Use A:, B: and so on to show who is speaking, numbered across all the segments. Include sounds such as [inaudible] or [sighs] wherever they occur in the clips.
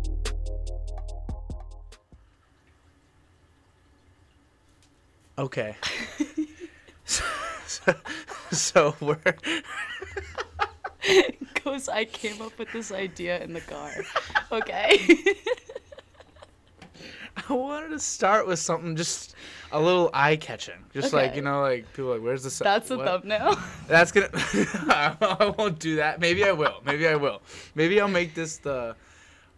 A: [laughs]
B: Okay. so, so, [laughs] so we're [laughs]
A: [laughs] Because I came up with this idea in the [laughs] car. Okay. [laughs]
B: I wanted to start with something just a little eye catching. Just like,
A: Okay.
B: you know, like people are like, where's the sun?
A: That's the
B: what?
A: thumbnail.
B: That's gonna [laughs] I won't do that. Maybe I will. Maybe I will. Maybe I'll make this the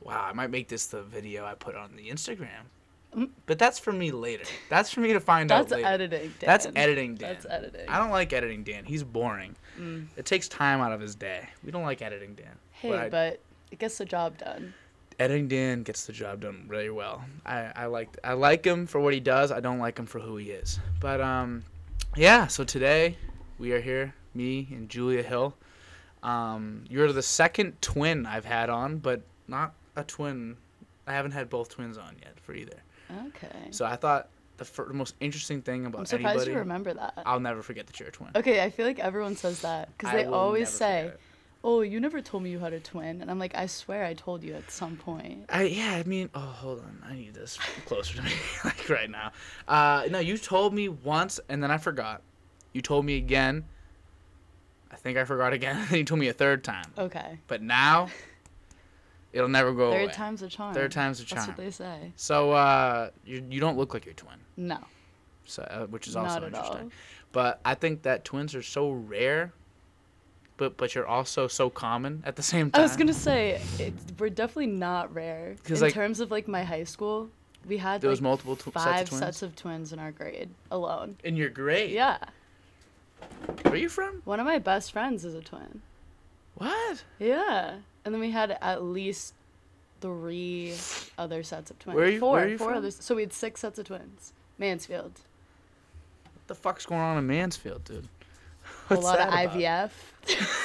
B: wow, I might make this the video I put on the Instagram. But that's for me later. That's for me to find
A: [laughs] Mm. That's
B: out later.
A: editing. Dan.
B: That's editing Dan.
A: That's editing. Mm.
B: I don't like editing Dan. He's boring. It takes time out of his day. We don't like editing Dan.
A: Hey,
B: I-
A: but it gets the job done.
B: editing Dan gets the job done really well. I, I like I like him for what he does. I don't like him for who he is. But um, yeah. So today we are here, me and Julia Hill. Um, you're the second twin I've had on, but not a twin. I haven't had both twins on yet for either.
A: Okay.
B: So I thought the, fir- the most interesting thing about
A: I'm surprised
B: anybody,
A: you remember that.
B: I'll never forget that you're a twin.
A: okay, I feel like everyone says that because
B: I
A: they
B: will
A: always
B: never
A: say,
B: forget it.
A: "Oh, you never told me you had a twin," and I'm like, "I swear I told you at some point."
B: I yeah, I mean, oh hold on, I need this closer to me, [laughs] like right now. Uh, no, you told me once, and then I forgot. You told me again. I think I forgot again. [laughs] and you told me a third time.
A: Okay.
B: But now, it'll never go
A: Third
B: away.
A: time's a charm.
B: Third time's a
A: That's
B: charm.
A: what they say.
B: So uh, you you don't look like your twin,
A: No.
B: so uh, which is also
A: Not at
B: interesting.
A: all.
B: But I think that twins are so rare. But but you're also so common at the same time.
A: I was gonna say it, we're definitely not rare
B: 'Cause,
A: in
B: like-
A: terms of like my high school. We had
B: There was
A: like,
B: multiple tw- sets of
A: five
B: twins?
A: of twins in our grade alone.
B: In your grade.
A: Yeah,
B: Where are you from?
A: one of my best friends is a twin.
B: What?
A: Yeah, and then we had at least three other sets of twins.
B: Where are you-
A: four,
B: where are you
A: four
B: from?
A: others. So we had six sets of twins.
B: [laughs]
A: Mansfield.
B: What the fuck's going on in Mansfield, dude?
A: a lot of
B: that
A: [laughs]
B: about?
A: IVF.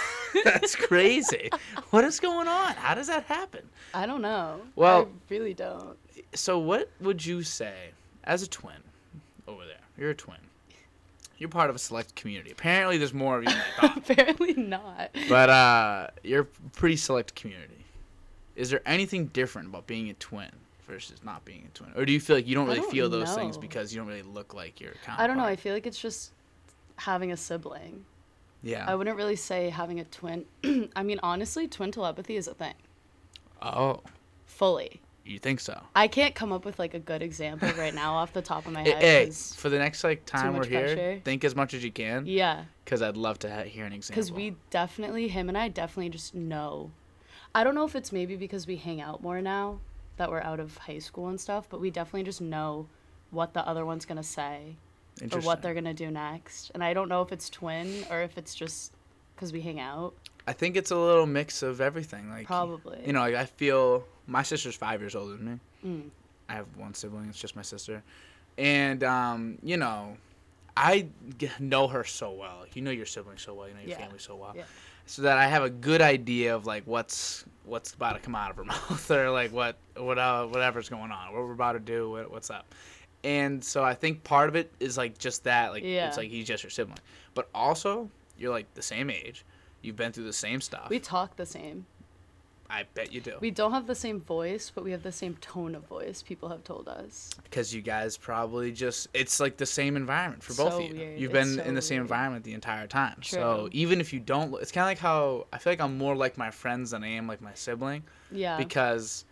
B: That's crazy. what is going on? How does that happen?
A: I don't know.
B: Well-
A: I really don't. [laughs]
B: So, what would you say as a twin over there? You're a twin. You're part of a select community. Apparently, there's more of you than I
A: [laughs]
B: thought.
A: Apparently not.
B: but uh, you're a pretty select community. Is there anything different about being a twin versus not being a twin? Or do you feel like you don't
A: I
B: really
A: don't
B: feel those things
A: know.
B: because you don't really look like your counterpart?
A: I don't know. I feel like it's just having a sibling.
B: yeah.
A: I wouldn't really say having a twin. [clears throat] I mean, honestly, twin telepathy is a thing.
B: oh,
A: Fully.
B: you think so?
A: I can't come up with like a good example right now off the top
B: [laughs]
A: of my
B: Hey,
A: head.
B: hey,
A: 'cause-
B: for the next like time we're
A: much
B: here,
A: pressure.
B: think as much as you can.
A: yeah.
B: Because I'd love to ha- hear an example.
A: Because we definitely, him and I definitely just know. I don't know if it's maybe because we hang out more now that we're out of high school and stuff, but we definitely just know what the other one's going to say or what
B: Interesting.
A: they're going to do next. And I don't know if it's twin or if it's just because we hang out.
B: I think it's a little mix of everything. Like
A: Probably.
B: You know, like I feel my sister's five years older than me.
A: Mm.
B: I have one sibling. It's just my sister, and um, you know, I g- know her so well. You know your siblings so well. You know your
A: Yeah.
B: family so well.
A: Yeah.
B: So that I have a good idea of like what's what's about to come out of her [laughs] mouth or like what what uh, whatever's going on, what we're about to do, what, what's up. And so I think part of it is like just that, like
A: Yeah.
B: it's like he's just your sibling, but also you're like the same age, you've been through the same stuff.
A: We talk the same.
B: I bet you do.
A: We don't have the same voice, but we have the same tone of voice, people have told us.
B: because you guys probably just it's like the same environment for both
A: So
B: of you
A: weird.
B: you've
A: It's
B: been
A: so
B: in the same
A: weird.
B: environment the entire time so
A: True.
B: even if you don't look- it's kind of like how i feel like i'm more like my friends than i am like my sibling
A: Yeah.
B: because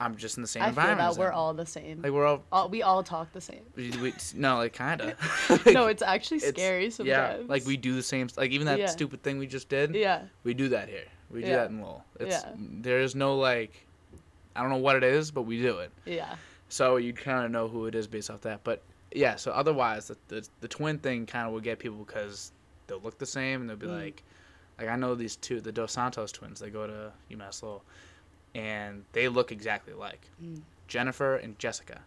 B: i'm just in the same
A: I feel
B: environment
A: that
B: as
A: we're
B: them.
A: all the same.
B: like we're all,
A: all, we all talk the same.
B: we, we- no [laughs] like kind of
A: [laughs]
B: [laughs]
A: no, it's actually scary sometimes.
B: yeah like we do the same like even that
A: Yeah.
B: stupid thing we just did
A: Yeah.
B: we do that here we do
A: Yeah.
B: that in lowell it's
A: Yeah.
B: there is no like i don't know what it is but we do it
A: Yeah.
B: So you kind of know who it is based off that. But yeah, so otherwise, the the, the twin thing kind of will get people because they'll look the same and they'll be
A: Mm.
B: like, like I know these two, the Dos Santos twins. They go to UMass Lowell, and they look exactly like
A: Mm.
B: Jennifer and Jessica.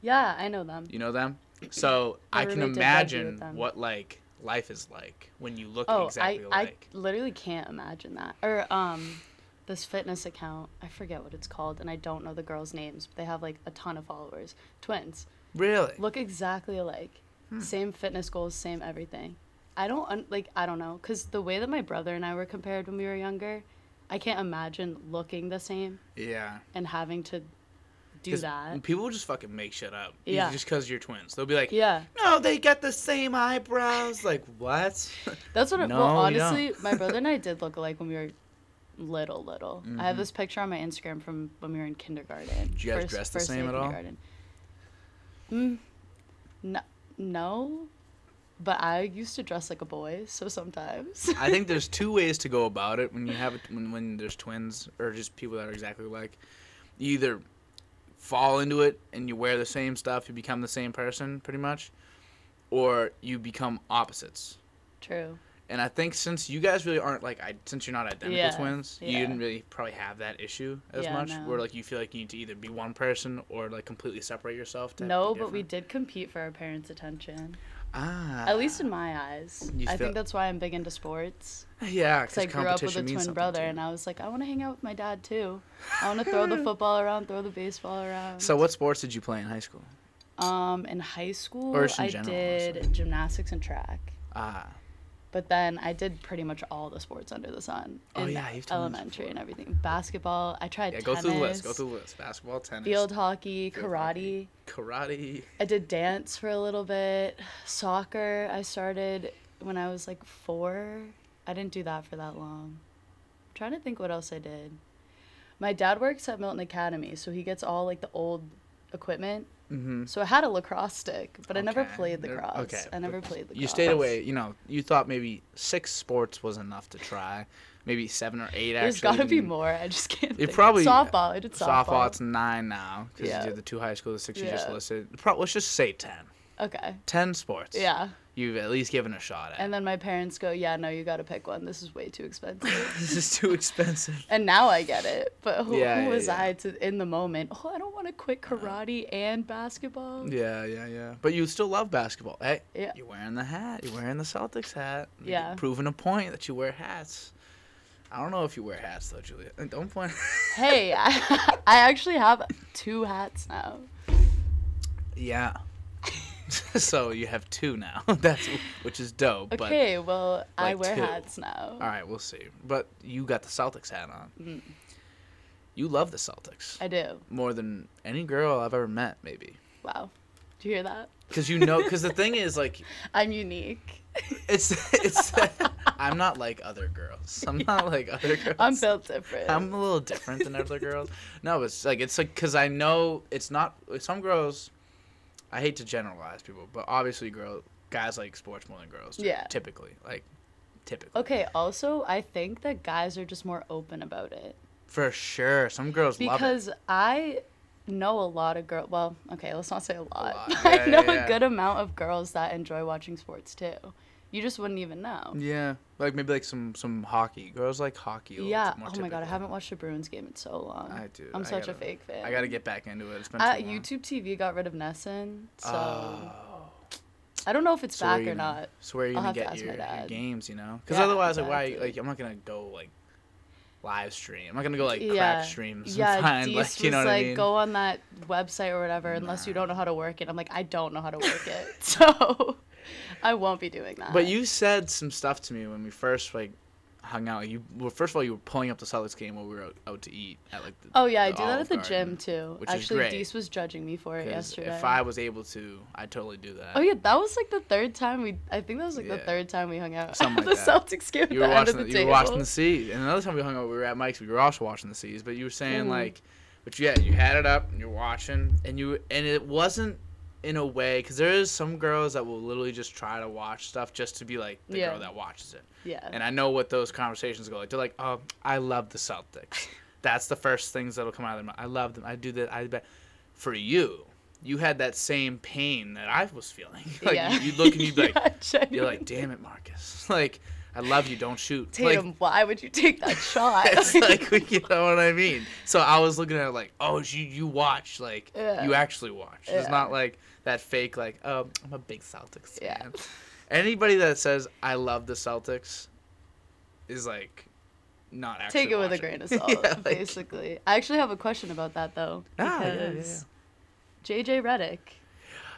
A: Yeah, I know them.
B: You know
A: [clears throat]
B: them, so
A: My
B: I can
A: roommate did graduate with
B: imagine
A: them.
B: what like life is like when you look
A: Oh,
B: exactly
A: I,
B: like.
A: I literally can't imagine that. Or um, this fitness account, I forget what it's called, and I don't know the girls' names, but they have like a ton of followers. Twins,
B: Really?
A: look exactly alike,
B: Hmm.
A: same fitness goals, same everything. I don't un- like. I don't know, cause the way that my brother and I were compared when we were younger, I can't imagine looking the same
B: Yeah.
A: and having to do
B: 'Cause [laughs]
A: that.
B: People just fucking make shit up.
A: Yeah.
B: Yeah. Just because you're twins. They'll be like,
A: Yeah,
B: no, they got the same eyebrows. Like, what? [laughs]
A: that's what. I well,
B: No, you don't.
A: honestly,
B: [laughs]
A: my brother and I did look alike when we were little, little. I have
B: Mhm.
A: this picture on my Instagram from when we were in kindergarten.
B: Did you guys dress the
A: day
B: same
A: of
B: at all?
A: kindergarten. Mm, no, no, but I used to dress like a boy, so sometimes. [laughs]
B: I think there's two ways to go about it when you have it when, when there's twins or just people that are exactly alike. You either fall into it and you wear the same stuff, you become the same person pretty much, or you become opposites.
A: True.
B: And I think since you guys really aren't like, I, since you're not identical
A: Yeah,
B: twins,
A: yeah.
B: you didn't really probably have that issue as
A: Yeah,
B: much.
A: no.
B: Where like you feel like you need to either be one person or like completely separate yourself. To
A: No,
B: be
A: but we
B: different.
A: did compete for our parents' attention.
B: ah
A: At least in my eyes.
B: You
A: I think
B: felt-
A: that's why I'm big into sports.
B: yeah,
A: Because I grew up with a twin brother, and I was like, I want to hang out with my dad too. I want to
B: [laughs]
A: throw the football around, throw the baseball around.
B: so what sports did you play in high school?
A: um, in high school,
B: Or just in
A: I
B: general,
A: did
B: honestly.
A: gymnastics and track.
B: Ah,
A: But then I did pretty much all the sports under the sun.
B: Oh,
A: in
B: yeah, you've told me this
A: elementary
B: before.
A: and everything. Basketball. I tried
B: yeah. Go
A: tennis.
B: through the list. Go through the list. Basketball, tennis,
A: Field hockey,
B: Field
A: karate.
B: hockey. karate.
A: I did dance for a little bit. Soccer, I started when I was like four. I didn't do that for that long. I'm trying to think what else I did. My dad works at Milton Academy, so he gets all like the old equipment.
B: Mm-hmm.
A: So I had a lacrosse stick, but I never
B: Okay.
A: played
B: There-
A: lacrosse.
B: okay,
A: I never
B: but
A: played lacrosse.
B: You stayed away. You know, you thought maybe six sports was enough to try, maybe seven or eight.
A: There's
B: actually,
A: got to be
B: and-
A: more. I just can't.
B: It
A: think.
B: probably-
A: softball. I did softball.
B: Softball, it's nine now because
A: Yeah.
B: you did the two high school, the six you just
A: Yeah.
B: listed. Pro- let's just say ten.
A: Okay.
B: Ten sports.
A: Yeah.
B: You've at least given a shot at.
A: And then my parents go, "Yeah, no, you got to pick one. This is way too expensive."
B: [laughs] this is too
A: [laughs]
B: expensive.
A: And now I get it. But who,
B: Yeah,
A: who
B: yeah,
A: was
B: yeah.
A: I to in the moment? Oh, I don't want to quit karate and basketball.
B: Yeah, yeah, yeah. But you still love basketball. Hey,
A: Yeah.
B: you're wearing the hat. You're wearing the Celtics hat. You're
A: Yeah.
B: proving a point that you wear hats. I don't know if you wear hats though, Julia. Uh, Don't point. [laughs]
A: Hey, I, [laughs] I actually have two hats now.
B: yeah. [laughs] so you have two now. [laughs] That's which is dope. But
A: Okay, well, I
B: like
A: wear
B: two.
A: hats now.
B: all right, we'll see. But you got the Celtics hat on.
A: Mm.
B: You love the Celtics.
A: I do.
B: more than any girl I've ever met, maybe.
A: Wow. Do you hear that?
B: Because you know, because the thing is, like, [laughs]
A: I'm unique. [laughs]
B: it's it's. [laughs] I'm not like other girls. I'm not like other girls.
A: [laughs] I'm built different.
B: I'm a little different than other girls. No, it's like it's like because I know it's not. Some girls, I hate to generalize people, but obviously, girl guys like sports more than girls. do,
A: Yeah.
B: Typically, like, typically.
A: okay, also, I think that guys are just more open about it.
B: For sure, some girls love it.
A: because I know a lot of girls. Well, okay, let's not say a lot.
B: lot,
A: but
B: yeah,
A: [laughs] I know
B: yeah, yeah.
A: a good amount of girls that enjoy watching sports too. You just wouldn't even know.
B: Yeah, like maybe like some some hockey. Girls like hockey. a little
A: Yeah.
B: bit more
A: Oh my god, I
B: typically.
A: haven't watched a Bruins game in so long.
B: I do.
A: I'm
B: I
A: such a
B: gotta-
A: fake fan.
B: I gotta get back into it. It's been
A: Uh,
B: too long.
A: YouTube TV got rid of Nessun, so
B: Oh.
A: I don't know if it's
B: So where
A: back
B: you
A: or
B: gonna-
A: not.
B: So where are you
A: I'll
B: gonna
A: have to
B: get
A: ask my
B: your, your
A: dad.
B: games? You know, because
A: Yeah,
B: otherwise, like, why?
A: exactly.
B: Like, I'm not gonna go like live stream. I'm not gonna go like
A: Yeah.
B: crap streams.
A: Yeah,
B: and [laughs] find,
A: Dees
B: like, you know
A: was
B: what
A: like,
B: I mean?
A: go on that website or whatever, unless you don't know how to work it. I'm like, I don't know how to
B: [laughs]
A: work it, [laughs] so I won't be doing that.
B: But you said some stuff to me when we first like hung out. You well, first of all, you were pulling up the Celtics game while we were out, out to eat at like. The,
A: Oh yeah, I
B: the
A: do that
B: Olive
A: at the
B: Garden,
A: gym too.
B: which is
A: Actually,
B: great,
A: Dees was judging me for it
B: 'cause
A: yesterday.
B: If I was able to, I'd totally do that.
A: Oh yeah, that was like the third time we. I think that was like the
B: Yeah.
A: third time we hung out
B: Something
A: at
B: like
A: the
B: that.
A: Celtics [laughs] game. at
B: You were
A: the end of
B: watching.
A: the
B: The, you
A: table.
B: were watching the seas. And another time we hung out, we were at Mike's. We were also watching the seas. But you were saying
A: Mhm.
B: like, but yeah, you had it up and you're watching, and you and it wasn't in a way because there is some girls that will literally just try to watch stuff just to be like the
A: Yeah.
B: girl that watches it.
A: yeah.
B: And I know what those conversations go like. They're like, oh, I love the
A: [laughs]
B: Celtics. That's the first things that'll come out of their mouth. I love them. I do that. I bet. For you, you had that same pain that I was feeling. [laughs] like
A: yeah.
B: you, you look and you'd
A: [laughs]
B: be like,
A: Yeah,
B: you're like,
A: genuinely.
B: damn it, Marcus. [laughs] Like, I love you. Don't shoot.
A: [laughs] Tatum,
B: Like, [laughs]
A: why would you take that shot? [laughs]
B: it's like [laughs] we- you know what I mean. So I was looking at it like, oh, you you watch like
A: Yeah.
B: you actually watch. It's
A: Yeah.
B: not like that fake like, oh, I'm a big Celtics
A: Yeah.
B: fan. Anybody that says I love the Celtics is like not actually
A: Take it with a
B: watching. [laughs]
A: grain of salt,
B: Yeah, like-
A: basically. I actually have a question about that though,
B: Ah, yeah, yeah,
A: because JJ Redick,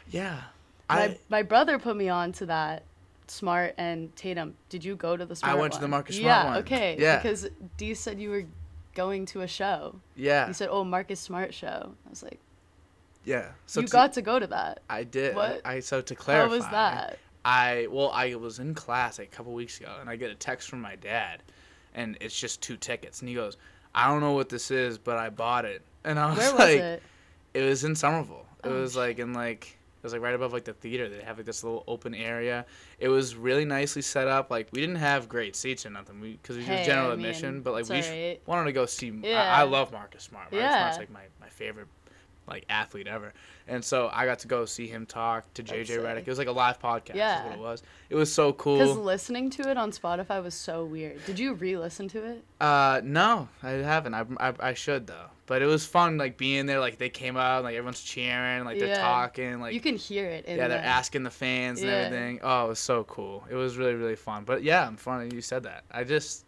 B: Yeah.
A: my
B: I
A: my brother put me on to that. Smart and Tatum, did you go to the smart?
B: went to the
A: one?
B: Marcus Smart
A: yeah,
B: one.
A: okay.
B: Yeah.
A: Because Dee said you were going to a show.
B: yeah.
A: He said, "Oh, Marcus Smart show." I was like,
B: yeah. So
A: you
B: to-
A: got to go to that.
B: I did.
A: What?
B: I so to clarify.
A: How was that?
B: I well, I was in class a couple weeks ago, and I get a text from my dad, and it's just two tickets, and he goes, "I don't know what this is, but I bought it," and I was
A: Where was
B: like,
A: it?
B: it was in Somerville. It
A: Oh,
B: was like in like it was like right above like the theater. They have like this little open area. It was really nicely set up. Like we didn't have great seats or nothing. We because we
A: Hey,
B: did general
A: I
B: admission,
A: mean,
B: but like
A: it's
B: we
A: alright.
B: wanted to go see. I, I
A: Yeah.
B: love Marcus Smart. Marcus
A: Yeah.
B: Smart's like my my favorite like athlete ever. And so I got to go see him talk to
A: That's
B: JJ Redick.
A: sick.
B: It was like a live podcast. is
A: Yeah.
B: what it was. It was so
A: Because
B: cool.
A: listening to it on Spotify was so weird. Did you re-listen to it?
B: Uh, no, I haven't. I, I, I should though. But it was fun like being there. Like they came out, like everyone's cheering, like they're
A: Yeah.
B: talking, like
A: you can hear it. In
B: yeah, they're
A: the-
B: asking the fans and
A: Yeah.
B: everything. Oh, it was so cool. It was really, really fun. But yeah, I'm funny you said that. I just,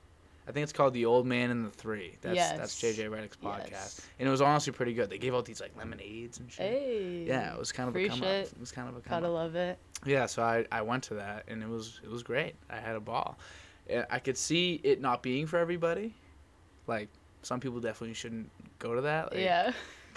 B: I think it's called The Old Man and the Three. That's that's
A: Yes.
B: JJ Reddick's podcast,
A: Yes.
B: and it was honestly pretty good. They gave out these like lemonades and shit.
A: Hey.
B: Yeah, it was kind of
A: free
B: a come
A: shit.
B: up. It was kind of a come
A: Gotta
B: up.
A: love it.
B: Yeah, so I, I went to that and it was it was great. I had a ball. And I could see it not being for everybody. Like some people definitely shouldn't go to that. Like,
A: yeah.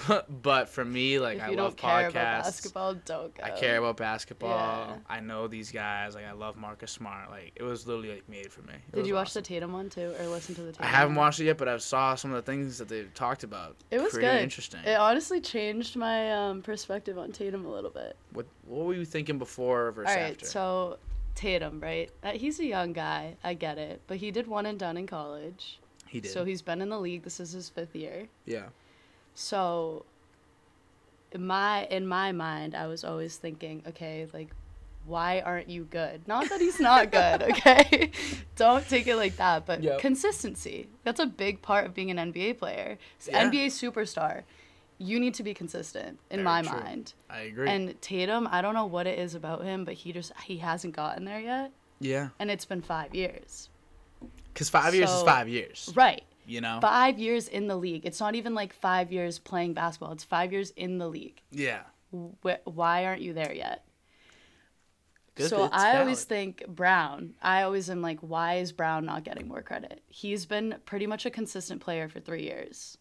B: [laughs] But, for me, like
A: if
B: I
A: you
B: love
A: don't
B: podcasts.
A: care about basketball, don't go.
B: I care about basketball.
A: Um, Yeah.
B: I know these guys. Like I love Marcus Smart. Like it was literally like made for me. It
A: Did
B: was
A: you watch
B: awesome.
A: the Tatum one too, or listen to the
B: I
A: Tatum?
B: haven't
A: one?
B: watched it yet, but I saw some of the things that they talked about.
A: It was
B: Pretty
A: good.
B: interesting.
A: It honestly changed my um, perspective on Tatum a little bit.
B: What What were you thinking before versus
A: All right,
B: after?
A: so Tatum, right? Uh, he's a young guy. I get it, but he did one and done in college,
B: he did.
A: so he's been in the league. This is his fifth year.
B: yeah.
A: So in my in my mind, I was always thinking, okay, like why aren't you good? Not that he's not
B: [laughs]
A: good, okay? Don't take it like that, but
B: Yep.
A: consistency. That's a big part of being an NBA player. S-
B: Yeah.
A: NBA superstar. You need to be consistent in
B: Very
A: my
B: true.
A: mind.
B: I agree.
A: And Tatum, I don't know what it is about him, but he just he hasn't gotten there yet,
B: yeah.
A: and it's been 5 years.
B: Because five years is
A: So-
B: five years.
A: Right.
B: You know.
A: Five years in the league. It's not even like five years playing basketball. It's five years in the league.
B: yeah.
A: wh- why aren't you there yet?
B: Good,
A: so
B: it's
A: I always
B: valid.
A: think Brown. I always am like, why is Brown not getting more credit? He's been pretty much a consistent player for three years.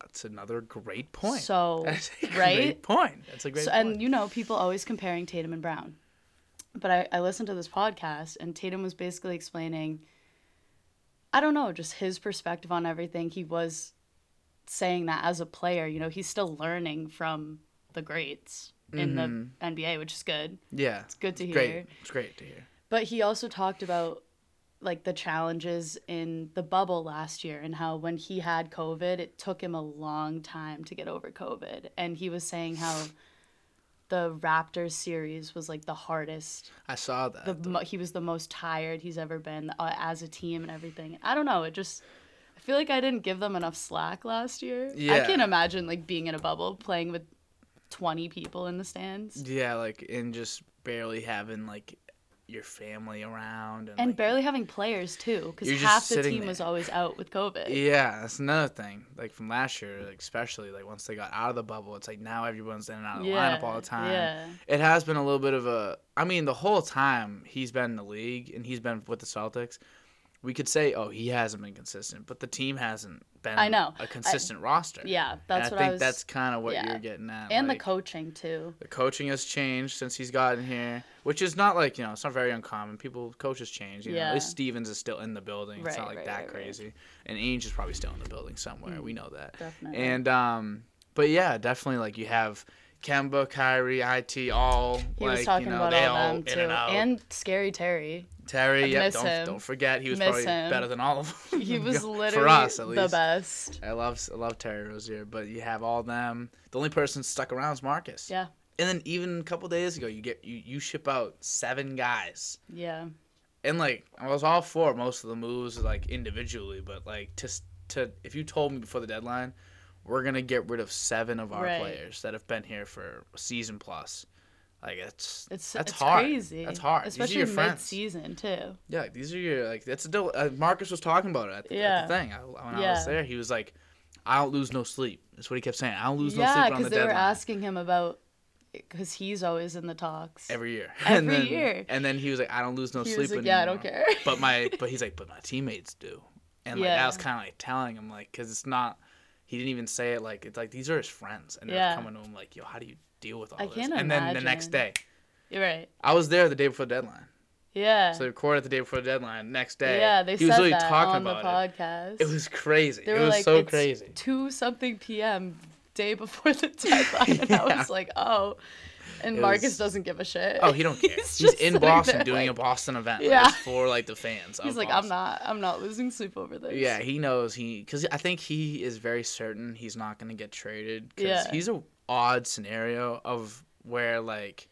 B: that's another great point.
A: So,
B: [laughs] That's a
A: right?
B: Great point. That's a great
A: So,
B: point.
A: and you know, people always comparing Tatum and Brown. But I, I listened to this podcast, and Tatum was basically explaining, I don't know, just his perspective on everything. He was saying that as a player, you know, he's still learning from the greats in the NBA, which is good.
B: yeah. It's
A: good to
B: Mm-hmm. Great.
A: hear.
B: It's great to hear.
A: But he also talked about like the challenges in the bubble last year and how when he had COVID, it took him a long time to get over COVID. And he was saying how the Raptors series was like the hardest.
B: I saw that.
A: The mo- he was the most tired he's ever been uh, as a team and everything. I don't know. It just I feel like I didn't give them enough slack last year. I
B: Yeah.
A: can't imagine like being in a bubble playing with 20 people in the stands
B: yeah, like and just barely having like your family around and,
A: and
B: like,
A: barely having players too
B: You're
A: because
B: just
A: half the
B: sitting
A: team was
B: there.
A: always out with COVID.
B: yeah, that's another thing. Like from last year, like, especially like once they got out of the bubble, it's like now everyone's in and out of the lineup all the time.
A: Yeah.
B: It has been a little bit of a. I mean, the whole time he's been in the league and he's been with the Celtics, we could say, oh, he hasn't been consistent, but the team hasn't been.
A: I know.
B: a
A: I-
B: consistent roster.
A: Yeah,
B: And
A: that's
B: I
A: what
B: think
A: I was.
B: that's kind of what
A: yeah.
B: you're getting at.
A: and
B: like,
A: the coaching too.
B: the coaching has changed since he's gotten here, which is not like you know it's not very uncommon. People coaches change. You know, at least
A: Yeah.
B: Stevens is still in the building. it's
A: Right,
B: not like
A: right, Mm.
B: that
A: right, right.
B: crazy, and Ainge is probably still in the building somewhere. We know that.
A: Definitely.
B: And um, but yeah, definitely like you have Kemba, Kyrie, it all
A: he
B: like
A: was talking
B: you know
A: about
B: they
A: all
B: all
A: them
B: in
A: too,
B: and out.
A: and
B: [laughs]
A: Scary Terry.
B: Terry, yeah,
A: miss
B: don't
A: him.
B: don't forget he was
A: Miss
B: probably
A: him.
B: better than all of them.
A: He was literally
B: [laughs] for us at least.
A: the best.
B: I love I love Terry Rozier, but you have all them. The only person stuck around is Marcus.
A: Yeah,
B: And then even a couple days ago, you get you, you ship out seven guys,
A: yeah,
B: and like I was all for most of the moves like individually, but like to s- to if you told me before the deadline, we're gonna get rid of seven of our
A: Right.
B: players that have been here for a season plus, like it's
A: it's
B: that's
A: it's
B: hard.
A: crazy.
B: That's hard. These are
A: especially
B: your friends.
A: mid-season too.
B: Yeah, like, these are your like that's a del- uh, Marcus was talking about it at the, at
A: Yeah.
B: the thing I, when I
A: Yeah.
B: was there. He was like, "I don't lose no sleep." That's what he kept saying. I don't lose no
A: yeah,
B: sleep on
A: because
B: the
A: they
B: deadline
A: were asking him about because he's always in the talks.
B: every year. [laughs] and
A: Every
B: then,
A: year.
B: And then he was like, "I don't lose no
A: He
B: sleep."
A: was like, "Yeah, I
B: anymore."
A: don't care.
B: but my but he's like, but my teammates do, and like
A: Yeah.
B: I was kind of like telling him like, because it's not. he didn't even say it like it's like these are his friends and
A: Yeah.
B: they're coming to him like, yo, how do you deal with all
A: I
B: this?
A: can't
B: and then the next
A: imagine.
B: day,
A: [laughs] You're right.
B: I was there the day before the deadline.
A: Yeah.
B: So they recorded the day before the deadline. Next day,
A: yeah, they
B: he
A: said
B: was literally
A: that
B: talking
A: on the
B: about it.
A: podcast.
B: It was crazy.
A: they
B: it
A: were
B: was
A: like,
B: so
A: it's
B: crazy.
A: [laughs] Two something p.m. day before the
B: [laughs]
A: deadline, [laughs] and I
B: Yeah.
A: was like, oh. And
B: It
A: Marcus
B: was-
A: doesn't give a shit.
B: Oh, he
A: [laughs]
B: don't care. he's
A: just
B: in
A: sitting
B: Boston
A: there,
B: doing a
A: like-
B: Boston event.
A: Yeah.
B: Like, it's for like the fans. of
A: He's like,
B: Boston.
A: I'm not, I'm not losing sleep over this.
B: Yeah, he knows he because I think he is very certain he's not going to get traded because
A: Yeah.
B: he's a odd scenario of where like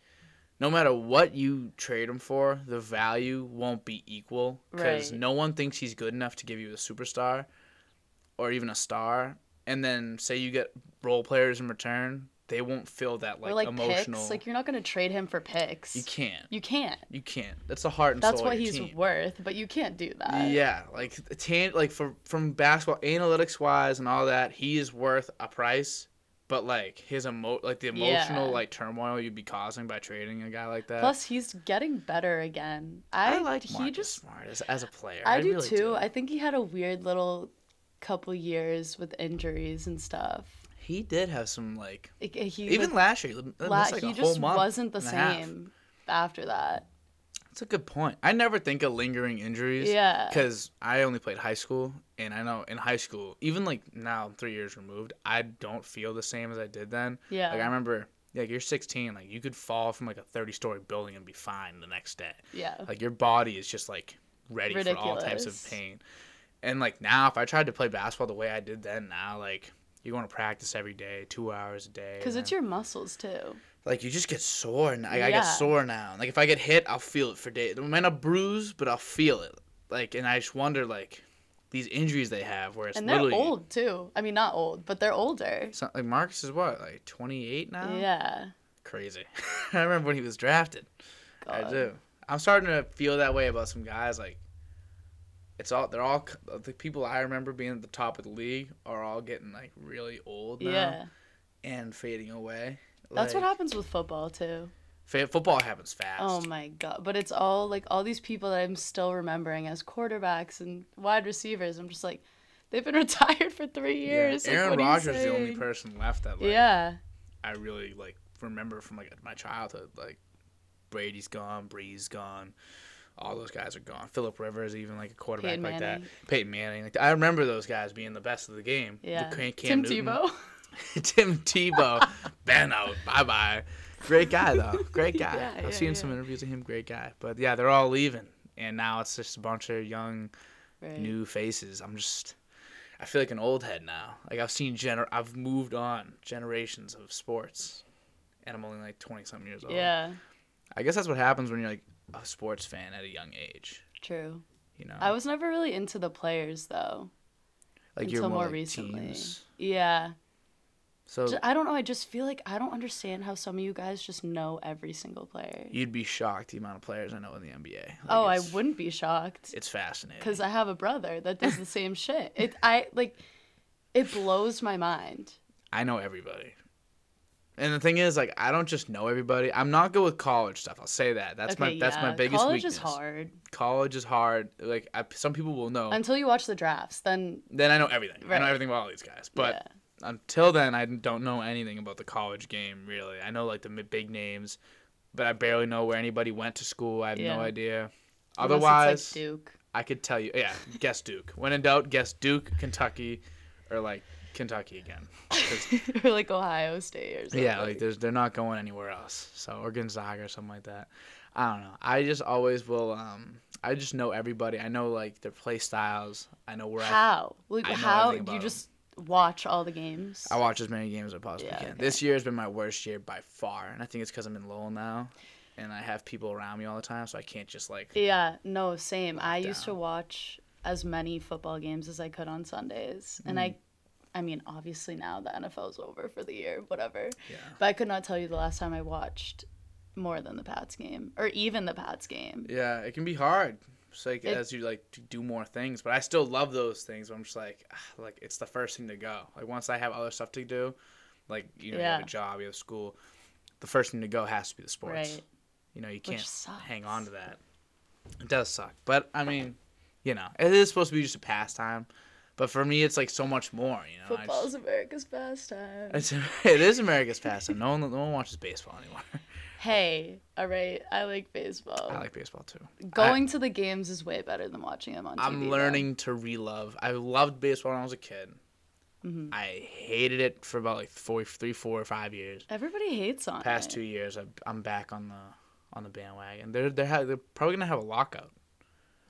B: no matter what you trade him for, the value won't be equal because
A: Right.
B: no one thinks he's good enough to give you a superstar or even a star. And then say you get role players in return, they won't feel that
A: Or
B: like,
A: like
B: emotional.
A: picks. Like you're not gonna trade him for picks.
B: you can't.
A: You can't.
B: You can't. That's the heart and
A: That's
B: soul.
A: what
B: of your
A: he's
B: team.
A: worth, but you can't do that.
B: yeah, like tan- like for from basketball analytics wise and all that, he is worth a price. But like his emo, like the emotional
A: Yeah.
B: like turmoil you'd be causing by trading a guy like that.
A: Plus, he's getting better again. I,
B: like
A: he
B: Marcus
A: just.
B: Smart as, as a player.
A: I, do
B: really
A: too. I think he had a weird little couple years with injuries and stuff.
B: he did have some like
A: Like, He
B: even
A: was-
B: last year. He, missed,
A: la-
B: like,
A: he
B: a whole
A: just
B: month
A: wasn't the
B: and a half.
A: same after that.
B: That's a good point. I never think of lingering injuries.
A: Yeah.
B: Because I only played high school, and I know in high school, even like now, I'm three years removed, I don't feel the same as I did then.
A: Yeah.
B: Like I remember, like you're 16, like you could fall from like a 30 story building and be fine the next day.
A: Yeah.
B: Like your body is just like ready for all types of
A: Ridiculous.
B: pain. And like now, if I tried to play basketball the way I did then, now like you're going to practice every day, two hours a day.
A: Because
B: and
A: it's your muscles too.
B: like you just get sore and like, I
A: Yeah.
B: get sore now. Like if I get hit, I'll feel it for days. I might not bruise, but I'll feel it. Like and I just wonder like these injuries they have where it's
A: And they're
B: literally
A: old too. I mean, not old, but they're older.
B: It's not- like Marcus is what like 28 now.
A: Yeah.
B: crazy. [laughs] I remember when he was drafted. I
A: God.
B: do. I'm starting to feel that way about some guys. Like it's all they're all the people I remember being at the top of the league are all getting like really old now
A: Yeah.
B: and fading away.
A: That's what
B: Like,
A: happens with football too.
B: fa- football happens fast.
A: Oh my god! But it's all like all these people that I'm still remembering as quarterbacks and wide receivers. I'm just like, they've been [laughs] retired for three years. Like,
B: Aaron
A: what are you
B: Rodgers is the only
A: saying?
B: person left that like
A: yeah,
B: I really like remember from like my childhood. Like Brady's gone, Bree's gone, all those guys are gone. Philip Rivers, even like a quarterback
A: Peyton
B: like
A: Manning.
B: that. Peyton Manning. Like I remember those guys being the best of the game. The
A: yeah.
B: Cam-
A: Tim
B: Cam Newton.
A: Tebow.
B: [laughs] Tim Tebow. Ben out. Bye bye. Great guy though. Great guy.
A: [laughs] Yeah,
B: I've
A: yeah,
B: seen some
A: yeah.
B: interviews of him. Great guy. But yeah, they're all leaving, and now it's just a bunch of young
A: Right.
B: new faces. I'm just I feel like an old head now. Like I've seen gener I've moved on generations of sports. And I'm only like 20 something years old.
A: [laughs] Yeah,
B: I guess that's what happens when you're like a sports fan at a young age,
A: true.
B: you know.
A: I was never really into the players though
B: like
A: until more, recently. Yeah,
B: So
A: Ju- I don't know. I just feel like I don't understand how some of you guys just know every single player.
B: you'd be shocked the amount of players I know in the NBA. Like,
A: oh, I
B: it's-
A: wouldn't be shocked.
B: It's fascinating.
A: because I have a brother that does the same shit.
B: [laughs]
A: It I like, it blows my mind.
B: I know everybody. And the thing is, like, I don't just know everybody. I'm not good with college stuff. I'll say that. That's my
A: Okay,
B: that's my
A: yeah,
B: biggest
A: College
B: weakness. Oh.
A: is hard
B: College is hard. Like, I, some people will know.
A: until you watch the drafts. Then
B: then I know everything. I
A: Right.
B: know everything about all these guys. But until then, I don't know anything about the college game really. I know like the mi- big names, but I barely know where anybody went to school. I have
A: Yeah.
B: no idea.
A: unless it's, like,
B: Otherwise,
A: Duke.
B: I could tell you. Yeah, guess Duke. When in doubt, guess Duke, Kentucky, or like Kentucky again. 'Cause
A: [laughs] or like Ohio State or something.
B: yeah, like there's they're not going anywhere else. So or Gonzaga or something like that. I don't know. I just always will. Um, I just know everybody. I know like their play styles. I know where I,
A: how like
B: I know
A: how
B: everything
A: you
B: about 'em.
A: just watch all the games.
B: I watch as many games as I possibly
A: Yeah,
B: can.
A: okay.
B: This year has been my worst year by far, and I think it's because I'm in Lowell now, and I have people around me all the time, so I can't just like.
A: yeah, no, same. I used to
B: Lockdown.
A: watch as many football games as I could on Sundays, and
B: Mm.
A: I. I mean, obviously now the NFL's over for the year, whatever.
B: Yeah.
A: But I could not tell you the last time I watched more than the Pats game or even the Pats game.
B: Yeah, it can be hard. It's like
A: It-
B: as you like to do more things, but I still love those things. But I'm just like, ah, like it's the first thing to go. Like once I have other stuff to do, like you know, you have
A: Yeah.
B: a job, you have school, the first thing to go has to be the sports.
A: Right.
B: You know, you can't
A: sucks.
B: hang on to that. It does suck, but I mean, you know, it is supposed to be just a pastime. But for me, it's like so much more. You know, I
A: Football's America's pastime.
B: just, it's, [laughs] it is America's pastime. No one, no one watches baseball anymore. [laughs]
A: hey, all right, I like baseball.
B: I like baseball too.
A: Going to the games is way better than watching them on TV.
B: I'm
A: though.
B: learning to relove. I loved baseball when I was a kid.
A: Mm-hmm.
B: I hated it for about like four, three, four or five years.
A: Everybody hates on
B: Past
A: it.
B: two years, I, I'm back on the on the bandwagon. They're they're ha- they're probably gonna have a lockout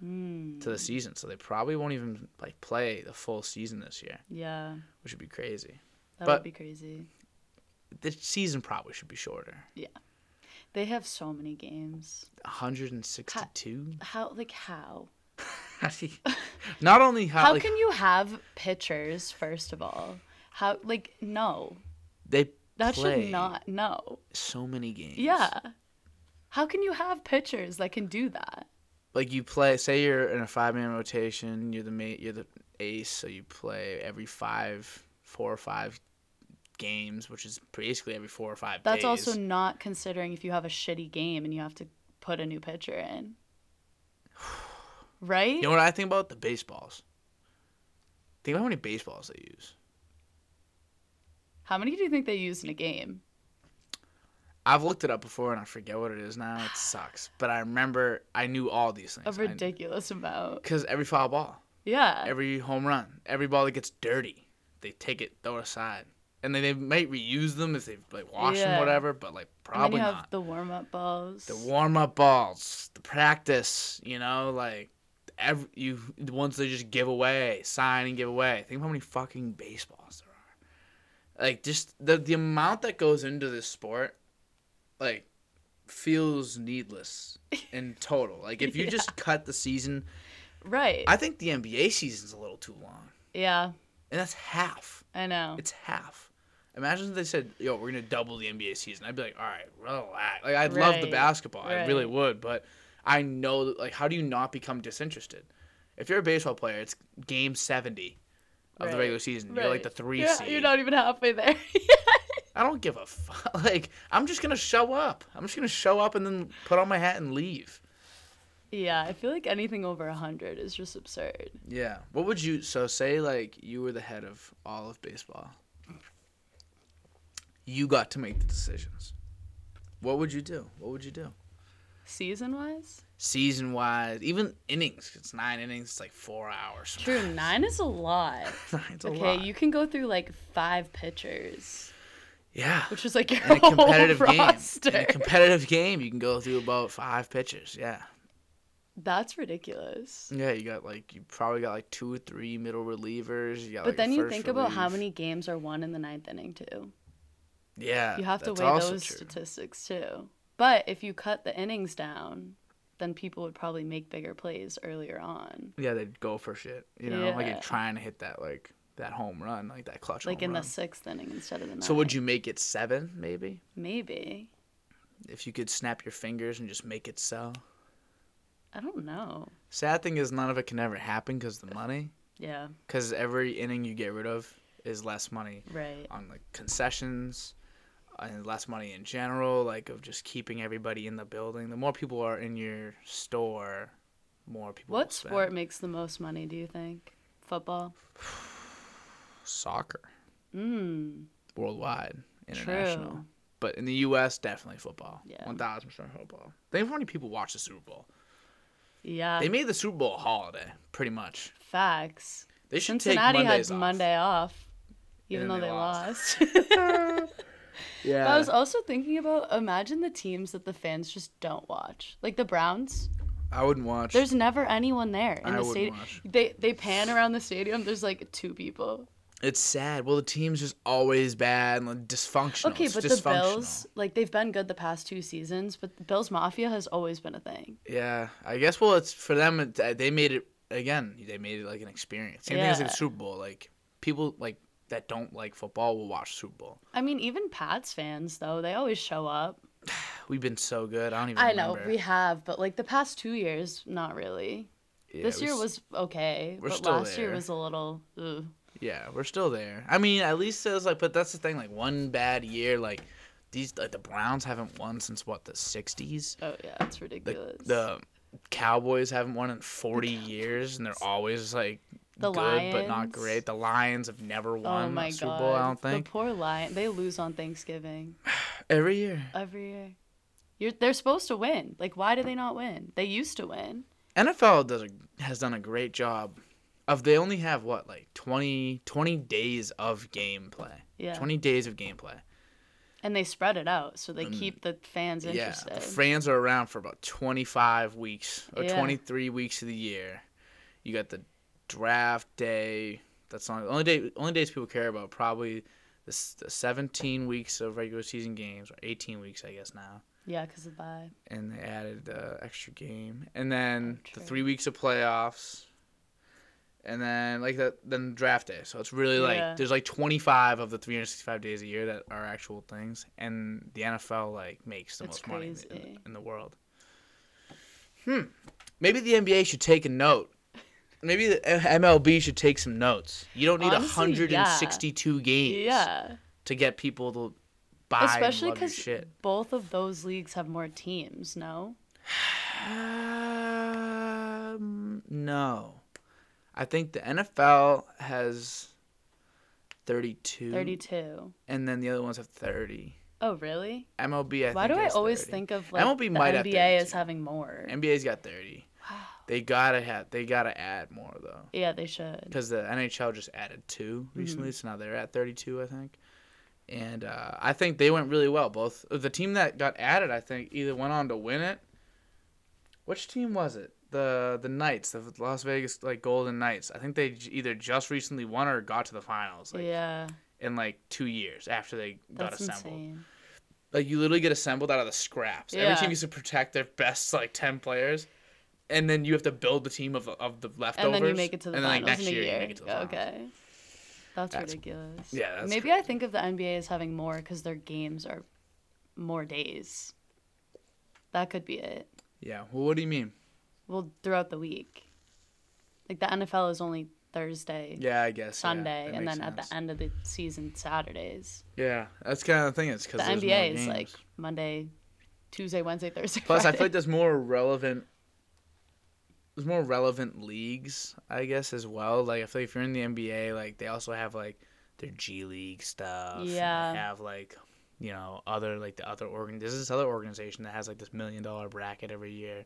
A: Hmm,
B: to
A: Mm.
B: the season, so they probably won't even like play the full season this year,
A: Yeah,
B: which would be crazy.
A: that
B: But-
A: would be crazy.
B: The season probably should be shorter.
A: They have so many games.
B: 162.
A: How like how?
B: [laughs] Not only how,
A: How
B: like,
A: can you have pitchers first of all? How like no.
B: they
A: That
B: play
A: should not no.
B: so many games.
A: Yeah. How can you have pitchers that can do that?
B: like you play say you're in a five man rotation you're the mate you're the ace so you play every five four or five games which is basically every four or five
A: That's
B: days.
A: also not considering if you have a shitty game and you have to put a new pitcher in. [sighs] Right?
B: you know what i think about the baseballs think about how many baseballs they use
A: How many do you think they use in a game?
B: i've looked it up before and i forget what it is now
A: [sighs]
B: it sucks but i remember i knew all these
A: A
B: things
A: ridiculous amount.
B: because every foul ball
A: Yeah.
B: every home run every ball that gets dirty they take it throw it aside and then they might reuse them if they've like washed them
A: Yeah.
B: whatever but like
A: and then
B: probably
A: you have
B: not
A: the warm up balls.
B: the warm up balls, the practice, you know, like every you the ones they just give away, sign and give away. Think of how many fucking baseballs there are. Like just the the amount that goes into this sport, like feels needless in total. Like if you just cut the season,
A: right.
B: I think the NBA season's a little too long,
A: yeah,
B: and that's half.
A: I know.
B: It's half. Imagine if they said, "Yo, we're gonna double the NBA season." I'd be like, "All right, relax." Like, I love the
A: Right,
B: basketball. I really
A: right.
B: would, but I know, that, like, how do you not become disinterested? If you're a baseball player, it's game seventy of the
A: Right,
B: regular season. You're like
A: right.
B: the three
A: Yeah,
B: seed.
A: You're not even halfway there. [laughs]
B: I don't give a fuck. [laughs] Like, I'm just gonna show up. I'm just gonna show up and then put on my hat and leave.
A: yeah, I feel like anything over 100 is just absurd.
B: Yeah. What would you so say like you were the head of all of baseball? You got to make the decisions. What would you do? What would you do?
A: Season wise?
B: Season wise, even innings. It's nine innings. It's like four hours. [laughs]
A: True, nine is a lot.
B: Nine's a
A: okay,
B: lot.
A: you can go through like five pitchers, [laughs]
B: yeah.
A: which is like your
B: In a
A: whole
B: competitive game,
A: roster.
B: in a competitive game, you can go through about five pitches. Yeah,
A: That's ridiculous.
B: yeah. You got like you probably got like two or three middle relievers. You got,
A: But
B: like, a
A: then you
B: first
A: think about how
B: relief.
A: many games are won in the ninth inning, too.
B: Yeah,
A: You have to
B: that's
A: weigh
B: also
A: those
B: true.
A: statistics, too. But if you cut the innings down, then people would probably make bigger plays earlier on.
B: yeah, they'd go for shit. You know, like
A: Yeah.
B: in trying to hit that like that home run, like that clutch.
A: Like
B: home
A: in
B: run.
A: the sixth inning instead of the ninth.
B: So would you make it seven, maybe,
A: Maybe.
B: if you could snap your fingers and just make it so?
A: I don't know.
B: Sad thing is, none of it can ever happen because the money,
A: Yeah,
B: because every inning you get rid of is less money
A: right.
B: on like concessions and less money in general, like of just keeping everybody in the building. The more people are in your store, more people. will
A: What
B: spend.
A: sport makes the most money, do you think? Football?
B: Soccer, Hmm.
A: Mm,
B: worldwide, international.
A: true.
B: But in the U.S., definitely football.
A: Yeah.
B: One thousand percent football. Think of how many people watch the Super Bowl.
A: Yeah,
B: They made the Super Bowl a holiday, pretty much.
A: facts.
B: They should
A: Cincinnati
B: take
A: had
B: Mondays off.
A: Monday off,
B: And
A: even though
B: then
A: they,
B: they
A: lost.
B: [laughs] Yeah.
A: I was also thinking about imagine the teams that the fans just don't watch, like the Browns.
B: I wouldn't watch.
A: There's never anyone there in
B: I
A: the
B: wouldn't
A: stadium.
B: watch.
A: They they pan around the stadium. There's like two people.
B: It's sad. Well, the team's just always bad and like, dysfunctional.
A: Okay,
B: It's
A: but the
B: dysfunctional.
A: Bills, like they've been good the past two seasons, but the Bills Mafia has always been a thing.
B: Yeah, I guess. Well, it's for them. It, uh, they made it again. They made it like an experience. Same thing as like,
A: Yeah.
B: the Super Bowl. Like people like that don't like football will watch Super Bowl.
A: I mean, even Pats fans though, they always show up.
B: We've been so good. I don't even.
A: I know
B: remember.
A: we have, but like the past two years, not really.
B: Yeah,
A: this
B: we
A: year
B: s-
A: was okay,
B: we're
A: but
B: still
A: last year
B: there.
A: was a little. Ugh.
B: Yeah, we're still there. I mean, at least it was like, but that's the thing. Like one bad year, like these, like the Browns haven't won since what the '60s.
A: Oh yeah, it's
B: The,
A: ridiculous.
B: the Cowboys haven't won in 40 years, and they're always like
A: The
B: good but not
A: Lions?
B: great. The Lions have never
A: Oh
B: won
A: my
B: a
A: god.
B: Super Bowl. I don't think
A: The poor lion. They lose on Thanksgiving
B: every year.
A: every year. You're, they're supposed to win. Like, why do they not win? They used to win.
B: NFL does a, has done a great job of they only have what like 20, 20 days of gameplay.
A: Yeah.
B: 20 days of gameplay.
A: And they spread it out so they keep the fans
B: Mm. Yeah.
A: interested.
B: The fans are around for about 25 weeks or
A: Yeah.
B: 23 weeks of the year. You got the draft day. That's not the only day only days people care about probably the, s- the 17 weeks of regular season games or 18 weeks I guess now.
A: yeah, because of the
B: and they added the extra game, and then
A: Oh,
B: the
A: true.
B: three weeks of playoffs, and then like that, then draft day. So it's really like
A: Yeah.
B: there's like 25 of the 365 days a year that are actual things, and the NFL like makes the
A: It's
B: most money in the- in,
A: crazy.
B: the- in the world. Hmm. Maybe the NBA should take a note. Maybe the uh, MLB should take some notes. You don't need
A: Honestly, yeah.
B: 162 games
A: Yeah.
B: to get people to buy
A: Especially
B: and love your
A: because
B: shit.
A: both of those leagues have more teams, no?
B: Um, no. I think the NFL has 32,
A: 32.
B: and then the other ones have 30.
A: Oh, really?
B: MLB, I
A: Why
B: think
A: do I
B: has
A: always
B: 30.
A: think of like
B: MLB
A: the
B: might have
A: NBA
B: 32.
A: as having more?
B: NBA's got 30.
A: Wow.
B: They gotta have. They gotta add more though,
A: Yeah, they should.
B: because the NHL just added two recently,
A: Mm-hmm.
B: so now they're at 32, I think. And uh, I think they went really well. Both the team that got added, I think, either went on to win it. Which team was it? The the Knights, the Las Vegas like Golden Knights. I think they j- either just recently won or got to the finals, like
A: yeah,
B: in like two years after they got
A: that's
B: assembled.
A: insane.
B: Like you literally get assembled out of the scraps.
A: Yeah.
B: Every team used to protect their best like ten players, and then you have to build the team of of the
A: And
B: leftovers.
A: then you make it to the
B: and then,
A: finals
B: like, next
A: in a
B: year,
A: year.
B: you make it to the finals.
A: Okay, that's,
B: That's-
A: ridiculous.
B: yeah, that's
A: maybe I think of the NBA as having more because their games are more days. That could be it.
B: Yeah. Well, what do you mean?
A: Well, throughout the week, like the NFL is only Thursday,
B: Yeah, I guess. yeah,
A: Sunday,
B: that
A: and
B: makes
A: then at
B: sense.
A: the end of the season, Saturdays.
B: Yeah, that's kind of the thing. It's
A: The
B: because
A: NBA is like Monday, Tuesday, Wednesday, Thursday.
B: Plus, I
A: Friday.
B: feel like there's more relevant. There's more relevant leagues, I guess, as well. Like I feel like if you're in the NBA, like they also have like their G League stuff. and
A: Yeah.
B: They have like, you know, other like the other organ. There's this other organization that has like this million dollar bracket every year.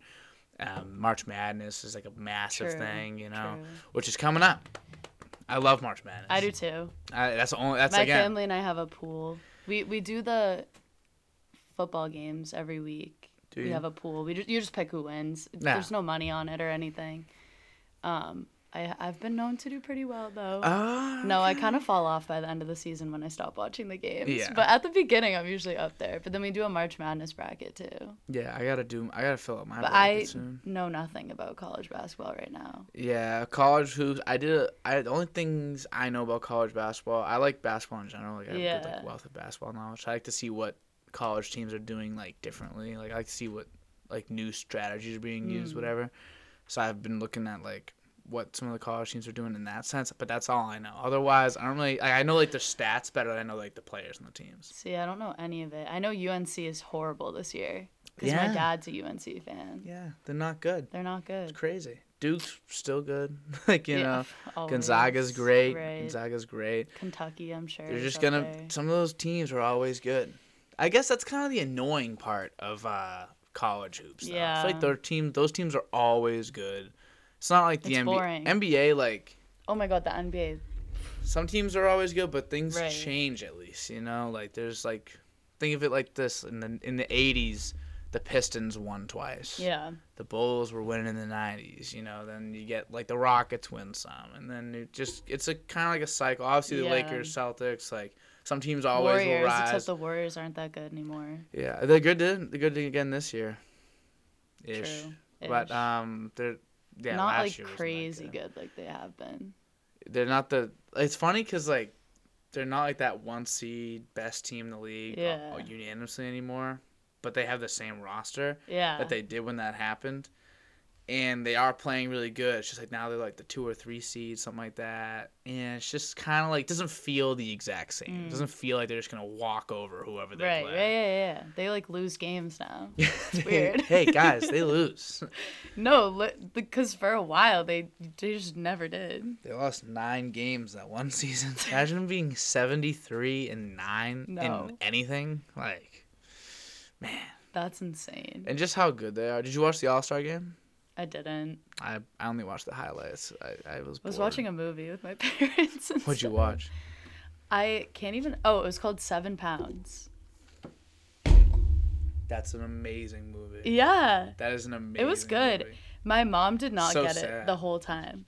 B: Um, March Madness is like a massive
A: True,
B: thing, you know,
A: true.
B: which is coming up. I love March Madness.
A: I do too.
B: I, that's the only. That's
A: My
B: again.
A: family and I have a pool. We we do the football games every week.
B: Do
A: we
B: you?
A: have a pool. We just, you just pick who wins.
B: Nah.
A: There's no money on it or anything. Um, I I've been known to do pretty well though.
B: Ah,
A: no, I kind of fall off by the end of the season when I stop watching the games.
B: Yeah.
A: But at the beginning, I'm usually up there. But then we do a March Madness bracket too.
B: Yeah, I gotta do. I gotta fill up my
A: But
B: bracket
A: I
B: soon.
A: know nothing about college basketball right now.
B: Yeah, college hoops. I did. A, I the only things I know about college basketball. I like basketball in general. Like I have a good
A: Yeah.
B: like wealth of basketball knowledge. I like to see what college teams are doing like differently. Like I like to see what like new strategies are being
A: Mm.
B: used, whatever. So I've been looking at like what some of the college teams are doing in that sense. But that's all I know. Otherwise, I don't really. I I know like their stats better than I know like the players and the teams.
A: See, I don't know any of it. I know UNC is horrible this year because
B: Yeah.
A: my dad's a UNC fan.
B: Yeah, they're not good.
A: They're not good.
B: It's crazy. Duke's still good. [laughs] like you
A: Yeah,
B: know.
A: f- [laughs] always.
B: Gonzaga's great.
A: Oh, Right.
B: Gonzaga's great.
A: Kentucky, I'm sure.
B: They're
A: is
B: just
A: up
B: gonna.
A: there.
B: Some of those teams are always good. I guess that's kind of the annoying part of uh, college hoops. Though. I feel
A: Yeah.
B: like their team, those teams are always good. It's not like the
A: It's
B: NBA.
A: boring.
B: NBA like
A: Oh my god, the NBA.
B: some teams are always good, but things
A: Right.
B: change at least. You know, like there's like think of it like this in the in the '80s, the Pistons won twice
A: Yeah.
B: the Bulls were winning in the '90s. You know, then you get like the Rockets win some, and then it just it's a kind of like a cycle. Obviously, the
A: Yeah.
B: Lakers, Celtics, like some teams always
A: Warriors,
B: will rise.
A: except the Warriors aren't that good anymore.
B: yeah, they're good. To, they're good again this year. Ish.
A: True.
B: But
A: Ish.
B: um, they're yeah,
A: not
B: last
A: like
B: year wasn't that
A: crazy
B: good.
A: good. like they have been.
B: They're not the. It's funny because like they're not like that one seed best team in the league uh,
A: Yeah.
B: unanimously anymore, but they have the same roster
A: Yeah.
B: that they did when that happened. and they are playing really good. It's just like now they're like the two or three seed, something like that. And it's just kind of like doesn't feel the exact same. It doesn't feel like they're just gonna walk over whoever they
A: Mm. Right, yeah,
B: play. [laughs]
A: yeah, yeah. They like lose games now.
B: They-
A: weird.
B: hey guys,
A: [laughs]
B: they lose.
A: no, li- because for a while they they just never did.
B: They lost nine games that one
A: [laughs]
B: season. Imagine being seventy three and nine
A: No.
B: in anything. Like,
A: That's insane.
B: and just how good they are. Did you watch the All Star game?
A: I didn't.
B: I, I only watched the highlights. I, I was.
A: I was
B: bored.
A: watching a movie with my [laughs] parents. and
B: What'd you
A: stuff.
B: watch?
A: I can't even. Oh, it was called Seven Pounds.
B: That's an amazing movie.
A: Yeah,
B: That is an amazing.
A: it was good.
B: movie.
A: My mom did not
B: So
A: get it
B: sad.
A: the whole time.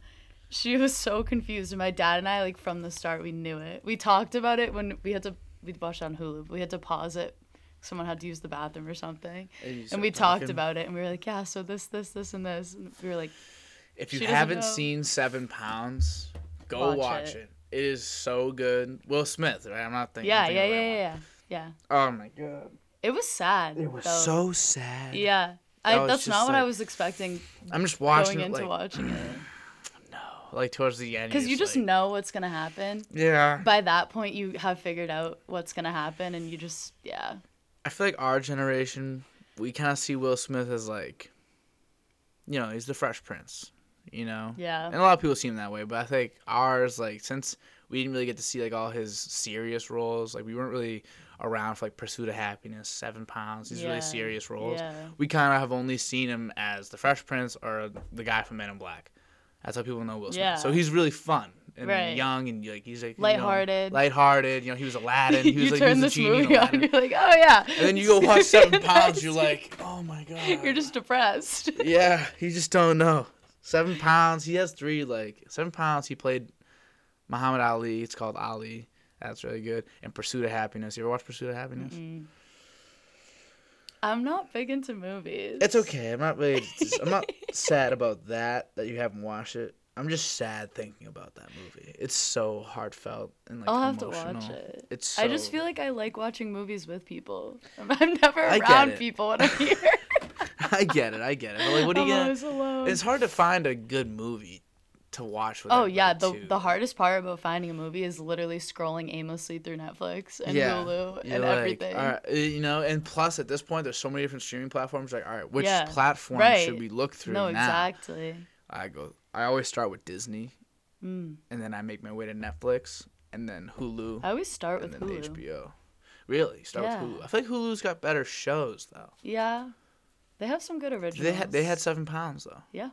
A: She was so confused, and my dad and I, like from the start, we knew it. We talked about it when we had to. We watched it on Hulu. But we had to pause it. Someone had to use the bathroom or something,
B: And, you
A: and
B: start
A: we talked
B: talking.
A: about it, and we were like, "Yeah, so this, this, this, and this." And we were like,
B: If you
A: She doesn't
B: haven't
A: know.
B: seen Seven Pounds, go
A: Watch
B: watch,
A: it.
B: it. It is so good. Will Smith, right? I'm not thinking.
A: "Yeah,
B: thinking
A: yeah,
B: of the
A: yeah,
B: right
A: yeah,
B: one.
A: yeah, yeah."
B: Oh my god.
A: It was sad.
B: It was
A: though.
B: so sad.
A: Yeah,
B: That
A: I,
B: was
A: that's
B: just
A: not what I
B: like-
A: was expecting
B: I'm just
A: going
B: watching it
A: into
B: like, [clears throat]
A: watching it.
B: like towards the end.
A: Because
B: you're
A: you just
B: like,
A: know what's gonna happen.
B: yeah.
A: By that point, you have figured out what's gonna happen, and you just yeah.
B: I feel like our generation, we kind of see Will Smith as like, you know, he's the Fresh Prince, you know.
A: Yeah.
B: And a lot of people see him that way, but I think ours, like, since we didn't really get to see like all his serious roles, like we weren't really around for like Pursuit of Happiness, Seven Pounds, these
A: Yeah,
B: really serious roles.
A: yeah.
B: We kind of have only seen him as the Fresh Prince or the guy from Men in Black. That's how people know Will Smith.
A: Yeah.
B: So he's really fun and
A: Right.
B: young and like he's like you know,
A: Lighthearted.
B: lighthearted. You know, he was
A: [laughs]
B: Aladdin. He was
A: you
B: like he
A: turn
B: was
A: this
B: the genie in
A: movie on,
B: Aladdin.
A: you're like, oh yeah.
B: And then you go
A: [laughs]
B: watch Seven Pounds, you're like, oh my god.
A: you're just
B: [laughs]
A: depressed.
B: yeah, you just don't know. Seven Pounds, he has three, like, Seven Pounds, he played Muhammad Ali. It's called Ali. That's really good. And Pursuit of Happiness. You ever watch Pursuit of Happiness?
A: I'm not big into movies.
B: It's okay. I'm not really, I'm not sad about that, that you haven't watched it. I'm just sad thinking about that movie. It's so heartfelt and like
A: I'll have to
B: emotional.
A: watch it.
B: It's
A: I just
B: so-
A: feel like I like watching movies with people. [laughs] I'm, I'm never
B: I get
A: around
B: it.
A: people when I'm here.
B: [laughs] I get it. I get it. [laughs] But like, what are
A: [laughs] I'm
B: you gonna?
A: always alone.
B: It's hard to find a good movie to watch with.
A: Oh yeah, the
B: everybody, too.
A: the hardest part about finding a movie is literally scrolling aimlessly through Netflix and Hulu
B: You're
A: and
B: like,
A: everything.
B: all right, uh, you know, and plus at this point, there's so many different streaming platforms. Like, all right, which
A: Yeah,
B: platform
A: right.
B: should we look through
A: No,
B: now?
A: exactly.
B: I go. I always start with Disney, and then I make my way to Netflix, and then Hulu,
A: Mm. I always start
B: and
A: with
B: then
A: Hulu.
B: HBO. Really, start
A: Yeah.
B: with Hulu. I feel like Hulu's got better shows though.
A: Yeah, they have some good originals.
B: They had they had Seven Pounds though.
A: Yeah,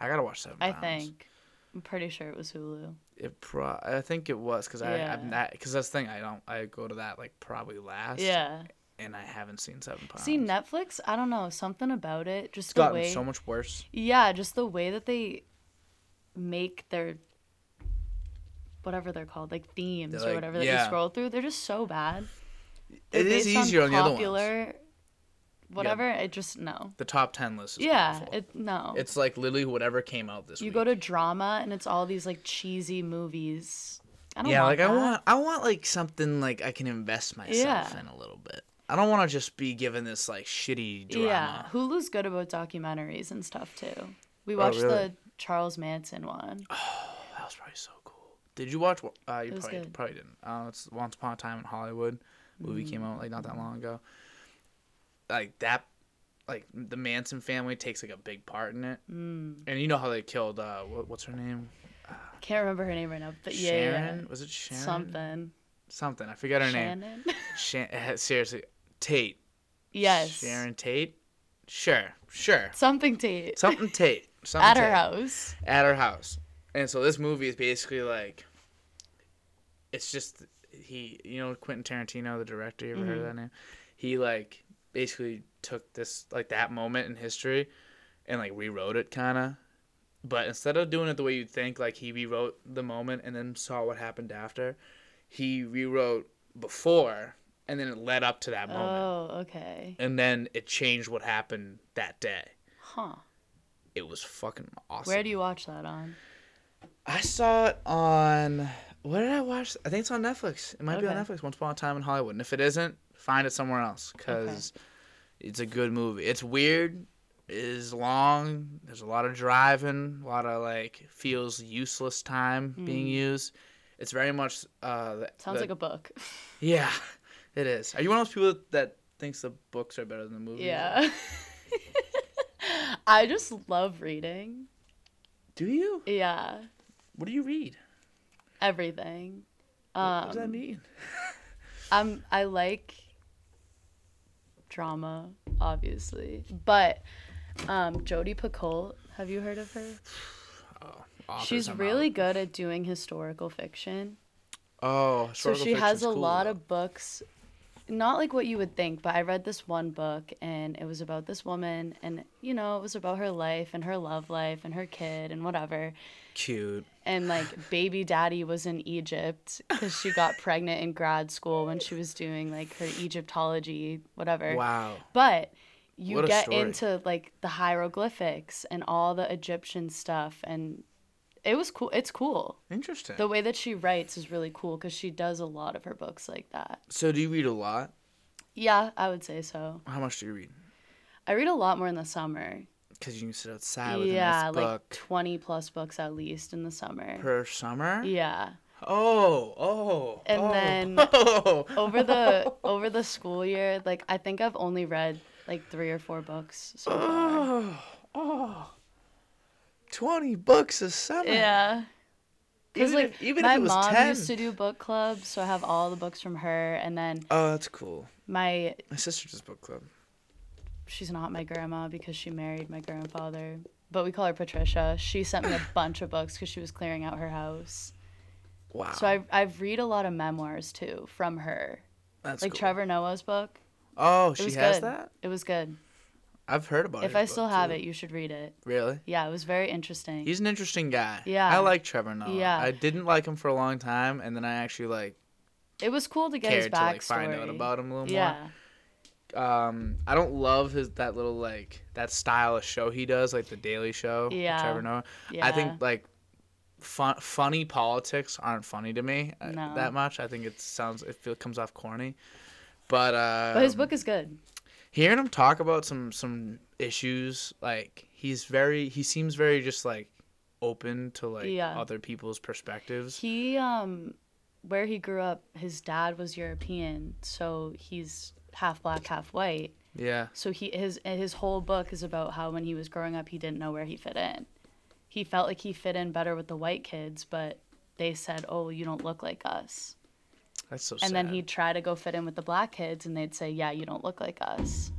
B: I gotta watch Seven
A: I
B: Pounds.
A: think. I'm pretty sure it was Hulu.
B: it. Pro- I think it was because I I'm
A: Yeah.
B: not because that's the thing. I don't. I go to that like probably last.
A: Yeah.
B: And I haven't seen Seven Pounds.
A: See Netflix, I don't know something about it. Just
B: it's
A: the
B: gotten
A: way.
B: so much worse.
A: yeah, just the way that they make their whatever they're called, like themes
B: They're
A: or
B: like-
A: whatever that you
B: yeah.
A: scroll through. They're just so bad. They're
B: It is
A: based
B: easier on the other ones.
A: popular, Whatever. It just no.
B: The top ten list is
A: Yeah.
B: awful.
A: It no.
B: it's like literally whatever came out this
A: you
B: week.
A: go to drama and it's all these like cheesy movies. I don't
B: yeah,
A: want
B: like I
A: that.
B: want I want like something like I can invest myself
A: Yeah.
B: in a little bit. I don't want to just be given this like shitty drama.
A: Yeah, Hulu's good about documentaries and stuff too. We watched
B: Oh, really?
A: the Charles Manson one.
B: Oh, That was probably so cool. Did you watch? Uh, you
A: was
B: probably
A: good.
B: probably didn't. Uh, it's Once Upon a Time in Hollywood. Movie came out like not that long ago. Like that, like the Manson family takes like a big part in it. Mm. And you know how they killed uh, what, what's her name?
A: Can't remember her name right now, but yeah, yeah,
B: Sharon? Was it
A: yeah.
B: Sharon?
A: something.
B: Something. I forget her name.
A: Shannon. [laughs]
B: Shan- eh, seriously, Tate.
A: yes.
B: Sharon Tate. Sure, sure.
A: Something Tate
B: Something Tate. Something
A: at her
B: Tate.
A: house.
B: At her house. And so this movie is basically like, it's just he. You know Quentin Tarantino, the director. You ever heard of
A: Mm-hmm.
B: that name? He like basically took this like that moment in history, and like rewrote it kind of. But instead of doing it the way you'd think, like he rewrote the moment and then saw what happened after, he rewrote before and then it led up to that moment
A: Oh, okay.
B: and then it changed what happened that day.
A: Huh.
B: It was fucking awesome.
A: Where do you watch that on?
B: I saw it on. What did I watch? I think it's on Netflix. It might be on
A: Okay.
B: Netflix. Once upon a time in Hollywood. And if it isn't, find it somewhere else because it's a good movie. It's weird. is long. There's a lot of driving, a lot of like feels useless time being used. It's very much uh the,
A: Hmm. Sounds
B: the-
A: like a book.
B: [laughs]
A: [laughs]
B: yeah, it is. Are you one of those people that thinks the books are better than the movies?
A: yeah. [laughs] I just love reading.
B: Do you?
A: Yeah.
B: What do you read?
A: Everything.
B: what does that
A: Um,
B: mean?
A: I'm Um, I like drama, obviously, but um, Jodi Picoult. Have you heard of her?
B: Authors,
A: She's
B: I'm
A: really
B: out.
A: good at doing historical fiction.
B: Oh,
A: so she has a lot
B: of.
A: of books not like what you would think but i read this one book and it was about this woman and you know it was about her life and her love life and her kid and whatever
B: Cute.
A: and like baby daddy was in egypt because she got pregnant in grad school when she was doing like her egyptology whatever
B: Wow.
A: but you
B: What a
A: get
B: story.
A: into like the hieroglyphics and all the egyptian stuff and it was cool it's cool
B: Interesting.
A: the way that she writes is really cool because she does a lot of her books like that.
B: so do you read a lot?
A: Yeah, I would say so.
B: How much do you read?
A: I read a lot more in the summer.
B: Because you can sit outside with
A: yeah,
B: a nice
A: like
B: book
A: 20 plus books at least in the summer.
B: per summer.
A: yeah.
B: Oh, oh.
A: And
B: oh,
A: then-
B: [laughs] oh. [laughs]
A: Over the over the school year, like I think I've only read like 3 or 4 books so far.
B: Oh, oh. 20 books a summer.
A: Yeah. Cuz
B: Even
A: like
B: if- even if
A: my
B: it was
A: mom
B: 10.
A: used to do book clubs, so I have all the books from her and then
B: Oh, that's cool.
A: my
B: My sister does book club.
A: she's not my grandma because she married my grandfather, but we call her Patricia. She sent me
B: [laughs]
A: a bunch of books because she was clearing out her house.
B: Wow.
A: So I I've read a lot of memoirs too from her,
B: that's
A: like
B: cool.
A: Trevor Noah's book.
B: Oh,
A: It
B: she
A: was
B: has
A: good.
B: that? Oh,
A: It was good.
B: I've heard about it.
A: if I still have it, you should read it.
B: Really?
A: Yeah, it was very interesting.
B: He's an interesting guy.
A: Yeah.
B: I like Trevor Noah.
A: Yeah.
B: I didn't like him for a long time, and then I actually like
A: it was cool to get his
B: cared to
A: backstory.
B: like find out about him a little more.
A: yeah,
B: um I don't love his that little like that style of show he does, like the Daily Show. with
A: Yeah.
B: Trevor Noah.
A: yeah.
B: I think like fun, funny politics aren't funny to me uh,
A: No.
B: that much. I think it sounds it feel, comes off corny. But uh
A: but his book is good.
B: hearing him talk about some some issues, like he's very he seems very just like open to like
A: Yeah.
B: other people's perspectives.
A: He um, where he grew up, his dad was European, so he's half black, half white.
B: yeah.
A: So he his his whole book is about how when he was growing up he didn't know where he fit in. He felt like he fit in better with the white kids, but they said, "Oh, you don't look like us."
B: That's so
A: And then
B: sad.
A: he'd try to go fit in with the black kids and they'd say, "Yeah, you don't look like us."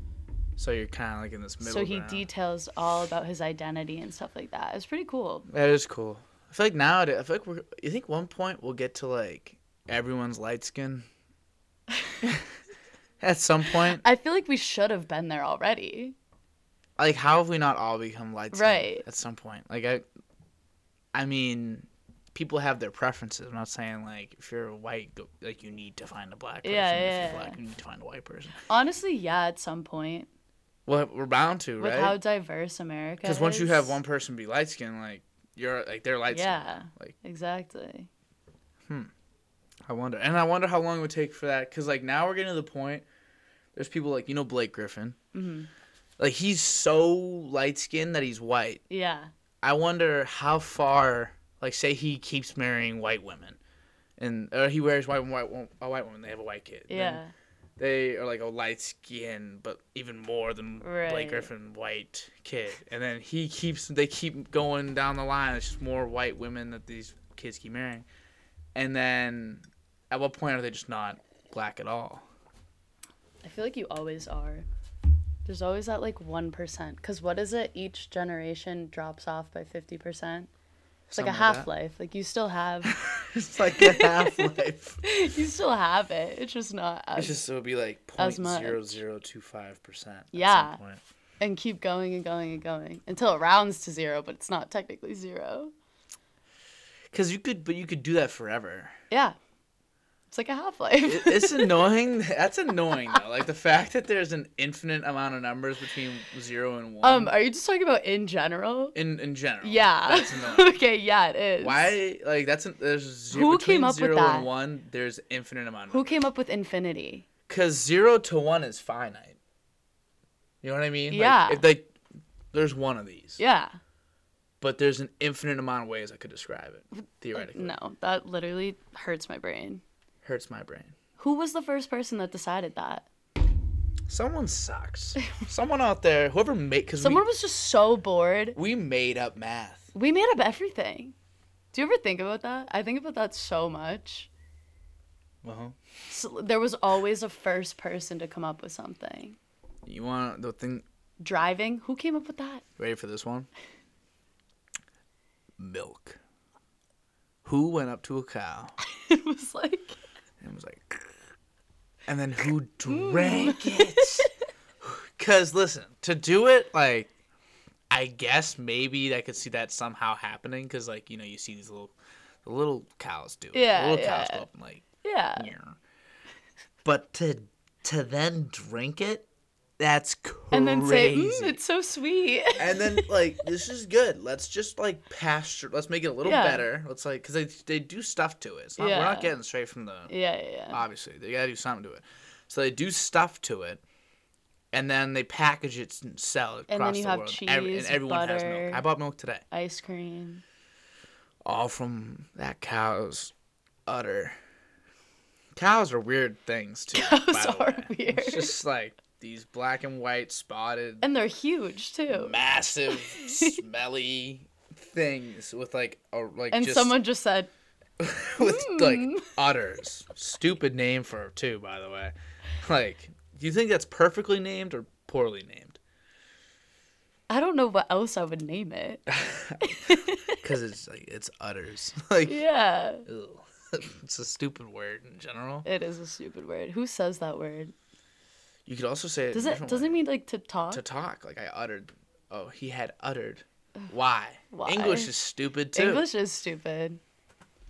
B: so you're kind of like in this middle
A: so he
B: ground.
A: details all about his identity and stuff like that. It's pretty cool.
B: That is cool. I feel like nowadays, I feel like we're. You think one point we'll get to like everyone's light skin. [laughs] At some point,
A: I feel like we should have been there already.
B: like how have we not all become light skinned?
A: Right.
B: At some point, like I, I mean, people have their preferences. I'm not saying like if you're white, go, like you need to find a black person.
A: Yeah,
B: if
A: yeah,
B: you're black,
A: yeah.
B: you need to find a white person.
A: Honestly, yeah, at some point
B: Well, we're bound to,
A: with how
B: right?
A: diverse America
B: Because once you
A: is.
B: have one person be light skinned, like you're like they're light skinned.
A: Yeah.
B: Like
A: Exactly.
B: I wonder, and I wonder how long it would take for that. Cause like now we're getting to the point. There's people like you know Blake Griffin.
A: Mhm.
B: Like he's so light skinned that he's white.
A: Yeah.
B: I wonder how far. Like say he keeps marrying white women, and or he wears white white wo- a white woman. They have a white kid. Then
A: Yeah.
B: They are like a light skin, but even more than
A: Right.
B: Blake Griffin, white kid. And then he keeps. They keep going down the line. It's just more white women that these kids keep marrying. And then, at what point are they just not black at all?
A: I feel like you always are. There's always that like 1%. Because what is it? Each generation drops off by 50%. It's like a
B: Something like that.
A: half life. Like you still have, [laughs]
B: [laughs] It's like a half life.
A: you still have it. It's just not as.
B: It's just it would be like
A: As
B: point
A: much.
B: zero zero two five percent.
A: Yeah.
B: point.
A: and keep going and going and going until it rounds to zero, but it's not technically zero.
B: Because you could, but you could do that [laughs] forever.
A: Yeah. It's like a half life.
B: It, it's annoying. That's annoying though. Like the fact that there's an infinite amount of numbers between zero and one.
A: [laughs] um, are you just talking about
B: [laughs]
A: in general?
B: in in general.
A: Yeah. [laughs]
B: That's annoying.
A: okay, yeah, it is.
B: Why? Like that's an, there's zero,
A: Who
B: between
A: came up with
B: zero
A: that?
B: and one. There's infinite amount.
A: Who came up with infinity?
B: Because zero to one is finite. You know what I mean?
A: Yeah.
B: Like, if like there's one of these.
A: Yeah.
B: But there's an infinite amount of ways I could describe it theoretically.
A: No, that literally hurts my brain.
B: Hurts my brain.
A: Who was the first person that decided that?
B: Someone
A: [laughs]
B: sucks. Someone out there, whoever made because
A: Someone was just so bored.
B: we, we made up math.
A: We made up everything. Do you ever think about that? I think about that so much.
B: Uh-huh.
A: So, there was always a first person to come up with something.
B: You want the thing
A: Driving, who came up with that? [laughs]
B: ready for this one? Milk. Who went up to a cow
A: It was like
B: and was like, and then who
A: Mm. [laughs]
B: drank it? Because listen, to do it like, I guess maybe I could see that somehow happening. Because like you know you see these little, the little cows do it. The
A: Yeah,
B: little cows
A: yeah.
B: go up and like,
A: Yeah.
B: "Nyeh." but to to then drink it, that's crazy.
A: And then say, mm, it's so sweet. [laughs]
B: and then like this is good. Let's just like pasture. Let's make it a little
A: Yeah.
B: better. Let's like because they they do stuff to it. It's not, We're not
A: Yeah.
B: getting straight from the
A: yeah, yeah, yeah.
B: obviously they gotta do something to it. So they do stuff to it, and then they package it and sell it
A: And then
B: across
A: you
B: the
A: have
B: world.
A: cheese, butter.
B: milk. I bought milk today,
A: Ice cream.
B: all from that cow's udder. Cows are weird things too.
A: Cows
B: by the
A: are
B: way.
A: weird.
B: It's just like these black and white spotted
A: And they're huge too. [laughs]
B: massive, smelly things with like a like
A: and
B: just
A: someone just said,
B: [laughs] with like
A: Hmm.
B: udders. Stupid name for her too, by the way. Like, do you think that's perfectly named or poorly named?
A: I don't know what else I would name it. [laughs]
B: Because it's like it's udders. [laughs] Like,
A: yeah.
B: ew. [laughs] it's a stupid word in general.
A: It is a stupid word. Who says that word?
B: You could also say it.
A: Does
B: a
A: it
B: different
A: doesn't
B: way.
A: it mean like to talk?
B: to talk? Like I uttered. Oh, he had uttered. Why?
A: Why?
B: English is stupid too.
A: English is stupid.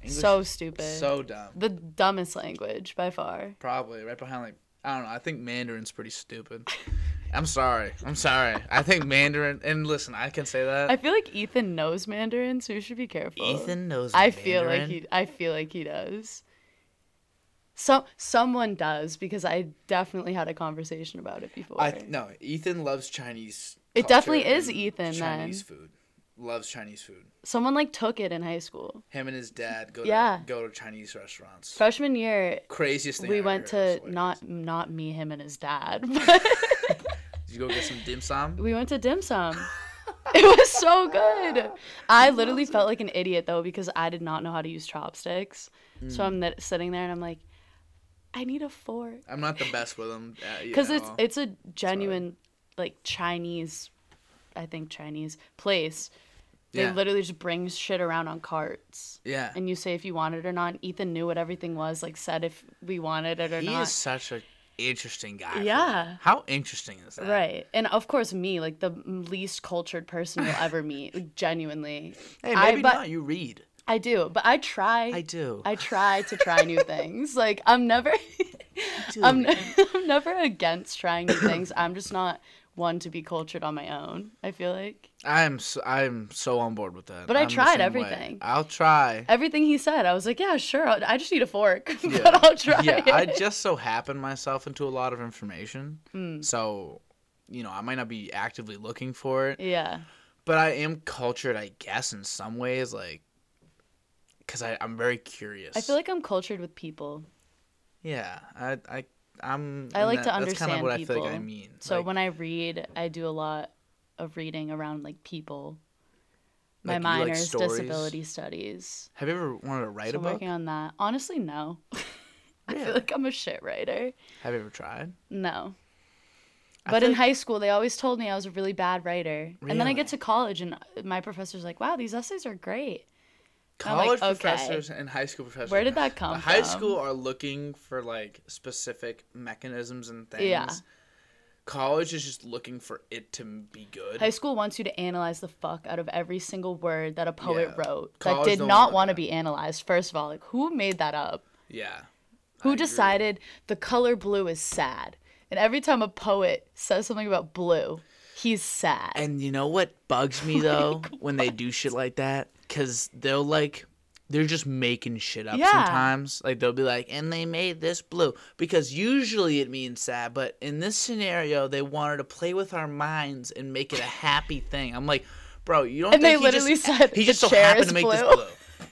B: English
A: so
B: is
A: stupid.
B: So dumb.
A: the dumbest language by far.
B: Probably right behind like I don't know. I think Mandarin's pretty
A: [laughs]
B: stupid. I'm sorry. I'm sorry. I think Mandarin. And listen, I can say that.
A: I feel like Ethan knows Mandarin, so we should be
B: Uh,
A: careful.
B: Ethan knows.
A: I feel like
B: Mandarin?
A: he I feel like he does. So someone does because I definitely had a conversation about it before.
B: I no. Ethan loves Chinese.
A: It
B: culture
A: definitely is
B: and
A: Ethan,
B: Chinese food. Loves Chinese food.
A: someone like took it in high school.
B: Him and his dad go
A: Yeah.
B: to go to Chinese restaurants.
A: Freshman year
B: Craziest thing.
A: we
B: I
A: went
B: heard
A: to
B: was like-
A: not not me, him and his dad, [laughs] but
B: Did you go get some dim
A: [laughs]
B: sum?
A: we went to
B: [laughs]
A: dim sum. It was so good. I literally felt like an idiot though because I did not know how to use chopsticks. So I'm
B: Mm.
A: that sitting there and I'm like, I need a fork.
B: I'm not the best with uh, them.
A: because it's it's a genuine like Chinese, I think Chinese place. They
B: yeah.
A: literally just bring shit around on carts,
B: yeah.
A: and you say if you want it or not. And Ethan knew what everything was, like said if we wanted it or
B: He
A: not.
B: is such a interesting guy. for
A: Yeah.
B: that. How interesting is that?
A: Right, and of course me, like the least cultured person you'll ever meet, like, genuinely.
B: Hey,
A: I-
B: maybe
A: but
B: not. You read.
A: I do, but I try.
B: I do.
A: I try to try new things. Like I'm never, [laughs] I'm, ne- [laughs] I'm never against trying new things. I'm just not one to be cultured on my own. I feel like
B: I'm so, I'm so on board with that.
A: But I
B: I'm the
A: tried
B: same way.
A: everything.
B: I'll try.
A: everything he said, I was like, yeah, sure. I'll, I just need a fork, [laughs]
B: Yeah.
A: but I'll try.
B: yeah, I
A: it."
B: just so happened myself into a lot of information.
A: Hmm.
B: So, you know, I might not be actively looking for it,
A: yeah,
B: but I am cultured, I guess, in some ways, like, because I'm very curious.
A: I feel like I'm cultured with people.
B: Yeah, I, I, I'm.
A: I
B: and
A: like to
B: That's kind of
A: understand
B: what I feel like I
A: people.
B: mean.
A: So
B: Like-
A: when I read, I do a lot of reading around like people. My
B: Like, you like
A: minor is
B: stories?
A: disability studies.
B: have you ever wanted to write
A: So I'm
B: a book?
A: working on that. Honestly, no. [laughs] I
B: Really?
A: feel like I'm a shit writer.
B: Have you ever tried?
A: No.
B: I
A: But
B: feel like-
A: in high school, they always told me I was a really bad writer. And then I
B: Really?
A: get to college, and uh, my professor's like, wow, these essays are great. I'm like,
B: College
A: okay.
B: professors and high school professors.
A: Where did that come
B: the high
A: from?
B: school are looking for like specific mechanisms and things.
A: Yeah.
B: College is just looking for it to be good.
A: High school wants you to analyze the fuck out of every single word that a poet
B: Yeah.
A: wrote
B: College
A: that did
B: don't
A: not
B: want
A: want to
B: that.
A: be analyzed. First of all, like who made that up?
B: yeah.
A: Who
B: I agree.
A: decided the color blue is sad? And every time a poet says something about blue, he's sad. [laughs]
B: And you know what bugs me though when they do shit like that? Because they'll like they're just making shit up
A: Yeah.
B: sometimes. Like they'll be like, and they made this blue because usually it means sad, but in this scenario, they wanted to play with our minds and make it a happy thing. I'm like, bro, you don't.
A: And
B: think
A: they
B: he
A: literally
B: just,
A: said
B: he
A: the
B: just so
A: chair
B: happened
A: is
B: to make this
A: blue."
B: blue.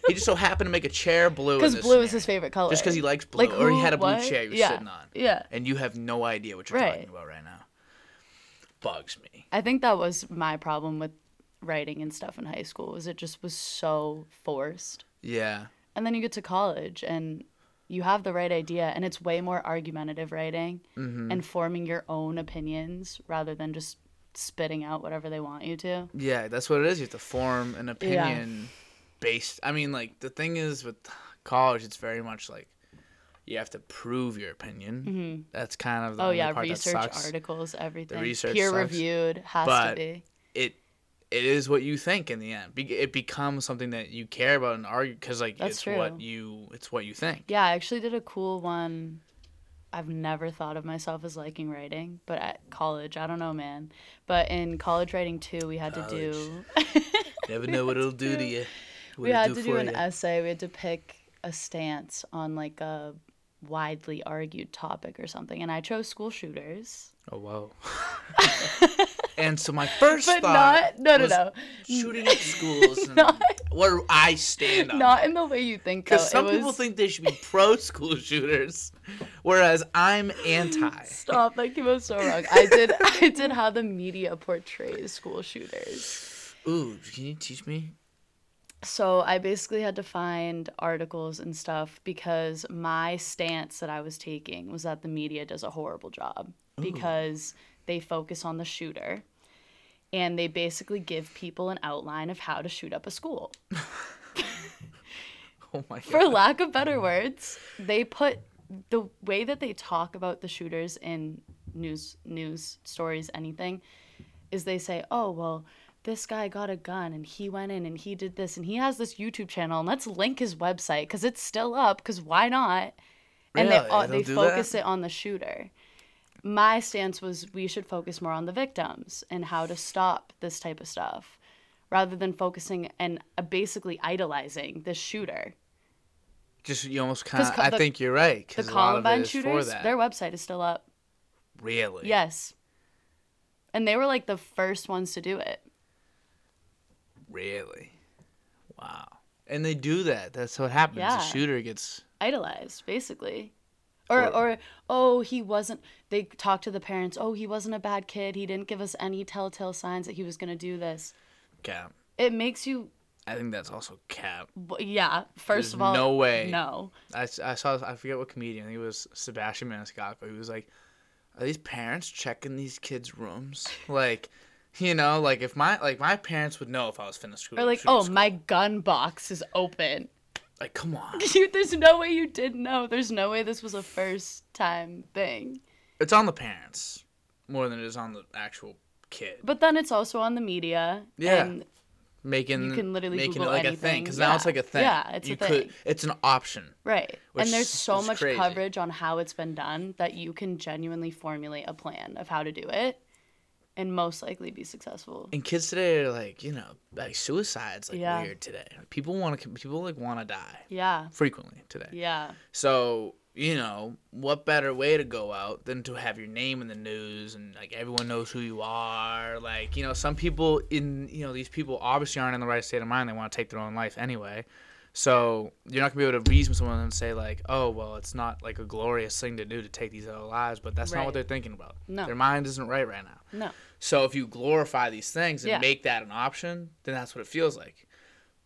B: He just so happened to make a chair
A: [laughs]
B: blue.
A: Because
B: Because
A: blue is his favorite color.
B: Just 'cause he likes blue, or he had a blue chair he was
A: yeah.
B: sitting on.
A: Yeah.
B: and you have no idea what you're
A: Right.
B: talking about right now. Bugs me.
A: I think that was my problem with writing and stuff in high school was it just was so forced.
B: Yeah.
A: And then you get to college and you have the right idea and it's way more argumentative writing
B: Mm-hmm.
A: and forming your own opinions rather than just spitting out whatever they want you to.
B: Yeah, that's what it is. You have to form an opinion based. I mean, like the thing is with college, it's very much like you have to prove your opinion. That's kind of the
A: Oh
B: only
A: yeah,
B: part
A: research
B: that sucks.
A: articles, everything.
B: research
A: Peer
B: sucks,
A: reviewed has
B: but-
A: to be.
B: It it is what you think in the end. Be- it becomes something that you care about and argue because like
A: That's
B: it's what
A: true.
B: you it's what you think.
A: Yeah, I actually did a cool one. I've never thought of myself as liking writing, but at college, I don't know, man. But in college writing too, we had to do
B: Never
A: [laughs]
B: know what it'll do to
A: to-
B: you. what
A: we
B: it'll
A: had to do
B: for
A: an
B: you.
A: essay. We had to pick a stance on like a widely argued topic or something, and I chose school
B: [laughs]
A: shooters,
B: Oh
A: [laughs]
B: wow. and so my first
A: but
B: thought
A: not no no
B: was
A: no,
B: shooting at schools
A: [laughs]
B: and what do I stand on.
A: not in the way you think. Though.
B: Because some
A: it was,
B: people think they should be pro
A: [laughs]
B: school shooters, whereas I'm anti.
A: Stop! That came out so wrong. I did. [laughs] I did how the media portrays school shooters.
B: Ooh, can you teach me?
A: So I basically had to find articles and stuff because my stance that I was taking was that the media does a horrible job because they focus on the shooter and they basically give people an outline of how to shoot up a school.
B: Oh my god.
A: [laughs] For lack of better words, they put the way that they talk about the shooters in news news stories anything is they say, "Oh, well, this guy got a gun and he went in and he did this and he has this YouTube channel and let's link his website cuz it's still up cuz why not?"
B: Really?
A: And they uh,
B: They'll
A: they
B: do
A: focus
B: that?
A: it on the shooter. My stance was we should focus more on the victims and how to stop this type of stuff rather than focusing and uh, basically idolizing the shooter
B: Just you almost kind of.
A: co-
B: I
A: the-
B: think you're right.
A: the
B: 'cause a lot of it
A: Columbine
B: is for
A: shooters,
B: that.
A: their website is still up.
B: really.
A: Yes. And they were like the first ones to do it.
B: Really. Wow. And they do that. That's what happens.
A: Yeah.
B: The shooter gets.
A: Idolized, basically. Or, or, oh, he wasn't. They talked to the parents. Oh, he wasn't a bad kid. He didn't give us any telltale signs that he was going to do this.
B: Cap.
A: It makes you,
B: I think that's also cap.
A: w- yeah, first
B: There's
A: of all.
B: no way.
A: No.
B: I, s- I saw. I forget what comedian. I think it was Sebastian Maniscalco. He was like, "Are these parents checking these kids' rooms? [laughs] Like, you know, like if my like my parents would know if I was finna screw
A: Or like,
B: shoot
A: oh,
B: school.
A: my gun box is open. [laughs]
B: Like, come on.
A: You, there's no way you didn't know. There's no way this was a first time thing.
B: It's on the parents more than it is on the actual kid
A: But then it's also on the media.
B: Yeah.
A: And
B: making
A: You can literally
B: making
A: Google
B: it like a thing
A: anything,
B: because now it's
A: yeah.
B: like a thing.
A: Yeah, it's a
B: You
A: thing.
B: it's an option.
A: Right.
B: which
A: and there's so
B: is
A: much
B: crazy.
A: coverage on how it's been done that you can genuinely formulate a plan of how to do it and most likely be successful.
B: And kids today are like, you know, like suicides like
A: Yeah.
B: weird today. People want to people like want to die
A: Yeah.
B: frequently today.
A: Yeah.
B: So, you know, what better way to go out than to have your name in the news and like everyone knows who you are? Like, you know, some people in, you know, these people obviously aren't in the right state of mind. They want to take their own life anyway. So you're not gonna be able to reason with someone and say like, oh, well, it's not like a glorious thing to do to take these other lives, but that's not what
A: Right.
B: they're thinking about.
A: No.
B: Their mind isn't right right now.
A: No.
B: So if you glorify these things and
A: Yeah.
B: make that an option, then that's what it feels like.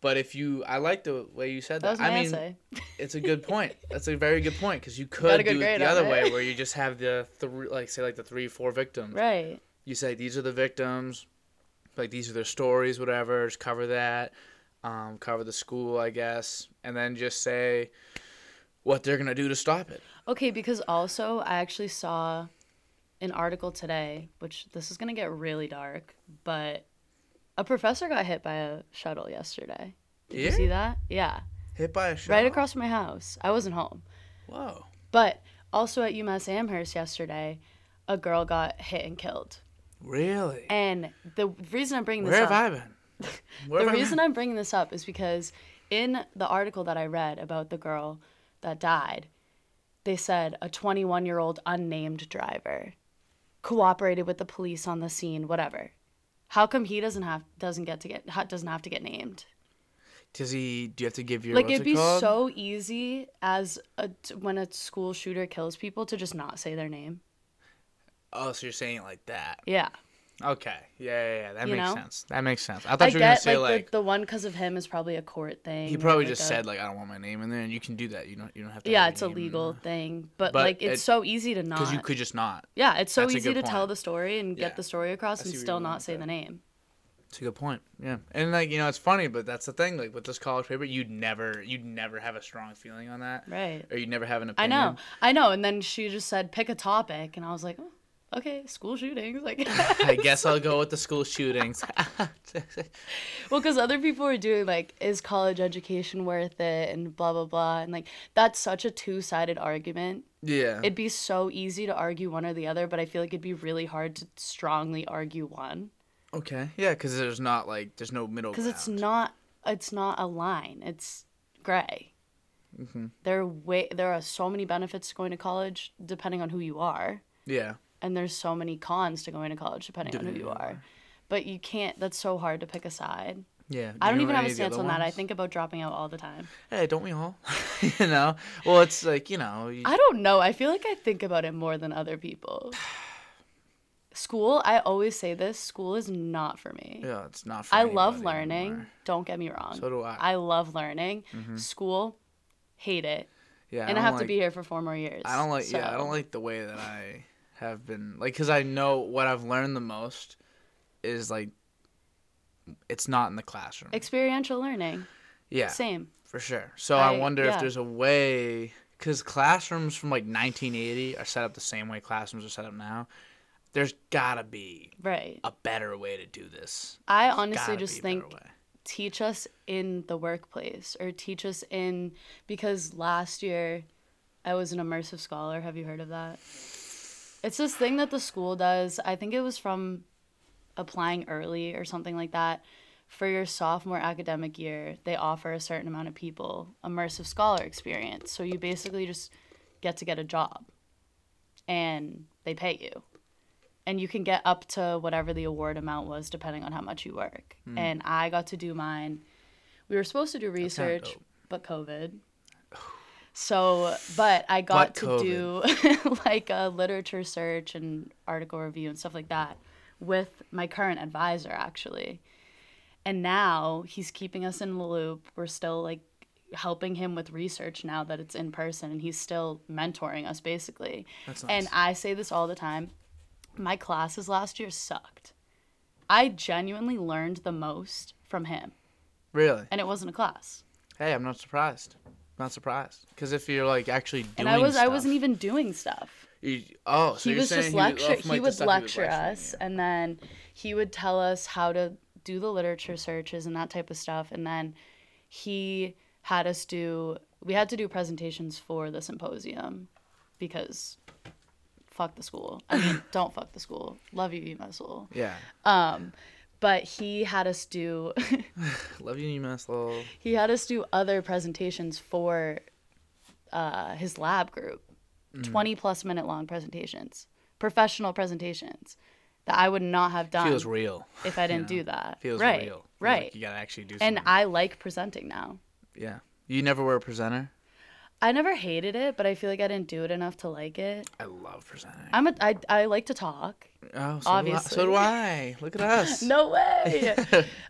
B: But if you, I like the way you said
A: That
B: that.
A: was my
B: I mean,
A: essay.
B: it's a good point. That's a very good point because you
A: got
B: could
A: a good
B: do it
A: grade
B: the
A: on
B: other
A: it. [laughs]
B: way, where you just have the three, like say like the three, four victims.
A: Right.
B: You say these are the victims, like these are their stories, whatever. Just cover that, um, cover the school, I guess, and then just say what they're gonna do to stop it.
A: Okay, because also I actually saw an article today, which this is going to get really dark, but a professor got hit by a shuttle yesterday. Did you
B: Yeah?
A: see that? Yeah.
B: Hit by a shot.
A: Right across from my house. I wasn't home.
B: Whoa.
A: But also at UMass Amherst yesterday, a girl got hit and killed.
B: Really?
A: And the reason I'm bringing
B: Where
A: this
B: have
A: up,
B: I
A: [laughs]
B: been? Where
A: the
B: have I been?
A: reason I'm bringing this up is because in the article that I read about the girl that died, they said a 21 year old unnamed driver cooperated with the police on the scene, whatever. How come he doesn't have doesn't get to get ha- doesn't have to get named?
B: Does he? Do you have to give your
A: Like
B: what's
A: it'd
B: it
A: be
B: called?
A: so easy as a, t- when a school shooter kills people to just not say their name.
B: Oh, so you're saying it like that?
A: Yeah,
B: Okay. Yeah, yeah, yeah. That
A: You
B: makes
A: know?
B: sense. That makes sense. I thought
A: I
B: you were gonna
A: get
B: say
A: like,
B: like,
A: the, the one because of him is probably a court thing.
B: he
A: or,
B: probably
A: like,
B: just
A: a-
B: said like I don't want my name in there, and you can do that. You don't. You don't have to.
A: Yeah,
B: have
A: it's a
B: your name in
A: legal thing, but,
B: But
A: like it's
B: it-
A: so easy to
B: Because
A: not.
B: you could just not.
A: yeah, it's so
B: that's a
A: easy to
B: good
A: tell
B: point.
A: the story and
B: Yeah.
A: get the story across
B: I
A: and
B: see where
A: still
B: you're going
A: not
B: with
A: say
B: that.
A: the name.
B: It's a good point. Yeah, and like you know, it's funny, but that's the thing. Like with this college paper, you'd never, you'd never have a strong feeling on that,
A: Right.
B: or you'd never have an
A: I
B: opinion. [laughs]
A: know, I know. And then she just said, pick a topic, and I was like, oh, okay, school shootings. Like, [laughs]
B: I guess I'll go with the school shootings. [laughs]
A: well, because other people were doing like, is college education worth it, and blah blah blah, and like that's such a two sided argument.
B: yeah.
A: It'd be so easy to argue one or the other, but I feel like it'd be really hard to strongly argue one
B: okay. Yeah, because there's not like there's no middle.
A: because it's
B: ground.
A: not it's not a line. It's gray.
B: Mm-hmm.
A: There are way there are so many benefits to going to college depending on who you are,
B: Yeah.
A: and there's so many cons to going to college depending on who
B: Depending
A: you
B: on who you
A: are. But you can't. That's so hard to pick a side.
B: Yeah.
A: I
B: You
A: don't
B: know
A: even have
B: any
A: a
B: of the
A: stance
B: other
A: on that. I
B: ones?
A: think about dropping out all the time.
B: Hey, don't we all? [laughs] you know. Well, it's like you know. You,
A: I don't know. I feel like I think about it more than
B: [sighs]
A: other people. School, I always say this, school is not for me.
B: yeah, it's not. For
A: I love
B: anybody
A: learning.
B: anymore.
A: Don't get me wrong.
B: So do I.
A: I love learning. School, hate it.
B: Mm-hmm. Yeah.
A: and I
B: don't
A: have to
B: like-
A: be here for four more years.
B: I don't like. Yeah, I
A: so-
B: don't like the way that I have been like because I know what I've learned the most is like it's not in the classroom.
A: experiential learning.
B: yeah,
A: Same.
B: for sure. So I,
A: I-
B: wonder
A: yeah.
B: if there's a way because classrooms from like 1980 are set up the same way classrooms are set up now. There's gotta be
A: Right.
B: a better way to do this.
A: I honestly
B: Uh, Gotta
A: just
B: be a better
A: think
B: way.
A: teach us in the workplace or teach us in because last year I was an immersive scholar. Have you heard of that? It's this thing that the school does. I think it was from applying early or something like that. For your sophomore academic year, they offer a certain amount of people immersive scholar experience. So you basically just get to get a job and they pay you. And you can get up to whatever the award amount was depending on how much you work. And I got to do mine. We were supposed to do
B: Hmm. kinda
A: research,
B: dope.
A: but COVID. So, but I got to
B: But
A: do [laughs] like a literature search and article review and stuff like that with my current advisor, actually. And now he's keeping us in the loop. We're still like helping him with research now that it's in person and he's still mentoring us basically.
B: That's
A: And
B: nice.
A: I say this all the time my classes last year sucked. I genuinely learned the most from him,
B: Really?
A: and it wasn't a class.
B: Hey, I'm not surprised. Not surprised. Because if you're like actually doing
A: And I was I wasn't
B: stuff-
A: even doing stuff.
B: You, oh, so
A: he
B: you're
A: was
B: saying
A: just
B: he was
A: lecture.
B: off mic,
A: He
B: the
A: would
B: stuff
A: lecture
B: lecturing
A: us,
B: you.
A: and then he would tell us how to do the literature searches and that type of stuff. And then he had us do. We had to do presentations for the symposium because fuck the school.
B: [laughs]
A: I mean, don't fuck the school. Love you, UMass.
B: Yeah.
A: But he had us do.
B: Love you, UMass Lowell.
A: he had us do other presentations for uh, his lab group
B: Mm.
A: 20 plus minute long presentations professional presentations that i would not have done
B: Feels real.
A: if i didn't
B: you know?
A: do that
B: Feels
A: right
B: real. Like,
A: right
B: you gotta actually do something.
A: and i like presenting now
B: yeah. You never were a presenter?
A: i never hated it but i feel like i didn't do it enough to like it
B: I love presenting.
A: i'm a i, I like to talk
B: oh, so
A: obviously.
B: Do I, so do I. Look at us.
A: [laughs]
B: [laughs]
A: no way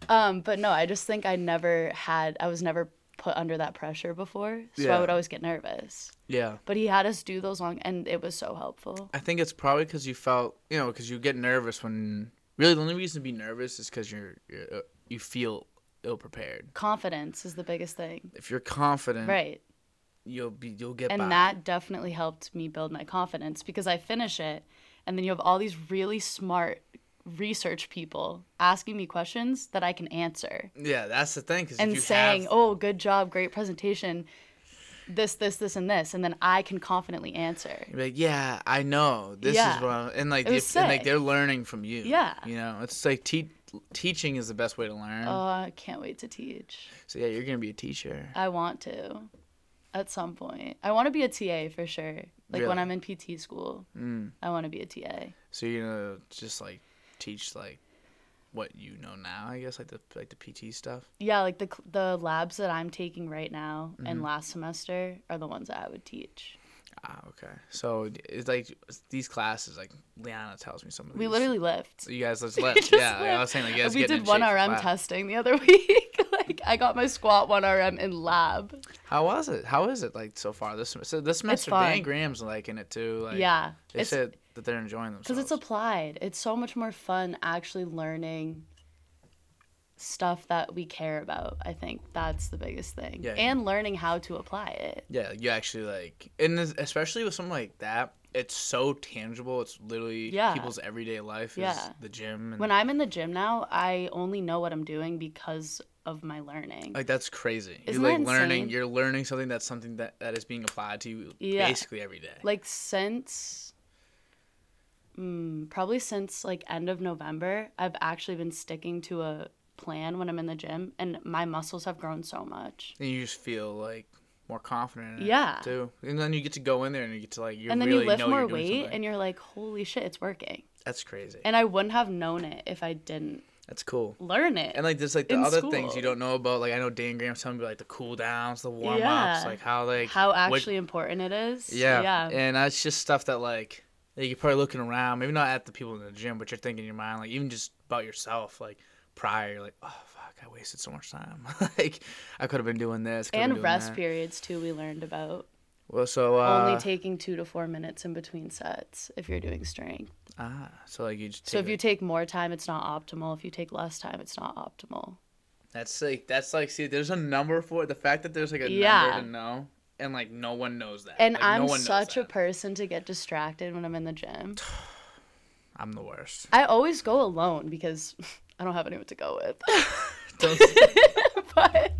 A: um but no i just think i never had i was never put under that pressure before so i
B: Yeah.
A: would always get nervous
B: Yeah.
A: but he had us do those long and it was so helpful
B: I think it's probably because you felt, you know, because you get nervous when. Really, the only reason to be nervous is because you're, you're uh, you feel ill prepared.
A: confidence is the biggest thing
B: If you're confident,
A: right
B: you'll be you'll get
A: and
B: by.
A: that definitely helped me build my confidence because i finish it and then you have all these really smart research people asking me questions that i can answer
B: yeah, that's the thing. 'cause if
A: and
B: you
A: saying
B: have,
A: oh good job great presentation this this this and this and then i can confidently answer
B: You're like, yeah, I know. This
A: Yeah.
B: is what I'm, and like,
A: It was
B: if- and like
A: sick.
B: they're learning from you.
A: Yeah.
B: You know, it's like te- teaching is the best way to learn.
A: Oh, I can't wait to teach.
B: so yeah, you're gonna be a teacher.
A: I want to at some point. I want to be a TA for sure. Like
B: Really?
A: when I'm in PT school,
B: Mm.
A: I want to be a TA.
B: So you're gonna just like teach like what you know now, I guess, like the like the PT stuff.
A: Yeah, like the cl- the labs that I'm taking right now
B: Mm-hmm.
A: and last semester are the ones that I would teach.
B: Ah, okay. So it's like these classes, like Liana tells me some of
A: We
B: these.
A: literally lift.
B: You guys just
A: [laughs] We
B: left.
A: just
B: yeah, like, I
A: lift.
B: was saying like you guys
A: we
B: getting in
A: did one
B: shape for
A: RM
B: class.
A: testing the other [laughs] week. like I got my squat one RM in lab.
B: How was it? How is it like so far this semester? So this semester,
A: fun.
B: Dan Graham's liking it too. Like,
A: yeah,
B: they
A: it's
B: said that they're enjoying themselves.
A: because it's applied. It's so much more fun actually learning stuff that we care about. I think that's the biggest thing,
B: Yeah, yeah.
A: and learning how to apply it.
B: yeah, you actually like, and this- especially with something like that, it's so tangible. It's literally
A: Yeah.
B: people's everyday life. Is
A: Yeah.
B: the gym and
A: When I'm in the gym now, I only know what I'm doing because of my learning.
B: like that's crazy.
A: Isn't
B: you're
A: that
B: like learning.
A: insane?
B: You're learning something that's something that that is being applied to you
A: Yeah.
B: basically every day.
A: like since mm, probably since like end of november i've actually been sticking to a plan when i'm in the gym and my muscles have grown so much
B: and you just feel like more confident. In
A: Yeah.
B: It too, and then you get to go in there and you get to like you
A: and then
B: really
A: you lift
B: know
A: more
B: you're doing
A: weight
B: something.
A: and you're like holy shit it's working
B: that's crazy.
A: and i wouldn't have known it if i didn't
B: that's cool.
A: learn it
B: And like there's like the
A: in
B: other things you
A: school.
B: don't know about. Like I know Dan Graham's telling me like the cool downs, the warm ups,
A: Yeah.
B: like how like
A: how
B: what-
A: actually important it is
B: yeah,
A: yeah
B: And that's just stuff that like that you're probably looking around, maybe not at the people in the gym, but you're thinking in your mind like even just about yourself, like prior, you're like oh fuck, I wasted so much time. [laughs] like I could have been doing this. could've been
A: and
B: doing
A: rest
B: that.
A: periods too we learned about
B: Well, so uh,
A: only taking two to four minutes in between sets if you're doing strength
B: ah, so like you just
A: so
B: take,
A: if you
B: like-
A: take more time it's not optimal if you take less time it's not optimal
B: that's like that's like see, there's a number for it. The fact that there's like a
A: Yeah.
B: number to know, and like no one knows that.
A: And
B: Like, no
A: I'm
B: one knows
A: such a
B: that.
A: person to get distracted when I'm in the gym.
B: I'm the worst. [laughs]
A: I always go alone because [laughs] I don't have anyone to go with. [laughs]
B: Don't
A: but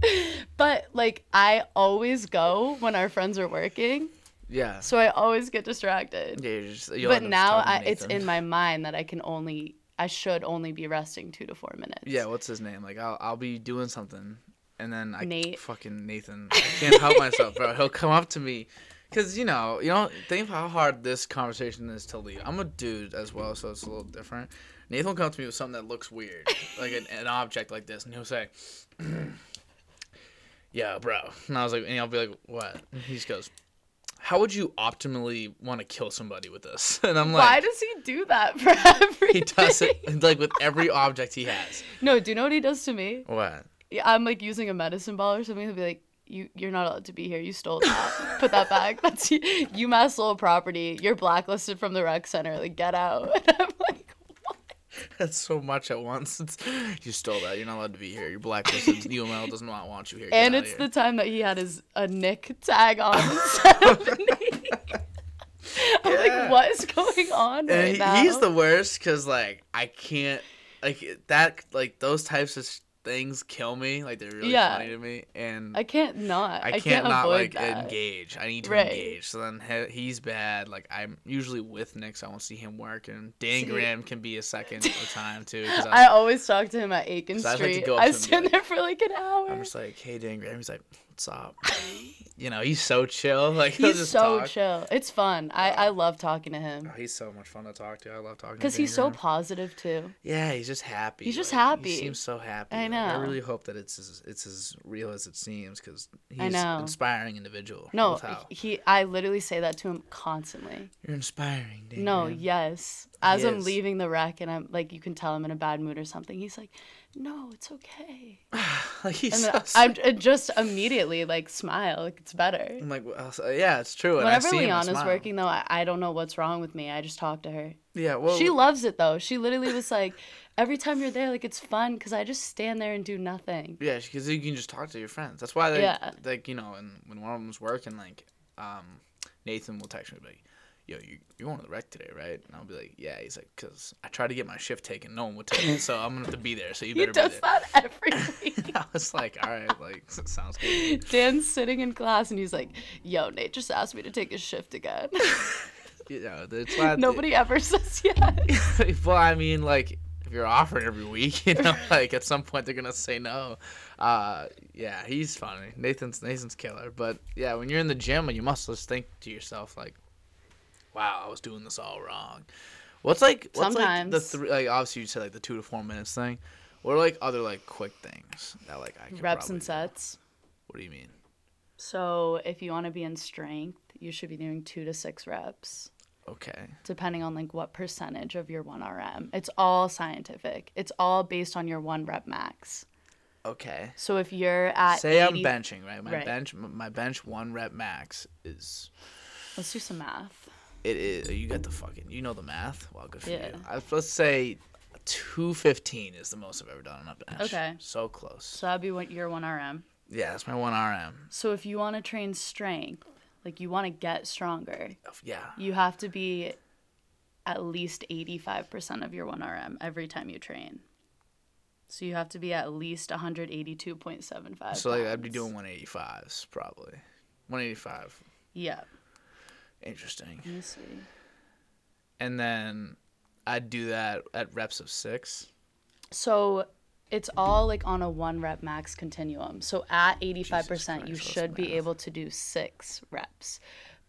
A: but like I always go when our friends are working,
B: yeah.
A: so I always get distracted.
B: Yeah, you're just, you'll
A: but
B: end up
A: now
B: talking
A: I,
B: to
A: it's
B: Nathan.
A: in my mind that I can only I should only be resting 2 to 4 minutes.
B: Yeah, what's his name? Like I'll I'll be doing something, and then I
A: Nate.
B: fucking Nathan. I can't help myself, bro. He'll come up to me, cause you know you know think of how hard this conversation is to leave. I'm a dude as well, so it's a little different. Nathan will come up to me with something that looks weird, like an, an object like this, and he'll say. [clears throat] Yeah, bro. And I was like, and I'll be like, what? And he just goes, how would you optimally want to kill somebody with this? [laughs] And I'm
A: Why
B: like,
A: does he do that for [laughs] everything?
B: he does it like with every object he has.
A: No, do you know what he does to me?
B: What?
A: Yeah, I'm like using a medicine ball or something. He'll be like, "You, you're not allowed to be here. You
B: [laughs]
A: stole that. Put that back. That's UMass Lowell property. You're blacklisted from the rec center. Like, get out." [laughs] And I'm like,
B: [laughs] That's so much at once. It's, you stole that. You're not allowed to be here. You're blacklisted.
A: [laughs]
B: UML does not want you here. Get
A: and
B: outta
A: it's the
B: here.
A: time that he had his a Nick tag on [laughs] instead of a knee. [laughs] I'm
B: Yeah.
A: like, what is going on right
B: And he-
A: now?
B: he's the worst because like I can't like that like those types of s- things kill me. Like they're really
A: Yeah.
B: funny to me, and
A: I can't not.
B: I
A: I
B: can't,
A: can't,
B: not like
A: avoid that.
B: engage. I need to
A: Right.
B: engage. So then he, he's bad. Like I'm usually with Nick, so I won't see him work. And Dan
A: See-
B: Graham can be a second or
A: [laughs]
B: time too. 'cause I'm,
A: I always talk to him at Aiken
B: 'Cause I'd like to
A: Street.
B: go up to
A: I
B: him and be
A: stand
B: like-
A: there for like an hour.
B: I'm just like, hey, Dan Graham. He's like, what's up? you know, he's so chill. [laughs] Like he'll
A: He's
B: just
A: so
B: talk.
A: chill. It's fun. I, I love talking to him.
B: Oh, he's so much fun to talk to. I love talking to
A: Because
B: Dan
A: he's so
B: Graham.
A: positive too.
B: yeah, he's just happy.
A: He's just
B: He
A: happy.
B: seems so happy.
A: I
B: Like, I
A: know.
B: really hope that it's as, it's as real as it seems because he's
A: I know.
B: an inspiring individual.
A: No,
B: with how-
A: he. I literally say that to him constantly.
B: you're inspiring. Dan
A: No,
B: Graham.
A: yes. As I'm
B: Yes.
A: leaving the wreck, and I'm like, you can tell I'm in a bad mood or something. He's like, no, it's okay.
B: [sighs] like, [laughs] he's
A: And
B: so
A: then
B: sweet.
A: I'm and just immediately like smile. Like it's better.
B: I'm like, well, so- yeah, it's true. And I
A: Whenever
B: see him, I
A: Liana's
B: smile.
A: working though, I, I don't know what's wrong with me. I just talk to her.
B: yeah, well,
A: She loves it though. She literally was like, every time you're there, like it's fun because I just stand there and do nothing.
B: yeah, because you can just talk to your friends. That's why, they,
A: Yeah.
B: like, you know, and when one of them's working, like, um, Nathan will text me like, "Yo, you you're going to the rec today, right?" And I'll be like, "Yeah." He's like, "Cause I tried to get my shift taken, no one would take it, so I'm gonna have to be there.
A: [laughs]
B: So you
A: He
B: better be there."
A: does that every
B: [laughs]
A: week. [laughs]
B: I was like, all right, like [laughs] s- sounds good.
A: Dan's sitting in class and he's like, "Yo, Nate just asked me to take his shift again."
B: [laughs] You know, that's why
A: [laughs] Nobody ever says [laughs] yes.
B: [laughs] well, I mean, like if you're offered every week, [laughs] you know, like at some point they're gonna say no. Uh, yeah, he's funny. Nathan's Nathan's killer. But yeah, when you're in the gym, you must just think to yourself like, "Wow, I was doing this all wrong." What's like what's like the
A: Sometimes.
B: three? Like obviously you said like the two to four minutes thing. What are like other like quick things that like I can
A: reps
B: probably
A: and
B: do?
A: sets.
B: What do you mean?
A: So if you want to be in strength, you should be doing two to six reps,
B: Okay.
A: depending on like what percentage of your one RM. It's all scientific. It's all based on your one rep max.
B: Okay.
A: So if you're at
B: Say
A: 80
B: I'm benching, right? My
A: Right.
B: bench, my bench one rep max is
A: let's do some math.
B: It is. You got the fucking. You know the math. Well, good for
A: Yeah.
B: you. I, let's say, two fifteen is the most I've ever done on a bench.
A: Okay.
B: So close.
A: So that'd be what your one RM.
B: Yeah, that's my one RM.
A: So if you want to train strength, like you want to get stronger,
B: Yeah.
A: you have to be at least 85% of your 1RM every time you train. So you have to be at least 182.75.
B: So like, I'd be
A: pounds.
B: doing one eighty fives probably. One eighty five.
A: Yeah.
B: Interesting.
A: Let me see.
B: And then I'd do that at reps of six.
A: So it's all like on a one rep max continuum. So at 85%, you
B: Jesus Christ,
A: should be
B: math.
A: able to do six reps.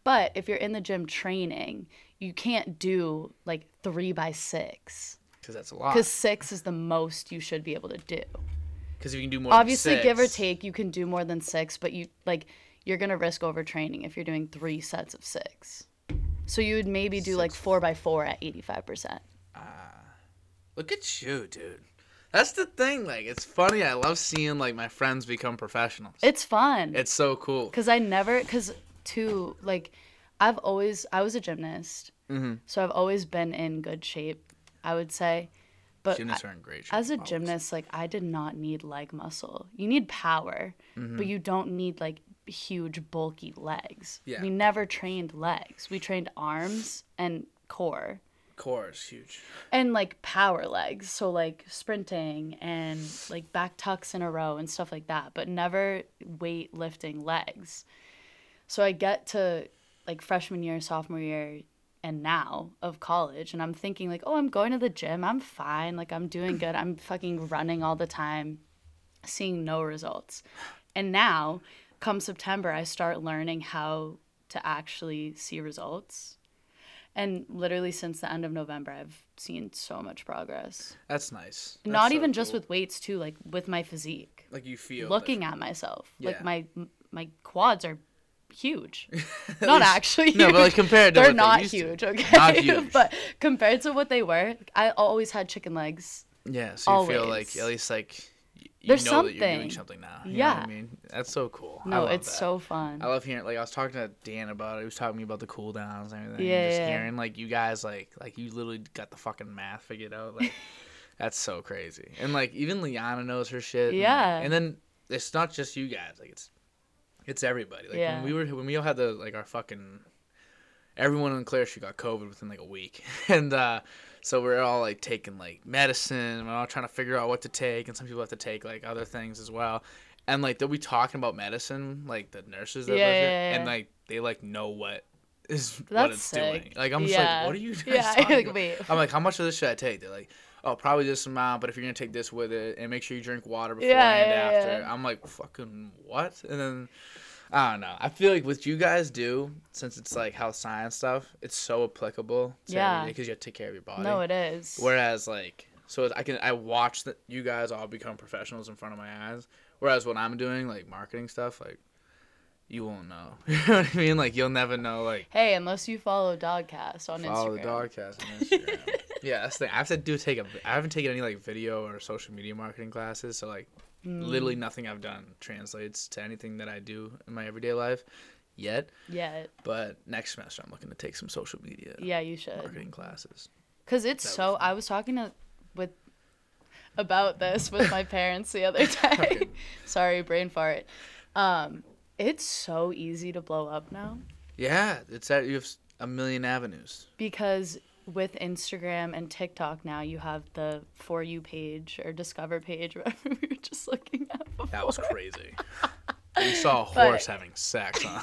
A: But if you're in the gym training, you can't do like three by six
B: Because that's a lot.
A: because six is the most you should be able to do.
B: Because if you can do more. than
A: obviously give or
B: six-
A: take you can do more than six but you like you're gonna risk overtraining if you're doing three sets of six so you would maybe do like four by four at 85%
B: Look at you, dude. That's the thing. Like, it's funny. I love seeing like my friends become professionals.
A: it's fun
B: It's so cool.
A: because i never because too like i've always i was a gymnast so i've always been in good shape i would say but I-
B: Gymnasts are in great shape.
A: as a
B: always.
A: gymnast like i did not need leg muscle you need power but you don't need like huge bulky legs
B: Yeah.
A: we never trained legs we trained arms and core
B: core is huge.
A: and like power legs so like sprinting and like back tucks in a row and stuff like that but never weight lifting legs so i get to like freshman year sophomore year and now of college and i'm thinking like oh i'm going to the gym i'm fine like i'm doing good i'm fucking running all the time seeing no results and now come september i start learning how to actually see results and literally since the end of November, I've seen so much progress.
B: That's nice. That's
A: Not
B: so
A: even just
B: cool.
A: with weights too, like with my physique.
B: like you feel [laughs]
A: Looking at myself,
B: Yeah.
A: like my my quads are
B: [laughs]
A: huge. not actually. Huge.
B: No, but like compared to
A: [laughs] they're
B: what they
A: not
B: used to.
A: huge. Okay,
B: Not huge.
A: [laughs] but compared to what they were, I always had chicken legs.
B: different. yeah. So you feel like
A: always.
B: at least like y- you
A: There's
B: know that you're doing something
A: something.
B: now. You know what
A: Yeah.
B: I mean that's so cool. I
A: No,
B: love
A: it's
B: that.
A: so fun.
B: I love hearing like I was talking to Dan about it. He was talking to me about the cool downs and everything.
A: Yeah,
B: and just
A: yeah.
B: hearing like you guys like like you literally got the fucking math figured out.
A: [laughs]
B: Like that's so crazy. And like even Liana knows her shit. and, like-
A: Yeah.
B: And, then it's not just you guys. Like it's it's everybody. Like
A: Yeah.
B: when we were when we all had the like our fucking everyone in Claire she got COVID within like a week. [laughs] And uh so we're all like taking like medicine and we're all trying to figure out what to take and some people have to take like other things as well. And like they'll be talking about medicine, like the nurses that
A: Yeah,
B: live here,
A: yeah, yeah,
B: and
A: yeah.
B: like they like know what is what
A: That's
B: it's doing.
A: sick.
B: Like I'm just
A: Yeah.
B: like, what are you guys
A: [laughs] Yeah,
B: talking
A: like,
B: about?
A: wait.
B: I'm like, how much of this should I take? They're like, oh, probably this amount, but if you're gonna take this with it, and make sure you drink water before
A: Yeah,
B: and
A: yeah,
B: after.
A: yeah.
B: I'm like, fucking what? And then I don't know. I feel like what you guys do, since it's like health science stuff, it's so applicable. To
A: Yeah.
B: because you have to take care of your body.
A: no, it is.
B: Whereas like so I can I watch that you guys all become professionals in front of my eyes. Whereas what I'm doing like marketing stuff like you won't know. [laughs] you know what I mean? Like you'll never know like
A: hey, unless you follow Dogcast on
B: follow
A: Instagram.
B: the dogcast on
A: [laughs]
B: Instagram. yeah, that's the thing. I have to do take a I haven't taken any like video or social media marketing classes, so like
A: Mm.
B: literally nothing I've done translates to anything that I do in my everyday life yet.
A: Yeah,
B: But next semester I'm looking to take some social media
A: yeah, you should.
B: marketing classes.
A: Cause it's
B: That
A: so.
B: was-
A: I was talking to with about this with my parents the other [laughs] day. Sorry, brain fart. Um, it's so easy to blow up now
B: Yeah, it's that you have s- a million avenues.
A: because with Instagram and TikTok now you have the for you page or discover page. [laughs] Whatever we were just looking at. Before.
B: That was
A: [laughs]
B: [laughs] crazy. we saw a horse having sex. Huh?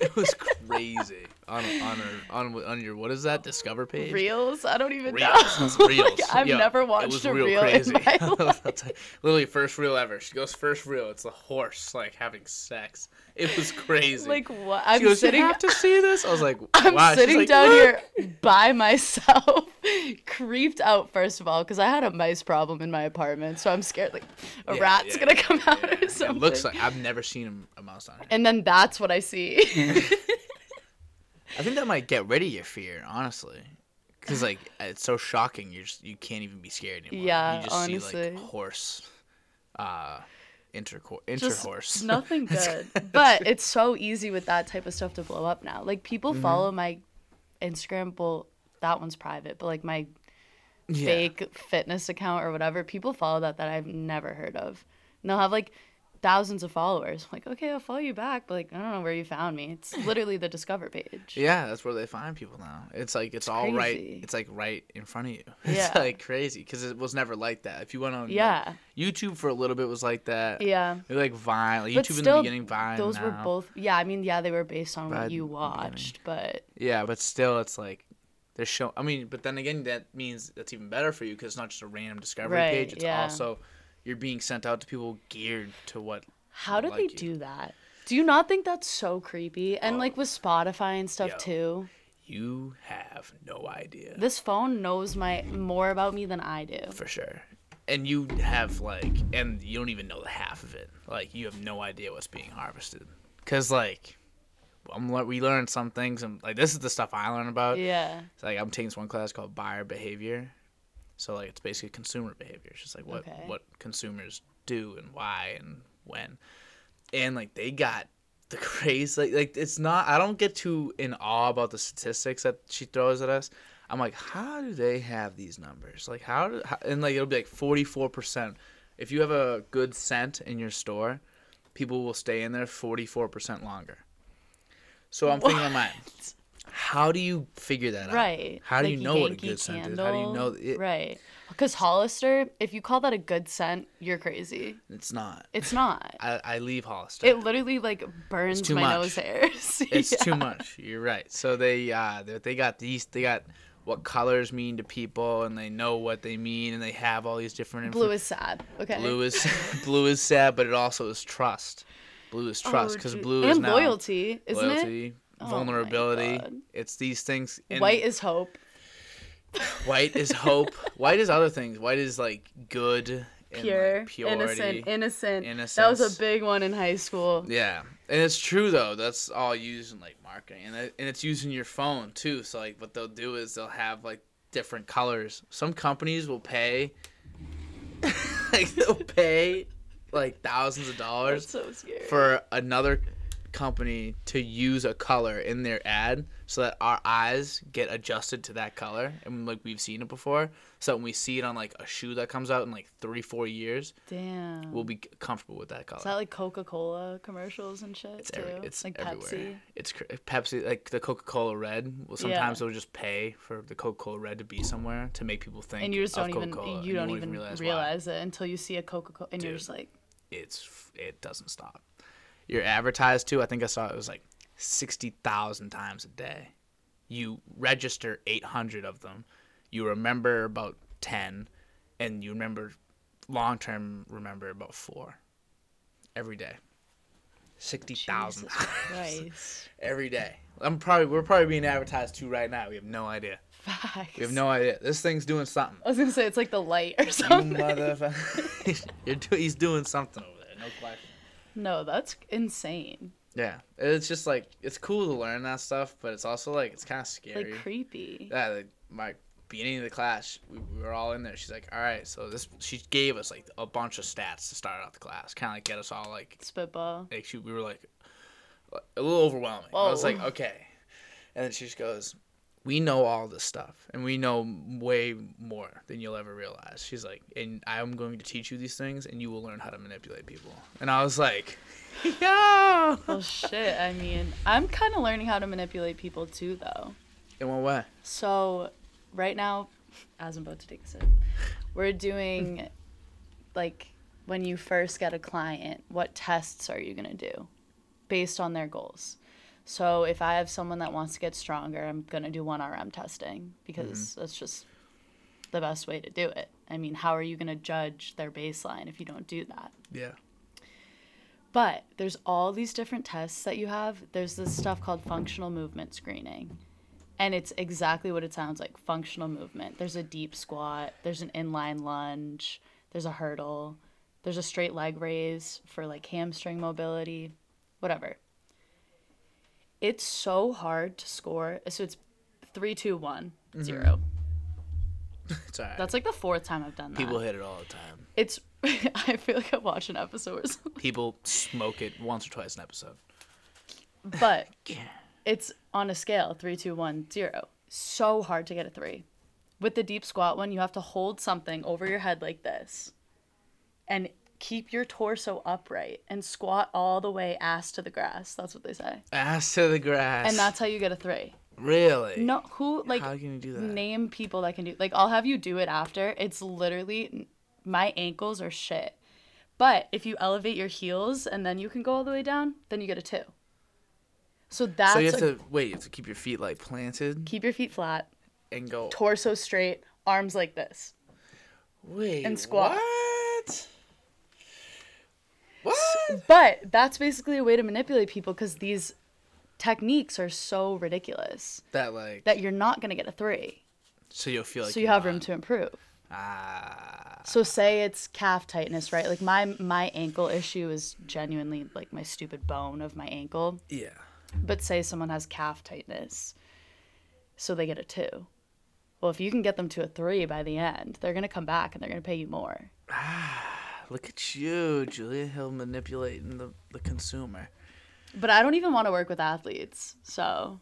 B: it was crazy. on on her- on on your what is that Discover page?
A: Reels? I don't [laughs] even
B: Reels.
A: know.
B: It's reels.
A: [laughs] Like, I've
B: Yo,
A: never
B: it
A: watched
B: was
A: a
B: real
A: reel
B: [laughs] crazy.
A: in my life.
B: Literally first reel ever. She goes first reel. It's the horse like having sex. It was crazy.
A: Like what?
B: she
A: I'm
B: goes,
A: sitting.
B: You have to see this. I was like,
A: [laughs] I'm
B: "Why?" She's
A: sitting
B: like,
A: down
B: "What?"
A: here by myself, [laughs] creeped out first of all because I had a mice problem in my apartment, so I'm scared like a
B: Yeah,
A: rat's
B: yeah,
A: gonna come out
B: Yeah,
A: or
B: [laughs]
A: something.
B: It looks like I've never seen a, a mouse on her.
A: And then that's what I
B: [laughs]
A: see.
B: I think that might get rid of your fear, honestly. Because like it's so shocking, you just you can't even be scared anymore.
A: Yeah,
B: you just see like
A: honestly.
B: horse, uh, intercourse,
A: Just
B: interhorse. [laughs]
A: nothing good. but it's so easy with that type of stuff to blow up now. Like people
B: Mm-hmm.
A: follow my Instagram. Well, that one's private, but like my
B: yeah.
A: fake fitness account or whatever. People follow that that I've never heard of. And they'll have like thousands of followers. I'm like, okay, I'll follow you back, but like I don't know where you found
B: [laughs]
A: me. It's literally the discover page.
B: Yeah, that's where they find people now. It's like it's all right.
A: crazy.
B: It's like right in front of you. [laughs] It's
A: Yeah.
B: like crazy because it was never like that. If you went on like,
A: Yeah.
B: YouTube for a little bit was like that.
A: Yeah.
B: Maybe like Vine, like
A: But
B: YouTube in
A: still,
B: the beginning, Vine.
A: Those were
B: now.
A: both yeah, I mean, yeah, they were based on
B: Bad
A: what you
B: beginning.
A: watched, but
B: Yeah, but still, it's like they're showing. I mean, but then again, that means that's even better for you because it's not just a random discovery
A: Right,
B: page. It's
A: yeah.
B: also you're being sent out to people geared to what.
A: how did they
B: like you.
A: do that? Do you not think that's so creepy? And like with Spotify and stuff
B: Yo.
A: too.
B: You have no idea
A: This phone knows my more about me than I do.
B: for sure, and you have like, and you don't even know the half of it. Like you have no idea what's being harvested because like. I'm, le- we learned some things, and like this is the stuff I learn about.
A: Yeah.
B: It's like I'm taking this one class called buyer behavior. So like it's basically consumer behavior. It's just like what
A: Okay.
B: what consumers do and why and when. And like they got the [laughs] craze like like it's not I don't get too in awe about the statistics that she throws at us. I'm like, how do they have these numbers? Like how do how, and like it'll be like 44%. If you have a good scent in your store, people will stay in there 44% longer. So I'm thinking in my mind, how do you figure that out?
A: Right.
B: How do
A: Like
B: you know what a
A: Yankee
B: good scent is? How do you know
A: Candle.
B: that it,
A: right. Because Hollister, if you call that a good scent, you're crazy.
B: it's not? [laughs]
A: It's not.
B: I, I leave Hollister.
A: It [laughs] literally like burns
B: too
A: my
B: much.
A: nose hairs. [laughs]
B: it's
A: Yeah.
B: too much. You're right. So they uh they, they got these they got what colors mean to people and they know what they mean and they have all these different
A: blue is sad. Okay.
B: blue is
A: [laughs]
B: [laughs] blue is sad but it also is trust. Blue is trust because blue is
A: Oh, and
B: now
A: loyalty, isn't Oh
B: loyalty,
A: my
B: vulnerability.
A: God.
B: It's these things.
A: it?
B: and
A: White is hope.
B: White is hope. White is other things. White is like good, and
A: Pure,
B: like purity.
A: innocent, innocent. That was
B: innocence.
A: a big one in high school.
B: Yeah, and it's true though. That's all used in like marketing, and it, and it's used in your phone too. So like, what they'll do is they'll have like different colors. Some companies will pay, [laughs] like they'll pay, like thousands of
A: That's
B: dollars
A: so scary.
B: for another company to use a color in their ad so that our eyes get adjusted to that color and like we've seen it before so when we see it on like a shoe that comes out in like three four years
A: Damn.
B: we'll be comfortable with that color
A: is that like Coca Cola commercials and shit
B: it's
A: too?
B: every, it's
A: like
B: everywhere
A: Pepsi.
B: it's cr- pepsi like the coca-cola red well sometimes
A: Yeah.
B: they'll just pay for the coca-cola red to be somewhere to make people think
A: and you just
B: of
A: don't even
B: Coca-Cola, and
A: you don't
B: won't
A: even realize,
B: why.
A: it until you see a Coca Cola and you're
B: Dude.
A: just like,
B: it's f- it doesn't stop. You're advertised to. I think I saw it was like sixty thousand times a day. You register eight hundred of them. You remember about ten, and you remember long term remember about four. Every day, sixty thousand
A: Jesus
B: [laughs]
A: Christ,
B: every day. I'm probably we're probably being advertised to right now. We have no idea.
A: facts.
B: We have no idea. This thing's doing something.
A: I was gonna say it's like the light or
B: You [laughs]
A: something.
B: motherfucker. [laughs] You're do- he's doing something over there. No question.
A: No, that's insane.
B: Yeah, it's just like it's cool to learn that stuff, but it's also like it's kind of scary.
A: Like creepy.
B: yeah, like my beginning of the class, we, we were all in there. She's like, "All right, so this." She gave us like a bunch of stats to start out the class, kind of like get us all like [laughs]
A: Spitball.
B: like she, we were like a little overwhelming. I was
A: Whoa.
B: like, okay. And then she just goes, we know all this stuff and we know way more than you'll ever realize. She's like, and I'm going to teach you these things and you will learn how to manipulate people. And I was like, [laughs] yo.
A: Well, shit. I mean, I'm kind of learning how to manipulate people too, though.
B: In what way?
A: So, right now, as I'm about to take a sip, we're doing like when you first get a client, what tests are you going to do based on their goals? So if I have someone that wants to get stronger, I'm gonna do one RM testing because that's just the best way to do it. I mean, how are you gonna judge their baseline if you don't do that?
B: Yeah.
A: But there's all these different tests that you have. There's this stuff called functional movement screening. And it's exactly what it sounds like functional movement. There's a deep squat, there's an inline lunge, there's a hurdle, there's a straight leg raise for like hamstring mobility, whatever. It's so hard to score. So it's three, two, one, zero.
B: It's all right.
A: That's like the fourth time I've done that.
B: People hit it all the time.
A: It's, [laughs] I feel like I watched an episode or something.
B: People smoke it once or twice an episode.
A: But
B: [laughs] Yeah.
A: it's on a scale three, two, one, zero. So hard to get a three. With the deep squat one, you have to hold something over your head like this and keep your torso upright and squat all the way ass to the grass. That's what they say.
B: Ass to the grass.
A: And that's how you get a three.
B: really.
A: No, who, like,
B: How can you do that?
A: name people that can do, like, I'll have you do it after. It's literally, my ankles are shit. But if you elevate your heels and then you can go all the way down, then you get a two. So that's
B: so you have
A: a-
B: to wait. You have to keep your feet like planted
A: keep your feet flat.
B: and go.
A: torso straight, arms like this.
B: Wait.
A: and squat.
B: What? What?
A: But that's basically a way to manipulate people because these techniques are so ridiculous
B: That like.
A: that you're not going to get a three.
B: so you'll feel like.
A: So you have room to improve.
B: Ah.
A: So say it's calf tightness, right? Like my my ankle issue is genuinely like my stupid bone of my ankle.
B: yeah.
A: But say someone has calf tightness, so they get a two. Well, if you can get them to a three by the end, they're gonna come back and they're gonna pay you more.
B: Look at you, Julia Hill, manipulating the, the consumer.
A: But I don't even want to work with athletes, so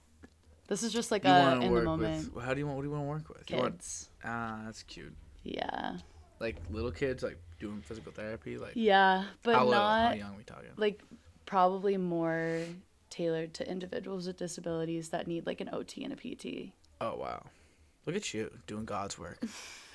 A: this is just like
B: You
A: a
B: want to
A: in the
B: work
A: moment.
B: with? How do you want? What do you want to work with? You want,
A: kids.
B: ah, that's cute.
A: Yeah.
B: Like little kids, like doing physical therapy, like
A: Yeah, but
B: how little?
A: not
B: How young we talking?
A: like probably more tailored to individuals with disabilities that need like an OT and a PT.
B: Oh wow, look at you doing God's
A: [laughs]
B: work.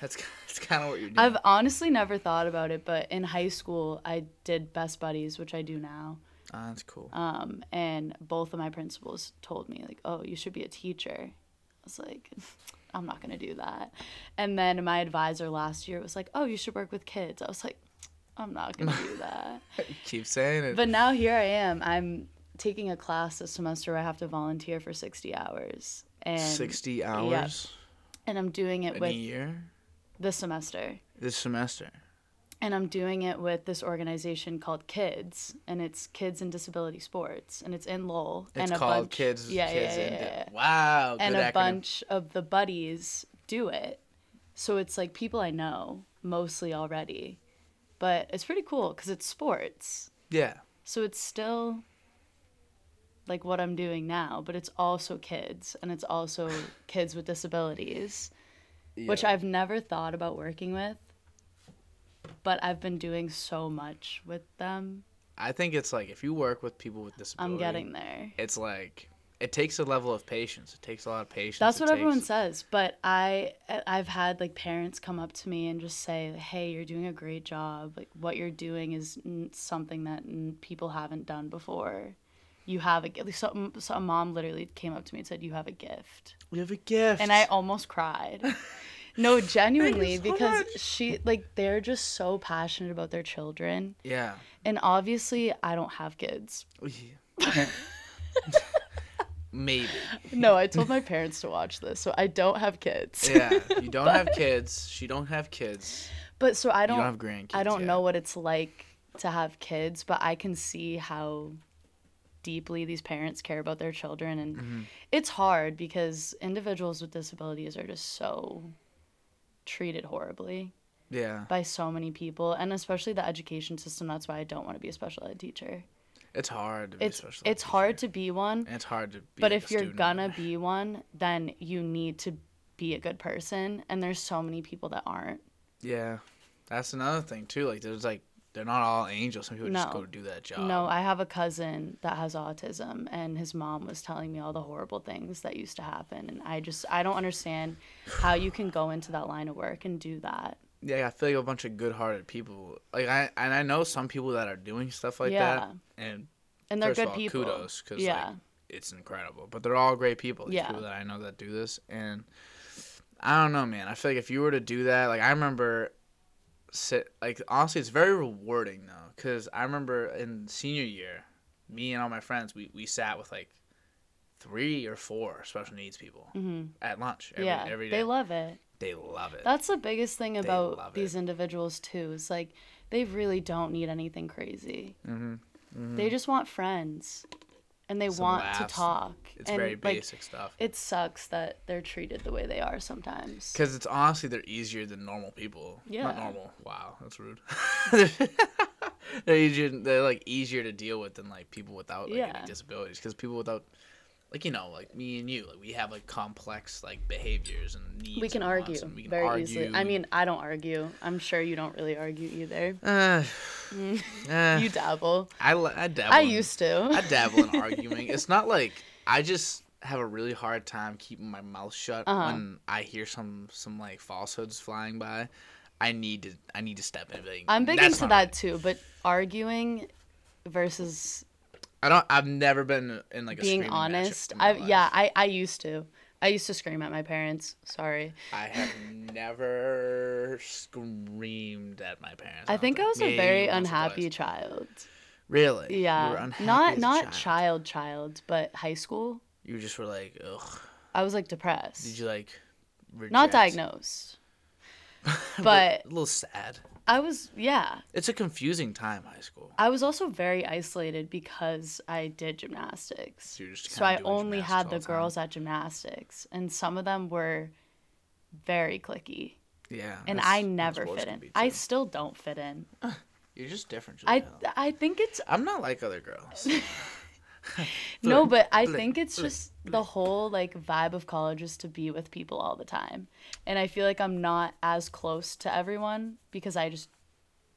B: That's that's kind of what you're doing.
A: I've honestly never thought about it, but in high school I did best buddies, which I do now.
B: Ah, that's cool.
A: Um, and both of my principals told me like, "Oh, you should be a teacher." I was like, [laughs] "I'm not going to do that." And then my advisor last year was like, "Oh, you should work with kids." I was like, "I'm not going to
B: [laughs]
A: do that."
B: Keep saying it.
A: But now here I am. I'm taking a class this semester where I have to volunteer for 60 hours. And,
B: Sixty hours
A: and I'm doing it
B: in a
A: with
B: year
A: this semester.
B: this semester.
A: And I'm doing it with this organization called Kids, and it's Kids in Disability Sports, and it's in Lowell.
B: It's
A: and a
B: called
A: bunch,
B: kids.
A: Yeah,
B: kids
A: yeah, yeah,
B: and-
A: yeah, yeah.
B: Wow.
A: And
B: good
A: a
B: acronym.
A: bunch of the buddies do it. So it's like people I know mostly already, but it's pretty cool because it's sports.
B: Yeah.
A: So it's still like what I'm doing now, but it's also kids and it's
B: [sighs]
A: also kids with disabilities, which
B: Yeah.
A: I've never thought about working with, but I've been doing so much with them.
B: I think it's like if you work with people with disabilities,
A: I'm getting there.
B: It's like it takes a level of patience. It takes a lot of patience.
A: That's
B: It
A: what everyone
B: takes-
A: says, but I I've had like parents come up to me and just say, "Hey, you're doing a great job. Like what you're doing is n- something that n- people haven't done before. You have a gift." So, so a mom literally came up to me and said, "You have a gift."
B: We have a gift.
A: and I
B: [laughs]
A: almost cried. No, genuinely,
B: so
A: because
B: much.
A: she like they're just so passionate about their children,
B: yeah.
A: and obviously I don't have kids.
B: [laughs] Yeah. [laughs]
A: [laughs]
B: Maybe.
A: No, I told my parents to watch this, so I don't have kids.
B: Yeah. You don't have kids. She don't have kids.
A: But so I
B: You
A: don't,
B: don't have grandkids.
A: I don't
B: yet.
A: know what it's like to have kids, but I can see how deeply these parents care about their children, and
B: Mm-hmm.
A: it's hard because individuals with disabilities are just so treated horribly.
B: Yeah.
A: by so many people and especially the education system that's why i don't want to be a special ed teacher
B: It's hard to be
A: it's
B: a special ed
A: it's hard to be one
B: And it's hard to be
A: but
B: a
A: if you're
B: student.
A: gonna be one then you need to be a good person and there's so many people that aren't
B: Yeah. That's another thing too. Like there's like they're not all angels. Some people just
A: No.
B: go to do that job.
A: no i have a cousin that has autism and his mom was telling me all the horrible things that used to happen and i just i don't understand how you can go into that line of work and do that
B: Yeah, I feel like a bunch of good hearted people. Like I and I know some people that are doing stuff like that. And
A: and they're
B: first
A: good
B: of all,
A: people
B: kudos because
A: yeah
B: like it's incredible. But they're all great people. These
A: Yeah.
B: people that I know that do this, and I don't know, man. I feel like if you were to do that, like I remember, sit like honestly, it's very rewarding though, because I remember in senior year, me and all my friends, we we sat with like three or four special needs people
A: hmm
B: at lunch every,
A: yeah,
B: every day.
A: they love it.
B: they love it.
A: That's the biggest thing
B: love
A: about
B: it.
A: these individuals too. Is like they really don't need anything crazy.
B: mm-hmm.
A: They just want friends, and they
B: Some
A: want
B: laughs.
A: to talk.
B: It's
A: and
B: very
A: like
B: basic stuff.
A: it sucks that they're treated the way they are sometimes.
B: Because it's honestly they're easier than normal people. Not
A: Yeah.
B: normal. Wow, that's rude. [laughs] they're easier. They're like easier to deal with than like people without like,
A: Yeah.
B: any disabilities. Because people without, like you know, like me and you, like we have like complex like behaviors and needs.
A: We can
B: and wants,
A: argue
B: and we can
A: very
B: argue.
A: easily. I mean, I don't argue. I'm sure you don't really argue either. [laughs]
B: uh, uh,
A: You dabble.
B: I li- I dabble.
A: I
B: in-
A: used to.
B: I dabble
A: [laughs]
B: in arguing. It's not like I just have a really hard time keeping my mouth shut
A: Uh-huh.
B: when I hear some some like falsehoods flying by. I need to I need to step in. and be Like,
A: I'm big
B: "That's not
A: into that
B: right."
A: too, but arguing versus
B: I don't. I've never been in like a
A: being
B: screaming match
A: honest,
B: in my
A: I
B: life.
A: yeah, I I used to. I used to scream at my parents. Sorry.
B: I have never screamed at my parents.
A: I think I was a
B: maybe
A: very
B: once or
A: unhappy
B: twice.
A: child.
B: Really? You were
A: Yeah.
B: unhappy as
A: Not
B: a
A: not
B: child.
A: child child, but high school.
B: You just were like, ugh.
A: I was like depressed.
B: Did you like? Reject? [laughs]
A: not diagnosed.
B: A
A: but-
B: little- a little sad.
A: I was yeah.
B: It's a confusing time, high school.
A: I was also very isolated because I did gymnastics.
B: So you're just
A: So
B: kinda
A: I
B: doing
A: only
B: gymnastics
A: had
B: all
A: the
B: time.
A: girls at gymnastics, and some of them were very clicky.
B: Yeah.
A: And
B: Oh, that's
A: I
B: how
A: never
B: sports
A: fit
B: can
A: in.
B: be,
A: I
B: too.
A: still don't fit in.
B: You're just different.
A: I
B: Juliana.
A: I think it's
B: I'm not like other
A: [laughs]
B: girls.
A: no, but I
B: bleh,
A: think it's
B: bleh,
A: just the whole like vibe of college is to be with people all the time. And I feel like I'm not as close to everyone because I just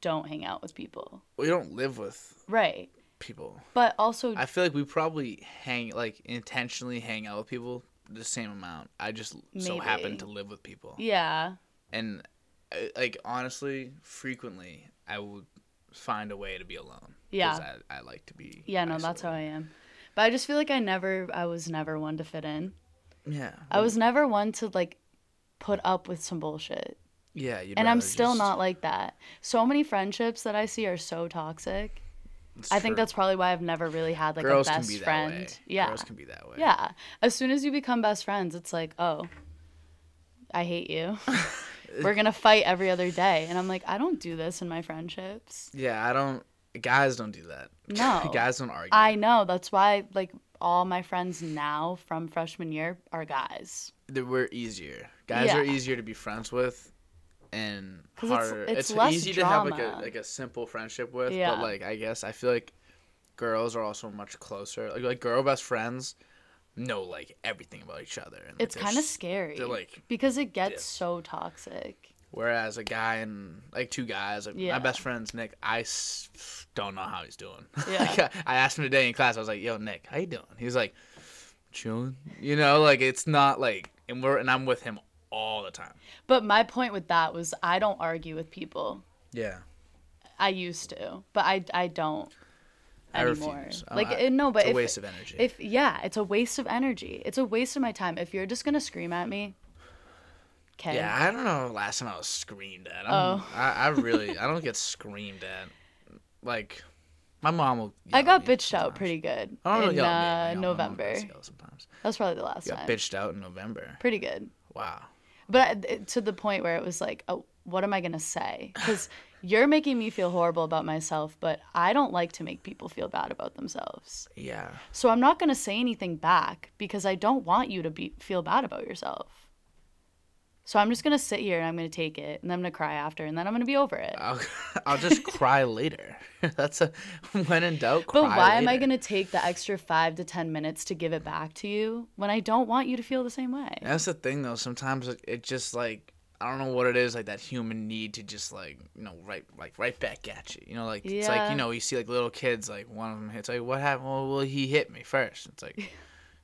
A: don't hang out with people.
B: We don't live with
A: Right.
B: people.
A: But also
B: I feel like we probably hang like intentionally hang out with people the same amount. I just so happen
A: Maybe.
B: to live with people.
A: yeah.
B: And I, like honestly, frequently I would find a way to be alone. 'cause
A: Yeah.
B: I, I like to be.
A: Yeah, no, that's how I am. But I just feel like I never I was never one to fit in.
B: Yeah.
A: I was never one to like put up with some bullshit.
B: Yeah. you'd
A: And I'm
B: rather
A: still
B: just-
A: not like that. So many friendships that I see are so toxic.
B: It's
A: I think
B: true.
A: that's probably why I've never really had like
B: girls
A: a
B: can
A: best
B: be that
A: friend.
B: way.
A: Yeah.
B: Girls can be that way.
A: yeah. As soon as you become best friends, it's like, oh, I
B: [laughs]
A: hate you. We're gonna fight every other day. And I'm like, I don't do this in my friendships.
B: Yeah. I don't. Guys don't do that. [laughs]
A: No.
B: guys don't argue.
A: I know. That's why like all my friends now from freshman year are guys.
B: that we're easier. Guys
A: Yeah.
B: are easier to be friends with, and
A: 'Cause it's-
B: harder.
A: it's less
B: easy to have like
A: drama.
B: a like a simple friendship with,
A: Yeah.
B: but like I guess I feel like girls are also much closer. Like, like girl best friends know like everything about each other. And, like,
A: It's
B: they're
A: kind of
B: s-
A: scary
B: They're like
A: because it gets
B: dip.
A: so toxic.
B: whereas a guy and like two guys, like
A: Yeah.
B: my best friend's Nick. I s- don't know how he's doing. [laughs]
A: Yeah.
B: like, I, I asked him today in class. I was like, "Yo, Nick, how you doing?" He was like, "Chilling." You know, like it's not like and we're and I'm with him all the time.
A: But my point with that was I don't argue with people.
B: Yeah.
A: I used to, but I I don't
B: I
A: anymore.
B: refuse. I-
A: Like
B: I-
A: it- no, but
B: it's a
A: if,
B: waste of energy.
A: if yeah, it's a waste of energy. It's a waste of my time. If you're just gonna scream at me, okay.
B: yeah, I don't know. Last time I was screamed at.
A: Oh.
B: I'm, I, I really, I don't get screamed at. Like, my mom will. yell
A: I
B: at
A: got
B: me
A: bitched out
B: sometimes.
A: pretty good
B: I don't really
A: in
B: yell
A: uh,
B: at me. I yell at my mom.
A: November.
B: I yell sometimes.
A: That's probably the last
B: Got
A: time.
B: bitched out in November.
A: Pretty good,
B: Wow.
A: but I, it- to the point where it was like, oh, what am I gonna say? Because you're making me feel horrible about myself, but I don't like to make people feel bad about themselves.
B: Yeah.
A: So I'm not gonna say anything back because I don't want you to be feel bad about yourself. So I'm just gonna sit here and I'm gonna take it and then I'm gonna cry after and then I'm gonna be over it.
B: I'll, [laughs] I'll just cry later. [laughs] That's a when in doubt. Cry
A: But why am I
B: later.
A: gonna take the extra five to ten minutes to give it back to you when I don't want you to feel the same way?
B: That's the thing though. Sometimes it, it just like I don't know what it is like that human need to just like you know right like right back at you. You know like it's like
A: Yeah.
B: you know you see like little kids like one of them hits like what happened? Well, well he hit me first. It's
A: [laughs]
B: like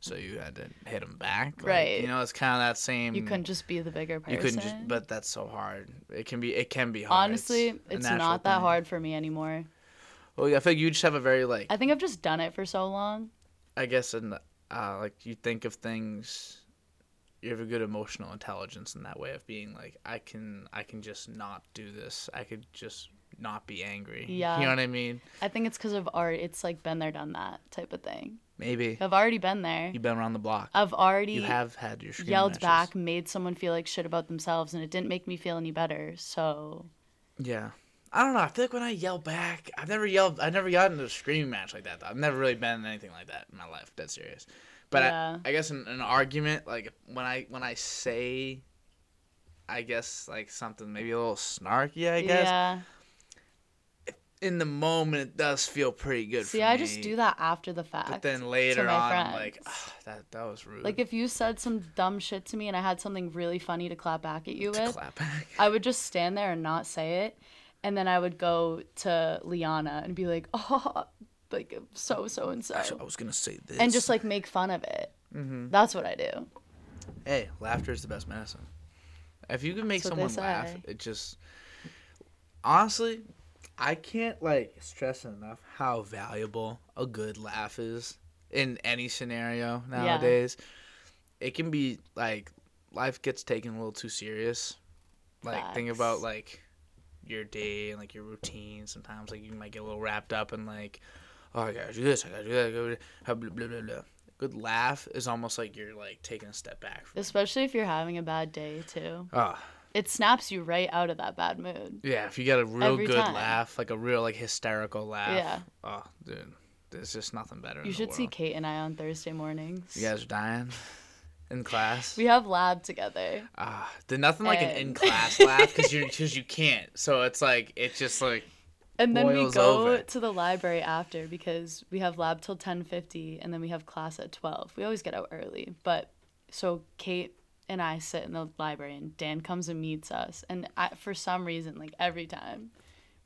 B: so you had to hit him back, Like,
A: Right.
B: You know it's kind of that same.
A: You couldn't just be the bigger person.
B: Mm. You couldn't just, but that's so hard. It can be, it can be hard.
A: honestly,
B: a
A: it's
B: natural
A: not that
B: thing.
A: hard for me anymore.
B: Well, yeah, I feel like you just have a very like,
A: I think I've just done it for so long.
B: I guess, an uh, like you think of things you have a good emotional intelligence in that way of being like i can i can just not do this i could just not be angry
A: Yeah.
B: you know what i mean
A: I think it's because of art. It's like been there, done that type of thing.
B: maybe
A: I've already been there.
B: you've been around the block
A: I've already
B: you have had your screaming
A: yelled
B: matches.
A: back, made someone feel like shit about themselves, and it didn't make me feel any better. So
B: yeah i don't know i feel like when i yell back i've never yelled i've never gotten into a screaming match like that though. i've never really been in anything like that in my life dead serious but
A: Yeah.
B: I, I guess in, an argument like when i when i say i guess like something maybe a little snarky i guess
A: yeah.
B: in the moment it does feel pretty good
A: See,
B: for
A: I
B: me.
A: just do that after the fact.
B: But then later
A: my
B: on, I'm like,
A: friends.
B: "Ah, that that was rude.
A: Like if you said some dumb shit to me and I had something really funny to clap back at you
B: to
A: with,
B: clap back. [laughs]
A: I would just stand there and not say it, and then I would go to Liana and be like, [laughs] oh, like so so and
B: Actually, I
A: so,
B: was gonna say this. Mm-hmm.
A: and just like make fun of it. That's what I do.
B: hey, laughter is the best medicine. If you can make
A: That's what
B: someone
A: they
B: laugh,
A: say.
B: it just honestly, I can't like stress enough how valuable a good laugh is in any scenario nowadays. It can be like life gets taken a little too serious. Like think
A: Facts.
B: about like your day and like your routine. Sometimes like you might get a little wrapped up in like, oh I gotta do this, I gotta do that, I gotta do that, blah blah blah. blah. Good laugh is almost like you're like taking a step back. From,
A: Especially if you're having a bad day too.
B: oh
A: It snaps you right out of that bad mood.
B: Yeah, if you got a real
A: Every
B: good
A: time.
B: laugh, like a real like hysterical laugh.
A: Yeah.
B: Oh, dude, there's just nothing better. in
A: You
B: the
A: should see
B: world.
A: Kate and I on Thursday mornings.
B: You guys are dying in class.
A: We have lab together.
B: Ah, there's nothing like an
A: And-
B: in
A: [laughs]
B: class laugh because you because you can't. So it's like it's just like
A: And then we
B: Boils
A: go
B: over.
A: to the library after because we have lab till 10:50 and then we have class at 12. We always get out early, but so Kate and I sit in the library and Dan comes and meets us and I, for some reason like every time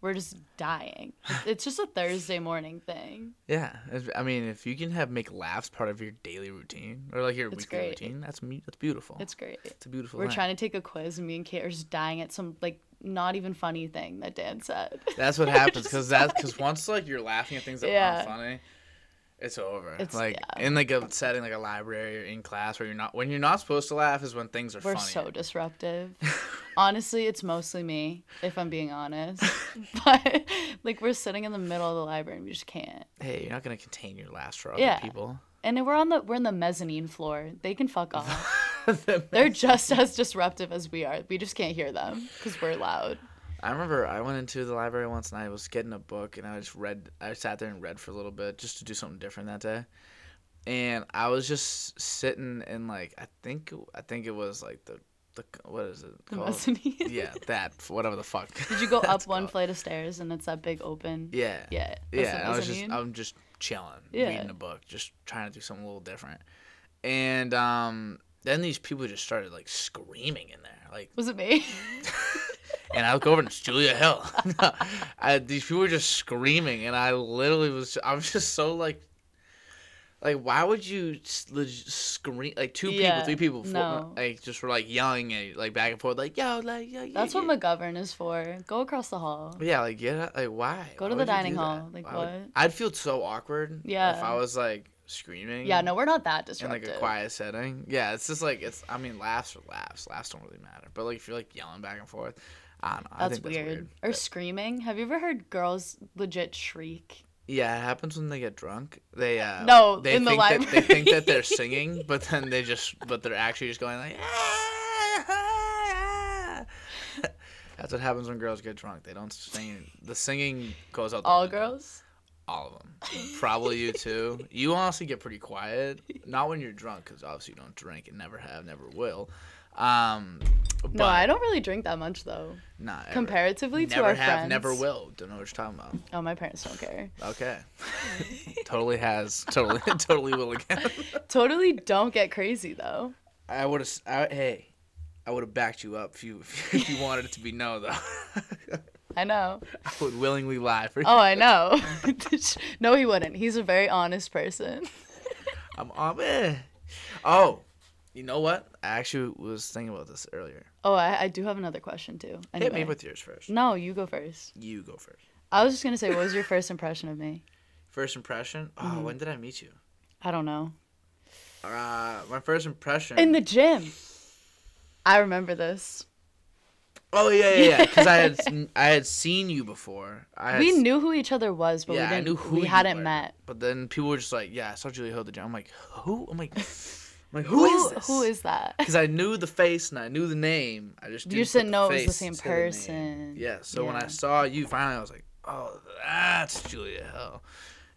A: we're just dying. It's- It's just a Thursday morning thing.
B: yeah. It's- I mean, if you can have make laughs part of your daily routine or like your
A: It's
B: weekly
A: great.
B: routine, that's me. That's beautiful.
A: It's great.
B: it's a beautiful.
A: We're
B: thing.
A: trying to take a quiz and me and Kate are just dying at some like not even funny thing that
B: [laughs]
A: Dan said.
B: That's
A: [laughs]
B: what happens because that because once like you're laughing at things that
A: Yeah.
B: aren't funny, it's over.
A: It's-
B: like
A: yeah.
B: in like a setting like a library or in class where you're not when you're not supposed to laugh is when things are
A: We're
B: funny.
A: so
B: [laughs]
A: disruptive. Honestly, it's mostly me, if I'm
B: [laughs]
A: being honest. [laughs] but like we're sitting in the middle of the library and we just can't.
B: hey, you're not gonna contain your laughs for other
A: Yeah.
B: people.
A: And then we're on the we're in the mezzanine floor. They
B: [laughs]
A: can fuck off. [laughs] They're just as disruptive as we are. We just can't hear them because we're loud.
B: I remember I went into the library once and I was getting a book and I just read. I sat there and read for a little bit just to do something different that day. And I was just sitting in like I think I think it was like the the what is it
A: The
B: called?
A: mezzanine.
B: yeah, that whatever the fuck.
A: [laughs] Did you go
B: [laughs]
A: up
B: that's
A: one
B: called.
A: flight of stairs and it's that big open?
B: Yeah.
A: Yeah. that's
B: yeah,
A: the
B: and I was just
A: mezzanine?
B: I'm just chilling,
A: Yeah.
B: reading a book, just trying to do something a little different. And um, then these people just started like screaming in there, like,
A: was it me?
B: and I look over and it's Julia Hill. [laughs] No, I, these people were just screaming, and I literally was I was just so like. Like, why would you s- leg- scream? Like, two
A: Yeah,
B: people, three people, four,
A: no.
B: like, just were like yelling and like back and forth, like, yo, like, yo, yo, [laughs]
A: [laughs] That's what
B: yo.
A: McGovern is for. Go across the hall.
B: Yeah, like yeah, like why?
A: Go
B: Why
A: to the
B: would you
A: dining
B: do that?
A: hall, like,
B: Why would-
A: what?
B: I'd feel so awkward.
A: Yeah.
B: If I was like screaming.
A: Yeah, no, we're not that
B: In like
A: disruptive.
B: a quiet setting. Yeah, it's just like it's. I mean, laughs are laughs. Laughs don't really matter. But like if you're like yelling back and forth, I don't know. I
A: That's
B: think
A: weird.
B: That's weird.
A: Or screaming. Have you ever heard girls legit shriek?
B: Yeah, it happens when they get drunk. They uh,
A: No,
B: they
A: in the
B: think That, they think that
A: [laughs]
B: they're
A: library.
B: singing, but then they just but they're actually just going like. "Ah." [laughs] That's what happens when girls get drunk. They don't sing. The singing goes out. the
A: All
B: window.
A: girls?
B: All of them. Probably you too. You honestly get pretty quiet. Not when you're drunk, because obviously you don't drink and never have, never will. Um, but
A: No, I don't really drink that much though.
B: Not ever.
A: Comparatively to
B: never
A: our
B: have,
A: friends.
B: never will. Don't know what you're talking about.
A: Oh, my parents don't
B: [laughs]
A: care.
B: Okay. totally has. Totally, [laughs] totally will again.
A: Totally don't get crazy though.
B: I would have. I, hey, I would have backed you up if you [laughs] if you wanted it to be no though. [laughs]
A: I know.
B: I would willingly lie for you.
A: Oh,
B: [laughs]
A: I know. [laughs] no, he wouldn't. He's a very honest person.
B: I'm on. Eh. Oh, you know what? I actually was thinking about this earlier.
A: Oh, I, I do have another question too.
B: Hit me
A: Anyway.
B: with yours first.
A: No, you go first.
B: You go first.
A: I was just gonna say, what was your first impression of me? Mm-hmm.
B: First impression? Oh, when did I meet you?
A: I don't know.
B: Uh, my first impression.
A: in the gym. I remember this.
B: oh yeah, yeah,
A: [laughs]
B: yeah. Because I had s- I had seen you before. I had
A: We
B: s-
A: knew who each other was, but
B: yeah,
A: we
B: I
A: didn't.
B: knew who
A: we
B: you
A: hadn't
B: were.
A: met.
B: But then people were just like, "Yeah, I saw Julia Hill at the gym." I'm like, "Who?" I'm
A: [laughs]
B: like, "I'm like who
A: Who
B: is this?
A: Who is that?
B: [laughs] Because I knew the face and I knew the name. I just
A: You
B: didn't
A: just
B: put
A: didn't know it was the
B: face
A: same
B: to name.
A: person.
B: Yeah. So when
A: Yeah.
B: I saw you finally, I was like, "Oh, that's Julia Hill."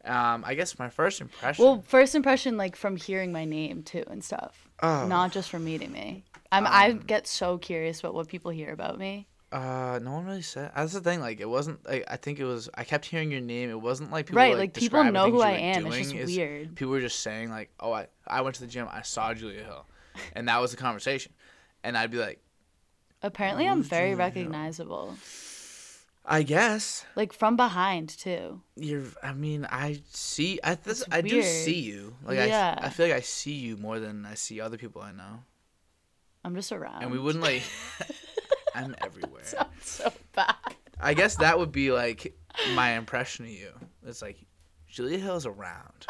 B: Um, I guess my first impression.
A: Well, first impression, like from hearing my name too and stuff,
B: Oh. Um,
A: not just from meeting me. I'm, I get so curious about what people hear about me.
B: Uh, no one really said. That's the thing. Like, it wasn't like I think it was. I kept hearing your name. It wasn't like people
A: Right,
B: Were, like,
A: like, people
B: describing
A: know
B: things
A: who
B: you
A: I
B: were
A: am, it's
B: Doing.
A: just weird.
B: People were just saying like, "Oh, I I went to the gym. I saw Julia Hill," and that was the conversation. And I'd be like,
A: Apparently, I'm very recognizable,
B: "I guess
A: like from behind too.
B: you're. I mean, I see. I this,
A: It's
B: I do
A: weird.
B: see you. Like,
A: Yeah.
B: I I feel like I see you more than I see other people I know.
A: I'm just around.
B: And we wouldn't like. [laughs] I'm everywhere.
A: [laughs] sounds so bad.
B: I guess that would be like my impression of you. It's like Julia Hill's
A: [laughs]
B: around.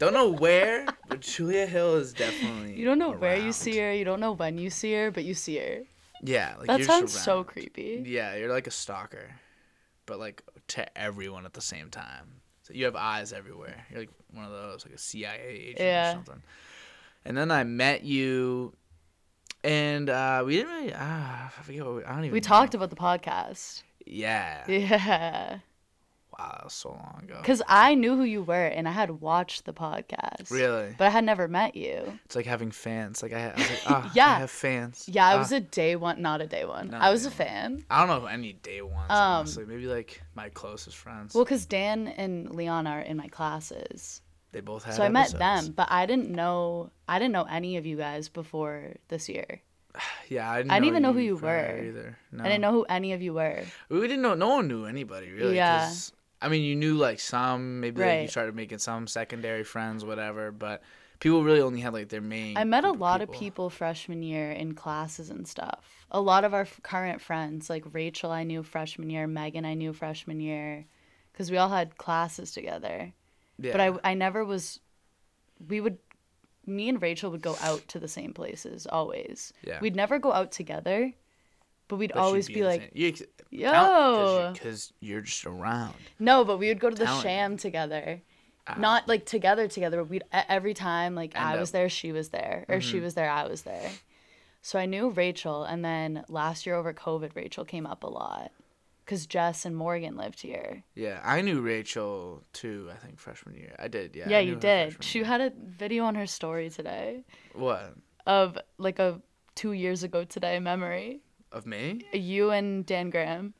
B: don't know where, but Julia Hill is definitely.
A: You don't know where you
B: around.
A: see her. You don't know when you see her, but you see her.
B: Yeah, like
A: That
B: you're
A: sounds
B: just
A: so
B: around.
A: creepy.
B: Yeah, you're like a stalker, but like to everyone at the same time. So you have eyes everywhere. You're like one of those, like a CIA agent
A: Yeah.
B: or something. And then I met you, and uh, we didn't really. Uh, I forget what we. I don't even.
A: We
B: know.
A: talked about the podcast.
B: Yeah.
A: Yeah.
B: Wow, that was so long
A: [laughs]
B: ago.
A: Because I knew who you were and I had watched the podcast.
B: Really.
A: But I had never met you.
B: It's like having fans. Like I, I was
A: [laughs]
B: like, ah,
A: Yeah.
B: I have fans.
A: Yeah, I
B: Ah.
A: was a day one, not a day one.
B: Not a
A: I was
B: day
A: a fan.
B: I don't know if any day ones.
A: Um,
B: honestly, maybe like my closest friends.
A: Well, because Dan and Leon are in my classes.
B: they both had.
A: So I met
B: episodes.
A: them, but I didn't know I didn't know any of you guys before this year.
B: Yeah, I didn't.
A: I didn't even know who you
B: prior
A: were.
B: either. No.
A: I didn't know who any of you were.
B: We didn't know. No one knew anybody really.
A: Yeah.
B: 'cause, I mean, you knew like some. Maybe like, you
A: Right.
B: started making some secondary friends, whatever. But people really only had like their main.
A: I met a
B: group
A: lot of people freshman year in classes and stuff. A lot of our f- current friends, like Rachel, I knew freshman year, Megan, I knew freshman year, because we all had classes together.
B: Yeah.
A: But I, I never was, we would, me and Rachel would go out to the same places always.
B: Yeah.
A: We'd never go out together, but we'd
B: But you'd
A: always be,
B: in the
A: like, "Oh."
B: same- you, ex-
A: yo.
B: because you're just around. Ah.
A: No, but we would go to the
B: Talent.
A: sham together. Not like together, together, but we'd e- every time, like, I
B: End
A: was
B: up- Mm-hmm.
A: there, she was there, or she was there, I was there. So I knew Rachel, and then last year over COVID, Rachel came up a lot because Jess and Morgan lived here.
B: Yeah, I knew Rachel too. I think freshman year. I did. Yeah. I
A: Yeah,
B: knew
A: you
B: her
A: did.
B: freshman
A: She had a video on her story today
B: year. What
A: of like a two years ago today memory.
B: of me?
A: You and Dan Graham,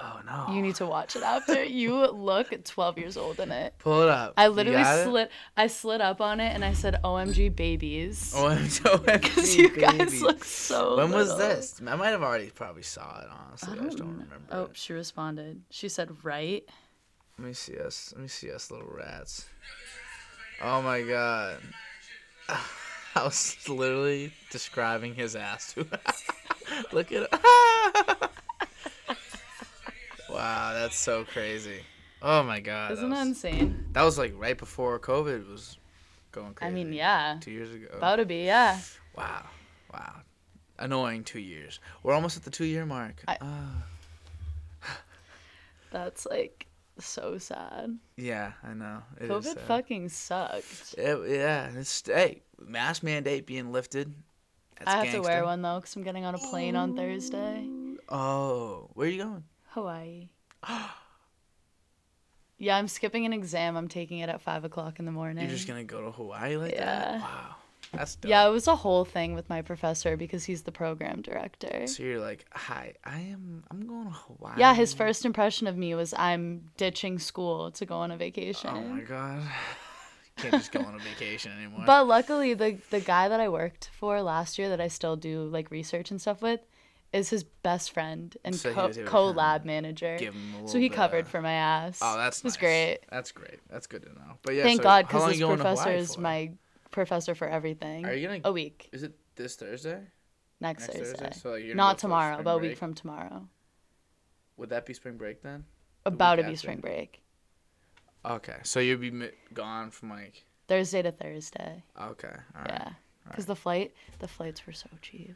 B: Oh no.
A: you need to watch
B: [laughs]
A: it after. you look 12 years old in it.
B: Pull it up.
A: I
B: You
A: literally
B: got it?
A: slid I slid up on it and I said OMG babies.
B: Oh, I'm
A: [laughs]
B: so
A: Because
B: happy,
A: you guys
B: baby.
A: look so
B: When was
A: little.
B: this? I might have already probably saw it. Honestly, I, just don't remember.
A: Oh,
B: it.
A: she responded. She said right.
B: Let me see us. Let me see us, little rats. Oh my god. [laughs] I was literally describing his ass to. [laughs] look at. [laughs] wow, that's so crazy. Oh my god.
A: Isn't
B: that,
A: that
B: was,
A: insane?
B: that was like right before COVID was going
A: I
B: crazy.
A: mean, yeah.
B: Two years ago.
A: About to be, yeah.
B: Wow. Wow. Annoying two years. We're almost at the two year mark.
A: I-
B: Ah.
A: That's like so sad.
B: yeah, I know. It is
A: COVID
B: sad.
A: fucking sucked.
B: It- yeah. It's, hey, mask mandate being lifted. That's
A: I have to wear
B: gangsta.
A: one though because I'm getting on a plane on Thursday.
B: Oh, where are you going?
A: Hawaii. [gasps] yeah, I'm skipping an exam. I'm taking it at five o'clock in the morning.
B: You're just going to go to Hawaii like
A: Yeah.
B: that? Wow. That's dope.
A: yeah, it was a whole thing with my professor because he's the program director.
B: So you're like, hi, I am, I'm going to Hawaii.
A: Yeah, his first impression of me was I'm ditching school to go on a vacation.
B: Oh my God. [laughs] Can't just go
A: [laughs]
B: on a vacation anymore.
A: But luckily, the the guy that I worked for last year that I still do like research and stuff with is his best friend and
B: So he
A: co
B: was able to
A: co
B: kinda
A: lab manager.
B: give him a
A: so
B: little
A: he
B: bit
A: covered
B: of-
A: for my ass.
B: oh, that's
A: it was
B: nice.
A: great.
B: That's great. That's good to know. But yeah,
A: Thank
B: so
A: God,
B: how long
A: because
B: you going
A: this
B: to Hawaii
A: professor is
B: for?
A: my professor for everything.
B: Are you gonna-
A: a week
B: Is it this Thursday?
A: next,
B: next Thursday?
A: Thursday?
B: So, like, you're gonna go
A: Not
B: for
A: tomorrow,
B: spring
A: but a
B: break?
A: week from tomorrow.
B: Would that be spring break then?
A: About to be
B: after?
A: spring break.
B: Okay, so you'll be mi- gone from like
A: Thursday to Thursday.
B: Okay. All right.
A: Yeah. Because the flight, the flights were so cheap.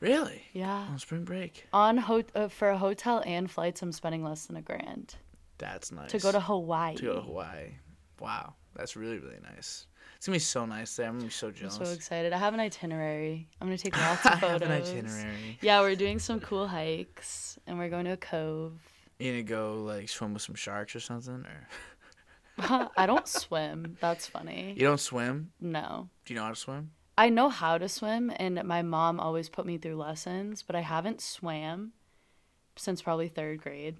B: Really?
A: Yeah.
B: On spring break.
A: On ho- uh, for a hotel and flights, I'm spending less than a grand
B: That's nice.
A: to go to Hawaii.
B: to go to Hawaii. Wow, that's really really nice. It's gonna be so nice there. I'm gonna be so
A: I'm
B: jealous.
A: so excited. I have an itinerary. I'm gonna take lots
B: [laughs]
A: of
B: I have
A: photos.
B: an itinerary.
A: Yeah, we're doing some cool hikes, and we're going to a cove. [laughs]
B: You gonna go like swim with some sharks or something, or [laughs]
A: I don't swim. That's funny.
B: you don't swim?
A: No.
B: Do you know how to swim?
A: I know how to swim, and my mom always put me through lessons, but I haven't swam since probably third grade.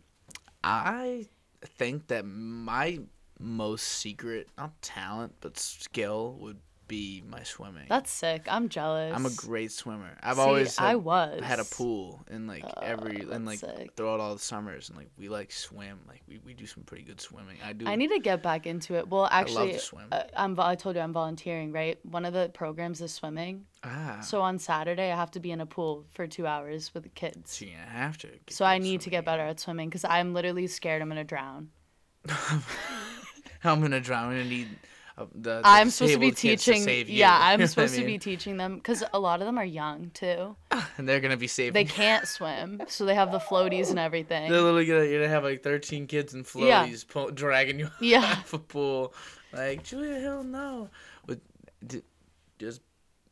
B: I think that my most secret, not talent, but skill would be my swimming.
A: That's sick. I'm jealous.
B: I'm a great swimmer. I've
A: See,
B: always
A: I
B: had-
A: was.
B: had a pool in like every and like
A: Oh, that's sick.
B: throughout all the summers and like we like swim like we, we do some pretty good swimming. I do.
A: I need to get back into it. Well, actually,
B: to swim.
A: uh, I'm. vo- I told you I'm volunteering, right? One of the programs is swimming.
B: ah, so,
A: So on Saturday, I have to be in a pool for two hours with the kids.
B: you're gonna have to. get
A: So I
B: good
A: need to get better at swimming because I'm literally scared I'm gonna drown.
B: swimming. [laughs] I'm gonna drown. I'm gonna need. Uh, the, the
A: I'm supposed to be
B: disabled kids
A: teaching.
B: save [laughs] you.
A: yeah,
B: You know
A: I'm
B: what
A: supposed
B: I
A: to be
B: mean?
A: teaching them because a lot of them are young too.
B: And [laughs] they're gonna be saving.
A: They
B: you.
A: can't swim, so they have the floaties and everything.
B: They're literally gonna, you're gonna have like 13 kids in
A: Yeah.
B: floaties pull, dragging you out
A: [laughs] Yeah.
B: of a pool. Like Julia Hill, no. But d does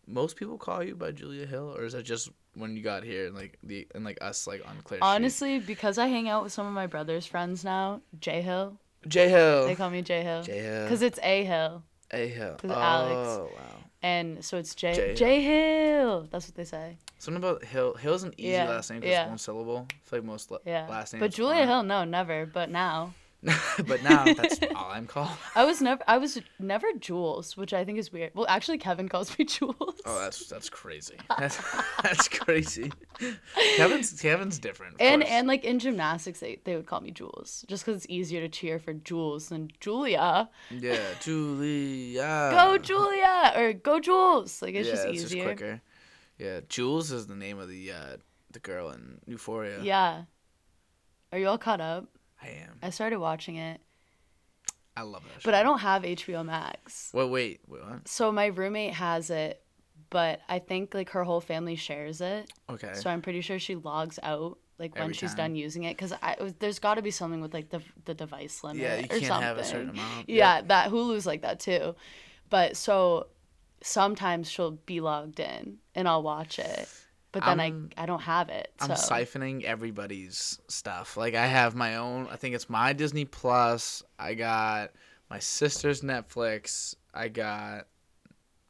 B: most people call you by Julia Hill, or is that just when you got here and like the and like us like on Claire? Street?
A: Honestly, because I hang out with some of my brother's friends now, J Hill.
B: J
A: They
B: Hill,
A: call me J Hill.
B: J Hill,
A: Because it's A Hill.
B: A Hill.
A: 'cause
B: Oh
A: Alex-
B: wow.
A: And so it's J
B: J.
A: J Hill. That's what they say.
B: Something about Hill. Hill's an easy
A: Yeah,
B: last name because
A: yeah.
B: it's one syllable. I feel like most la-
A: Yeah.
B: last names.
A: but Julia
B: aren't.
A: Hill, no, never. But now.
B: [laughs] but now
A: [laughs]
B: that's all I'm called.
A: I was never I was never Jules, which I think is weird. Well, actually Kevin calls me [laughs] Jules.
B: Oh, that's that's
A: [laughs]
B: crazy. That's that's crazy. Kevin's Kevin's different. of
A: and
B: course.
A: and like in gymnastics they, they would call me Jules just cuz it's easier to cheer for Jules than Julia.
B: yeah, Julia.
A: Go Julia or go Jules. Like it's
B: Uh. yeah,
A: just
B: it's
A: easier.
B: just quicker. Yeah, Jules is the name of the uh, the girl in Euphoria.
A: yeah. Are you all caught up?
B: I am.
A: I started watching it,
B: I love that.
A: but I don't have HBO Max.
B: Wait, wait, wait. What?
A: So my roommate has it, but I think like her whole family shares it.
B: Okay.
A: So I'm pretty sure she logs out like when
B: Eh. Every
A: she's
B: time.
A: done using it because there's got to be something with like the the device limit
B: yeah, you
A: or
B: can't
A: something.
B: have a certain amount.
A: yeah, that Hulu's like that too, but so sometimes she'll be logged in and I'll watch it, but then
B: I'm-
A: I I don't have it.
B: I'm
A: so
B: siphoning everybody's stuff. Like I have my own. I think it's my Disney Plus. I got my sister's Netflix. I got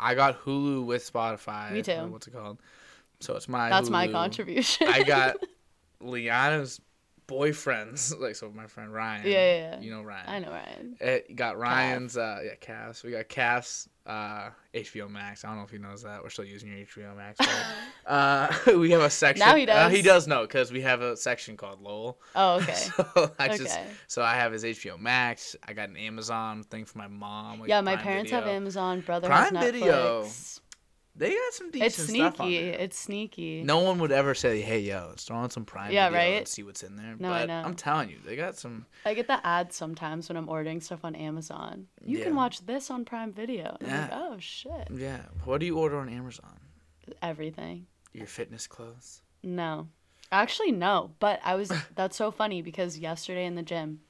B: I got Hulu with Spotify.
A: Me too.
B: or What's it called? So it's my.
A: that's my
B: Hulu.
A: contribution. [laughs]
B: I got Liana's boyfriends. [laughs] Like so, my friend Ryan.
A: Yeah, yeah, yeah.
B: You know Ryan.
A: I know Ryan.
B: It got Ryan's uh yeah, Cass. We got Cass uh HBO Max. I don't know if he knows that. We're still using your HBO Max. but,
A: [laughs]
B: uh [laughs] we have a section
A: Now he
B: uh,
A: does.
B: he does know cuz we have a section called Lowell. [laughs]
A: Oh okay.
B: So I just
A: Okay.
B: so I have his HBO Max. I got an Amazon thing for my mom. like
A: yeah, my
B: Prime
A: parents have
B: Video.
A: Amazon. Brother
B: Prime
A: has Netflix.
B: Video. They got some decent
A: It's
B: stuff on
A: sneaky.
B: there.
A: It's sneaky.
B: No one would ever say, "Hey, yo, let's throw on some Prime
A: Yeah,
B: Video
A: right?
B: and see what's in there."
A: No, I
B: but
A: know.
B: I'm telling you, they got some
A: I get the ads sometimes when I'm ordering stuff on Amazon. You can
B: Yeah.
A: watch this on Prime Video. And I'm like,
B: Yeah.
A: oh shit.
B: Yeah. What do you order on Amazon?
A: Everything.
B: Your fitness clothes?
A: No. Actually no, but I
B: [laughs]
A: was that's so funny because yesterday in the gym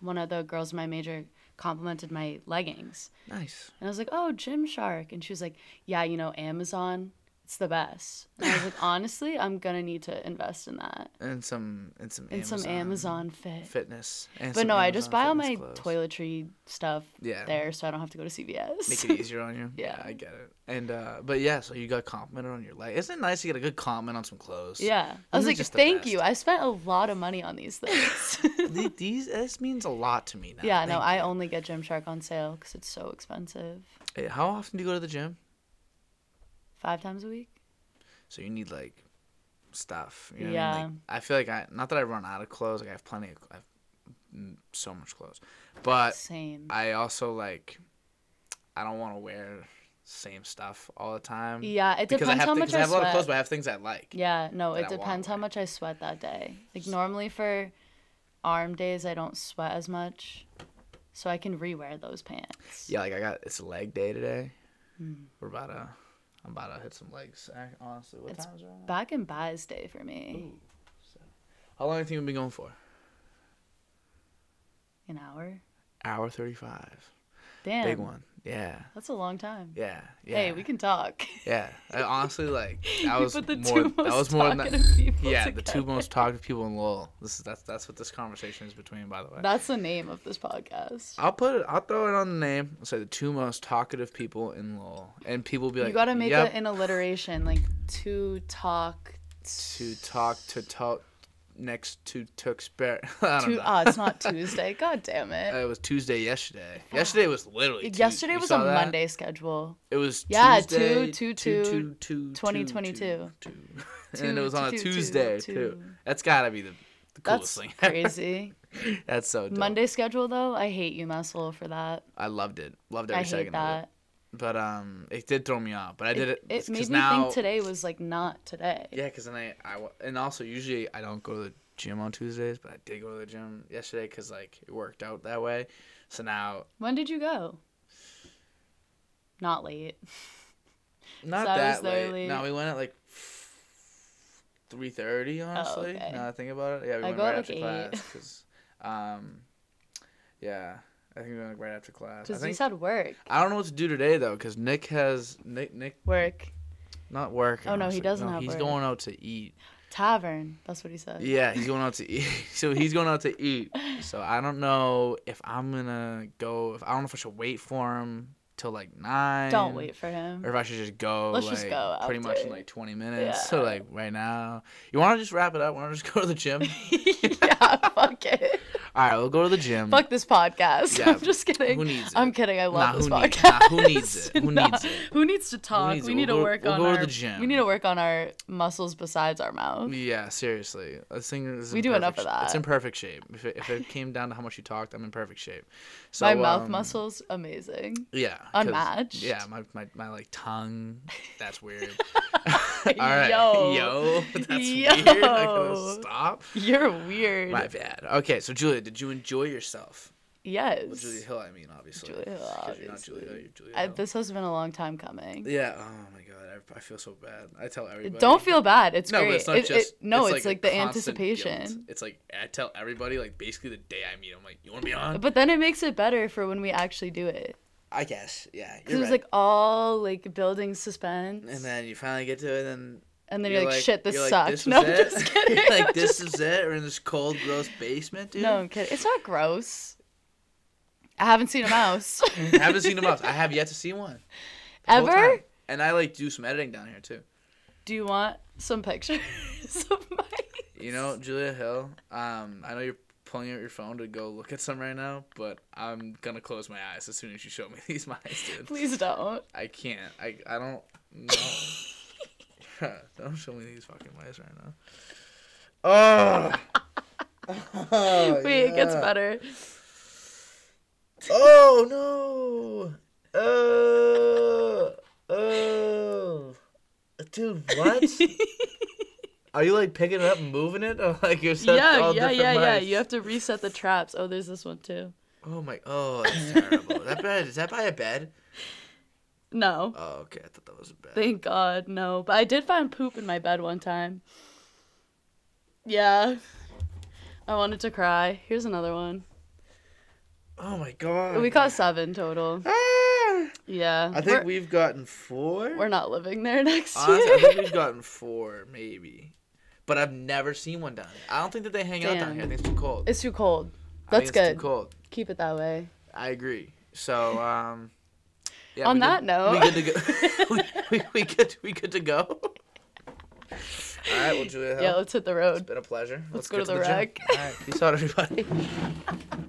A: one of the girls in my major complimented my leggings.
B: Nice.
A: And I was like, "Oh, Gymshark." And she was like, "Yeah, you know, Amazon, it's the best." And I
B: [laughs]
A: was like, "Honestly, I'm going to need to invest in that."
B: and some and some
A: And
B: Amazon
A: some Amazon fit.
B: fitness. And
A: But
B: some
A: no, I just
B: Amazon
A: buy all my
B: fitness clothes.
A: toiletry stuff
B: Yeah.
A: there so I don't have to go to CVS. [laughs]
B: Make it easier on you.
A: Yeah.
B: I get it. And uh, but yeah, so you got complimented on your leg. Isn't it nice to get a good comment on some clothes?
A: Yeah. I was
B: Those are
A: like,
B: just the
A: thank
B: best.
A: you. I spent a lot of money
B: [laughs]
A: on these things. [laughs]
B: The- These this means a lot to me now.
A: yeah, no,
B: Thank
A: I only get Gymshark on sale because it's so expensive.
B: you. Hey, How often do you go to the gym?
A: Five times a week?
B: So you need like stuff. You know what I, mean?
A: Yeah.
B: like, I feel like I not that I run out of clothes. Like I have plenty of. I have mm, so much clothes, but
A: Same.
B: I also like I don't want to wear same stuff all the time.
A: Yeah, it
B: because I
A: depends
B: have
A: how
B: thi-
A: much
B: 'cause I
A: I
B: have a lot of clothes,
A: sweat.
B: but I have things I like.
A: Yeah, no,
B: that
A: it
B: I wanna
A: depends how
B: wear.
A: much I sweat that day. Like normally for arm days I don't sweat as much. so I can rewear those pants. Hmm.
B: Yeah, like I got it's leg day today. We're about to, I'm about to hit some legs. I- Honestly, what
A: It's
B: time is it? right now?
A: Back and buys day for me.
B: Ooh, so. How long do you think we've been going for?
A: An hour.
B: Hour thirty-five.
A: Damn.
B: Big one. Yeah.
A: That's a long time.
B: Yeah. Yeah.
A: Hey, we can talk. [laughs]
B: Yeah. I honestly like that
A: You
B: was
A: put the
B: more.
A: two
B: That was
A: most
B: more than that.
A: talkative [laughs] people
B: Yeah, the two
A: together.
B: most [laughs] talkative people in Lowell. This is that's that's what this conversation is between. By the way,
A: That's the name of this podcast.
B: I'll put it. I'll throw it on the name. I'll say the two most talkative people in Lowell, and people will be like,
A: you gotta make
B: yep,
A: it an alliteration, like to talk.
B: to talk to talk next to Tewksbury. [laughs] I don't
A: To
B: know.
A: ah, it's not Tuesday. God damn it.
B: Uh, it was Tuesday yesterday. Yesterday was literally. Tu-
A: Yesterday
B: you
A: was a
B: saw that?
A: Monday schedule.
B: It was
A: Yeah,
B: Tuesday,
A: two, two,
B: two,
A: two,
B: two, two,
A: 2022.
B: two, [laughs] two. and it
A: Two,
B: was on
A: two,
B: a
A: two, two,
B: Tuesday
A: two.
B: too. That's gotta be the, the coolest
A: That's
B: thing.
A: crazy.
B: [laughs] That's so dope.
A: Monday schedule though, I hate you, Muscle, for that.
B: I loved it. Loved every
A: I hate
B: second of it.
A: that.
B: But um, it did throw me off. But I did it.
A: It made me
B: now,
A: think today was like not today.
B: Yeah, because then I, I wa- and also usually I don't go to the gym on Tuesdays, but I did go to the gym yesterday because like it worked out that way. So now
A: When did you go? Not late.
B: Not
A: So I was
B: that
A: there
B: late.
A: late.
B: No, we went at like three thirty. Honestly,
A: Oh, okay.
B: now that I think about it, yeah, we
A: I
B: went
A: go at,
B: right
A: like,
B: after
A: eight.
B: class
A: [laughs]
B: 'cause, um, yeah, I think we went like, right after class. I
A: Because you
B: think
A: said work.
B: I don't know what to do today though, because Nick has Nick Nick
A: Work.
B: not working.
A: Oh, no, he
B: honestly.
A: doesn't have
B: He's
A: work.
B: going out to eat.
A: Tavern. That's what he said.
B: Yeah, he's going out to eat. [laughs] so he's going out to
A: [laughs]
B: eat. So I don't know if I'm gonna go. If I don't know if I should wait for him till like nine.
A: Don't wait for him.
B: or if I should just go.
A: Mm-hmm. Let's
B: like,
A: just go
B: Pretty much in
A: after.
B: like 20 minutes.
A: Yeah.
B: So like right now, you want to just wrap it up? Want to just [laughs] go to the
A: [laughs]
B: gym?
A: [laughs] yeah, fuck
B: [laughs]
A: it.
B: All right, we'll go to the gym.
A: Fuck this podcast.
B: Yeah,
A: [laughs] I'm just kidding.
B: who needs it?
A: I'm kidding. I love
B: Nah,
A: this
B: who need-
A: podcast.
B: nah, who needs
A: [laughs]
B: it? Who
A: Nah,
B: needs it?
A: Who needs to talk?
B: needs
A: we
B: it?
A: need
B: We'll
A: to
B: go-
A: work
B: we'll
A: on
B: go
A: our.
B: to the gym.
A: We need to work on our muscles besides our mouth.
B: Yeah, seriously. This thing is
A: We
B: in
A: do enough
B: perfect
A: of
B: sh- It's
A: that.
B: in perfect shape. If it, if it came down to how much you talked, I'm in perfect shape. So
A: My mouth
B: um,
A: muscles, amazing.
B: Yeah. 'cause-
A: unmatched.
B: Yeah, my, my, my like tongue. That's weird.
A: [laughs] Yo,
B: [laughs] All right. [laughs] Yo. That's weird. [laughs] I gotta
A: Yo.
B: stop.
A: you're weird.
B: My bad. Okay, so Julia, did you enjoy yourself?
A: yes.
B: Well, Julia Hill, I mean, obviously.
A: Julia Hill,
B: 'Cause You're not Julia,
A: obviously.
B: Hill, you're Julia
A: I,
B: Hill.
A: this has been a long time coming.
B: Yeah. Oh my god, I, I feel so bad. I tell everybody.
A: Don't feel bad. It's
B: No,
A: great.
B: but it's not
A: It- it-
B: just.
A: no, it's,
B: a
A: like, the
B: constant guilt.
A: anticipation.
B: It's like I tell everybody, like basically the day I meet, I'm like, "You want to be on?"
A: But then it makes it better for when we actually do it.
B: I guess. Yeah.
A: Because it was like all like building suspense.
B: And then you finally get to it, and
A: And then you're, like, shit, this
B: you're like,
A: sucked.
B: "This
A: [laughs] no, I'm
B: was it?"
A: just
B: [laughs]
A: kidding.
B: You're like
A: I'm
B: this
A: just
B: is it. We're in this cold, gross basement, dude.
A: kidding. [laughs] No, I'm kidding. It's not gross. I haven't seen
B: [laughs]
A: a mouse.
B: I haven't seen a mouse. I have yet to see one. the whole
A: [laughs] Ever?
B: time. And I like do some editing down here too.
A: Do you want some pictures [laughs] of my
B: You know, Julia Hill, um, I know you're pulling out your phone to go look at some right now, but I'm gonna close my eyes as soon as you show me [laughs] these mice, dude.
A: Please don't.
B: I can't. I I don't
A: [laughs]
B: no. don't show me these fucking mice right now. Oh, oh
A: [laughs] Wait, it gets
B: yeah.
A: better.
B: Oh no! Oh, oh, dude,
A: [laughs]
B: what? Are you like picking it up and moving it, [laughs] or like you're set
A: yeah,
B: all
A: yeah,
B: different
A: yeah, yeah.
B: mice?
A: You have to reset the traps. Oh, there's this one too.
B: Oh my! Oh, that's terrible. that bed is that by a bed?
A: No.
B: Oh, okay. I thought that was a bed.
A: Thank God, no. But I did find poop in my bed one time. Yeah. I wanted to cry. Here's another one.
B: oh my god.
A: We caught seven total.
B: Ah!
A: Yeah.
B: I think
A: we're,
B: we've gotten four.
A: we're not living there [laughs] next
B: Honestly, I
A: year.
B: think we've gotten four, maybe. But I've never seen one down here. I don't think that they hang out down
A: Damn.
B: here. I think it's too cold.
A: It's too
B: I
A: cold.
B: think
A: That's
B: it's
A: good.
B: Too cold.
A: Keep it that way.
B: I agree. So, um, yeah,
A: On
B: we
A: that
B: good,
A: note-
B: we good to go. [laughs] we, we, we good. We good to go.
A: [laughs]
B: All right, well, Julia, Hill,
A: Yeah, let's hit the
B: it's
A: road.
B: been a pleasure.
A: let's go
B: get
A: to the
B: gym.
A: rec.
B: All right, peace out, everybody.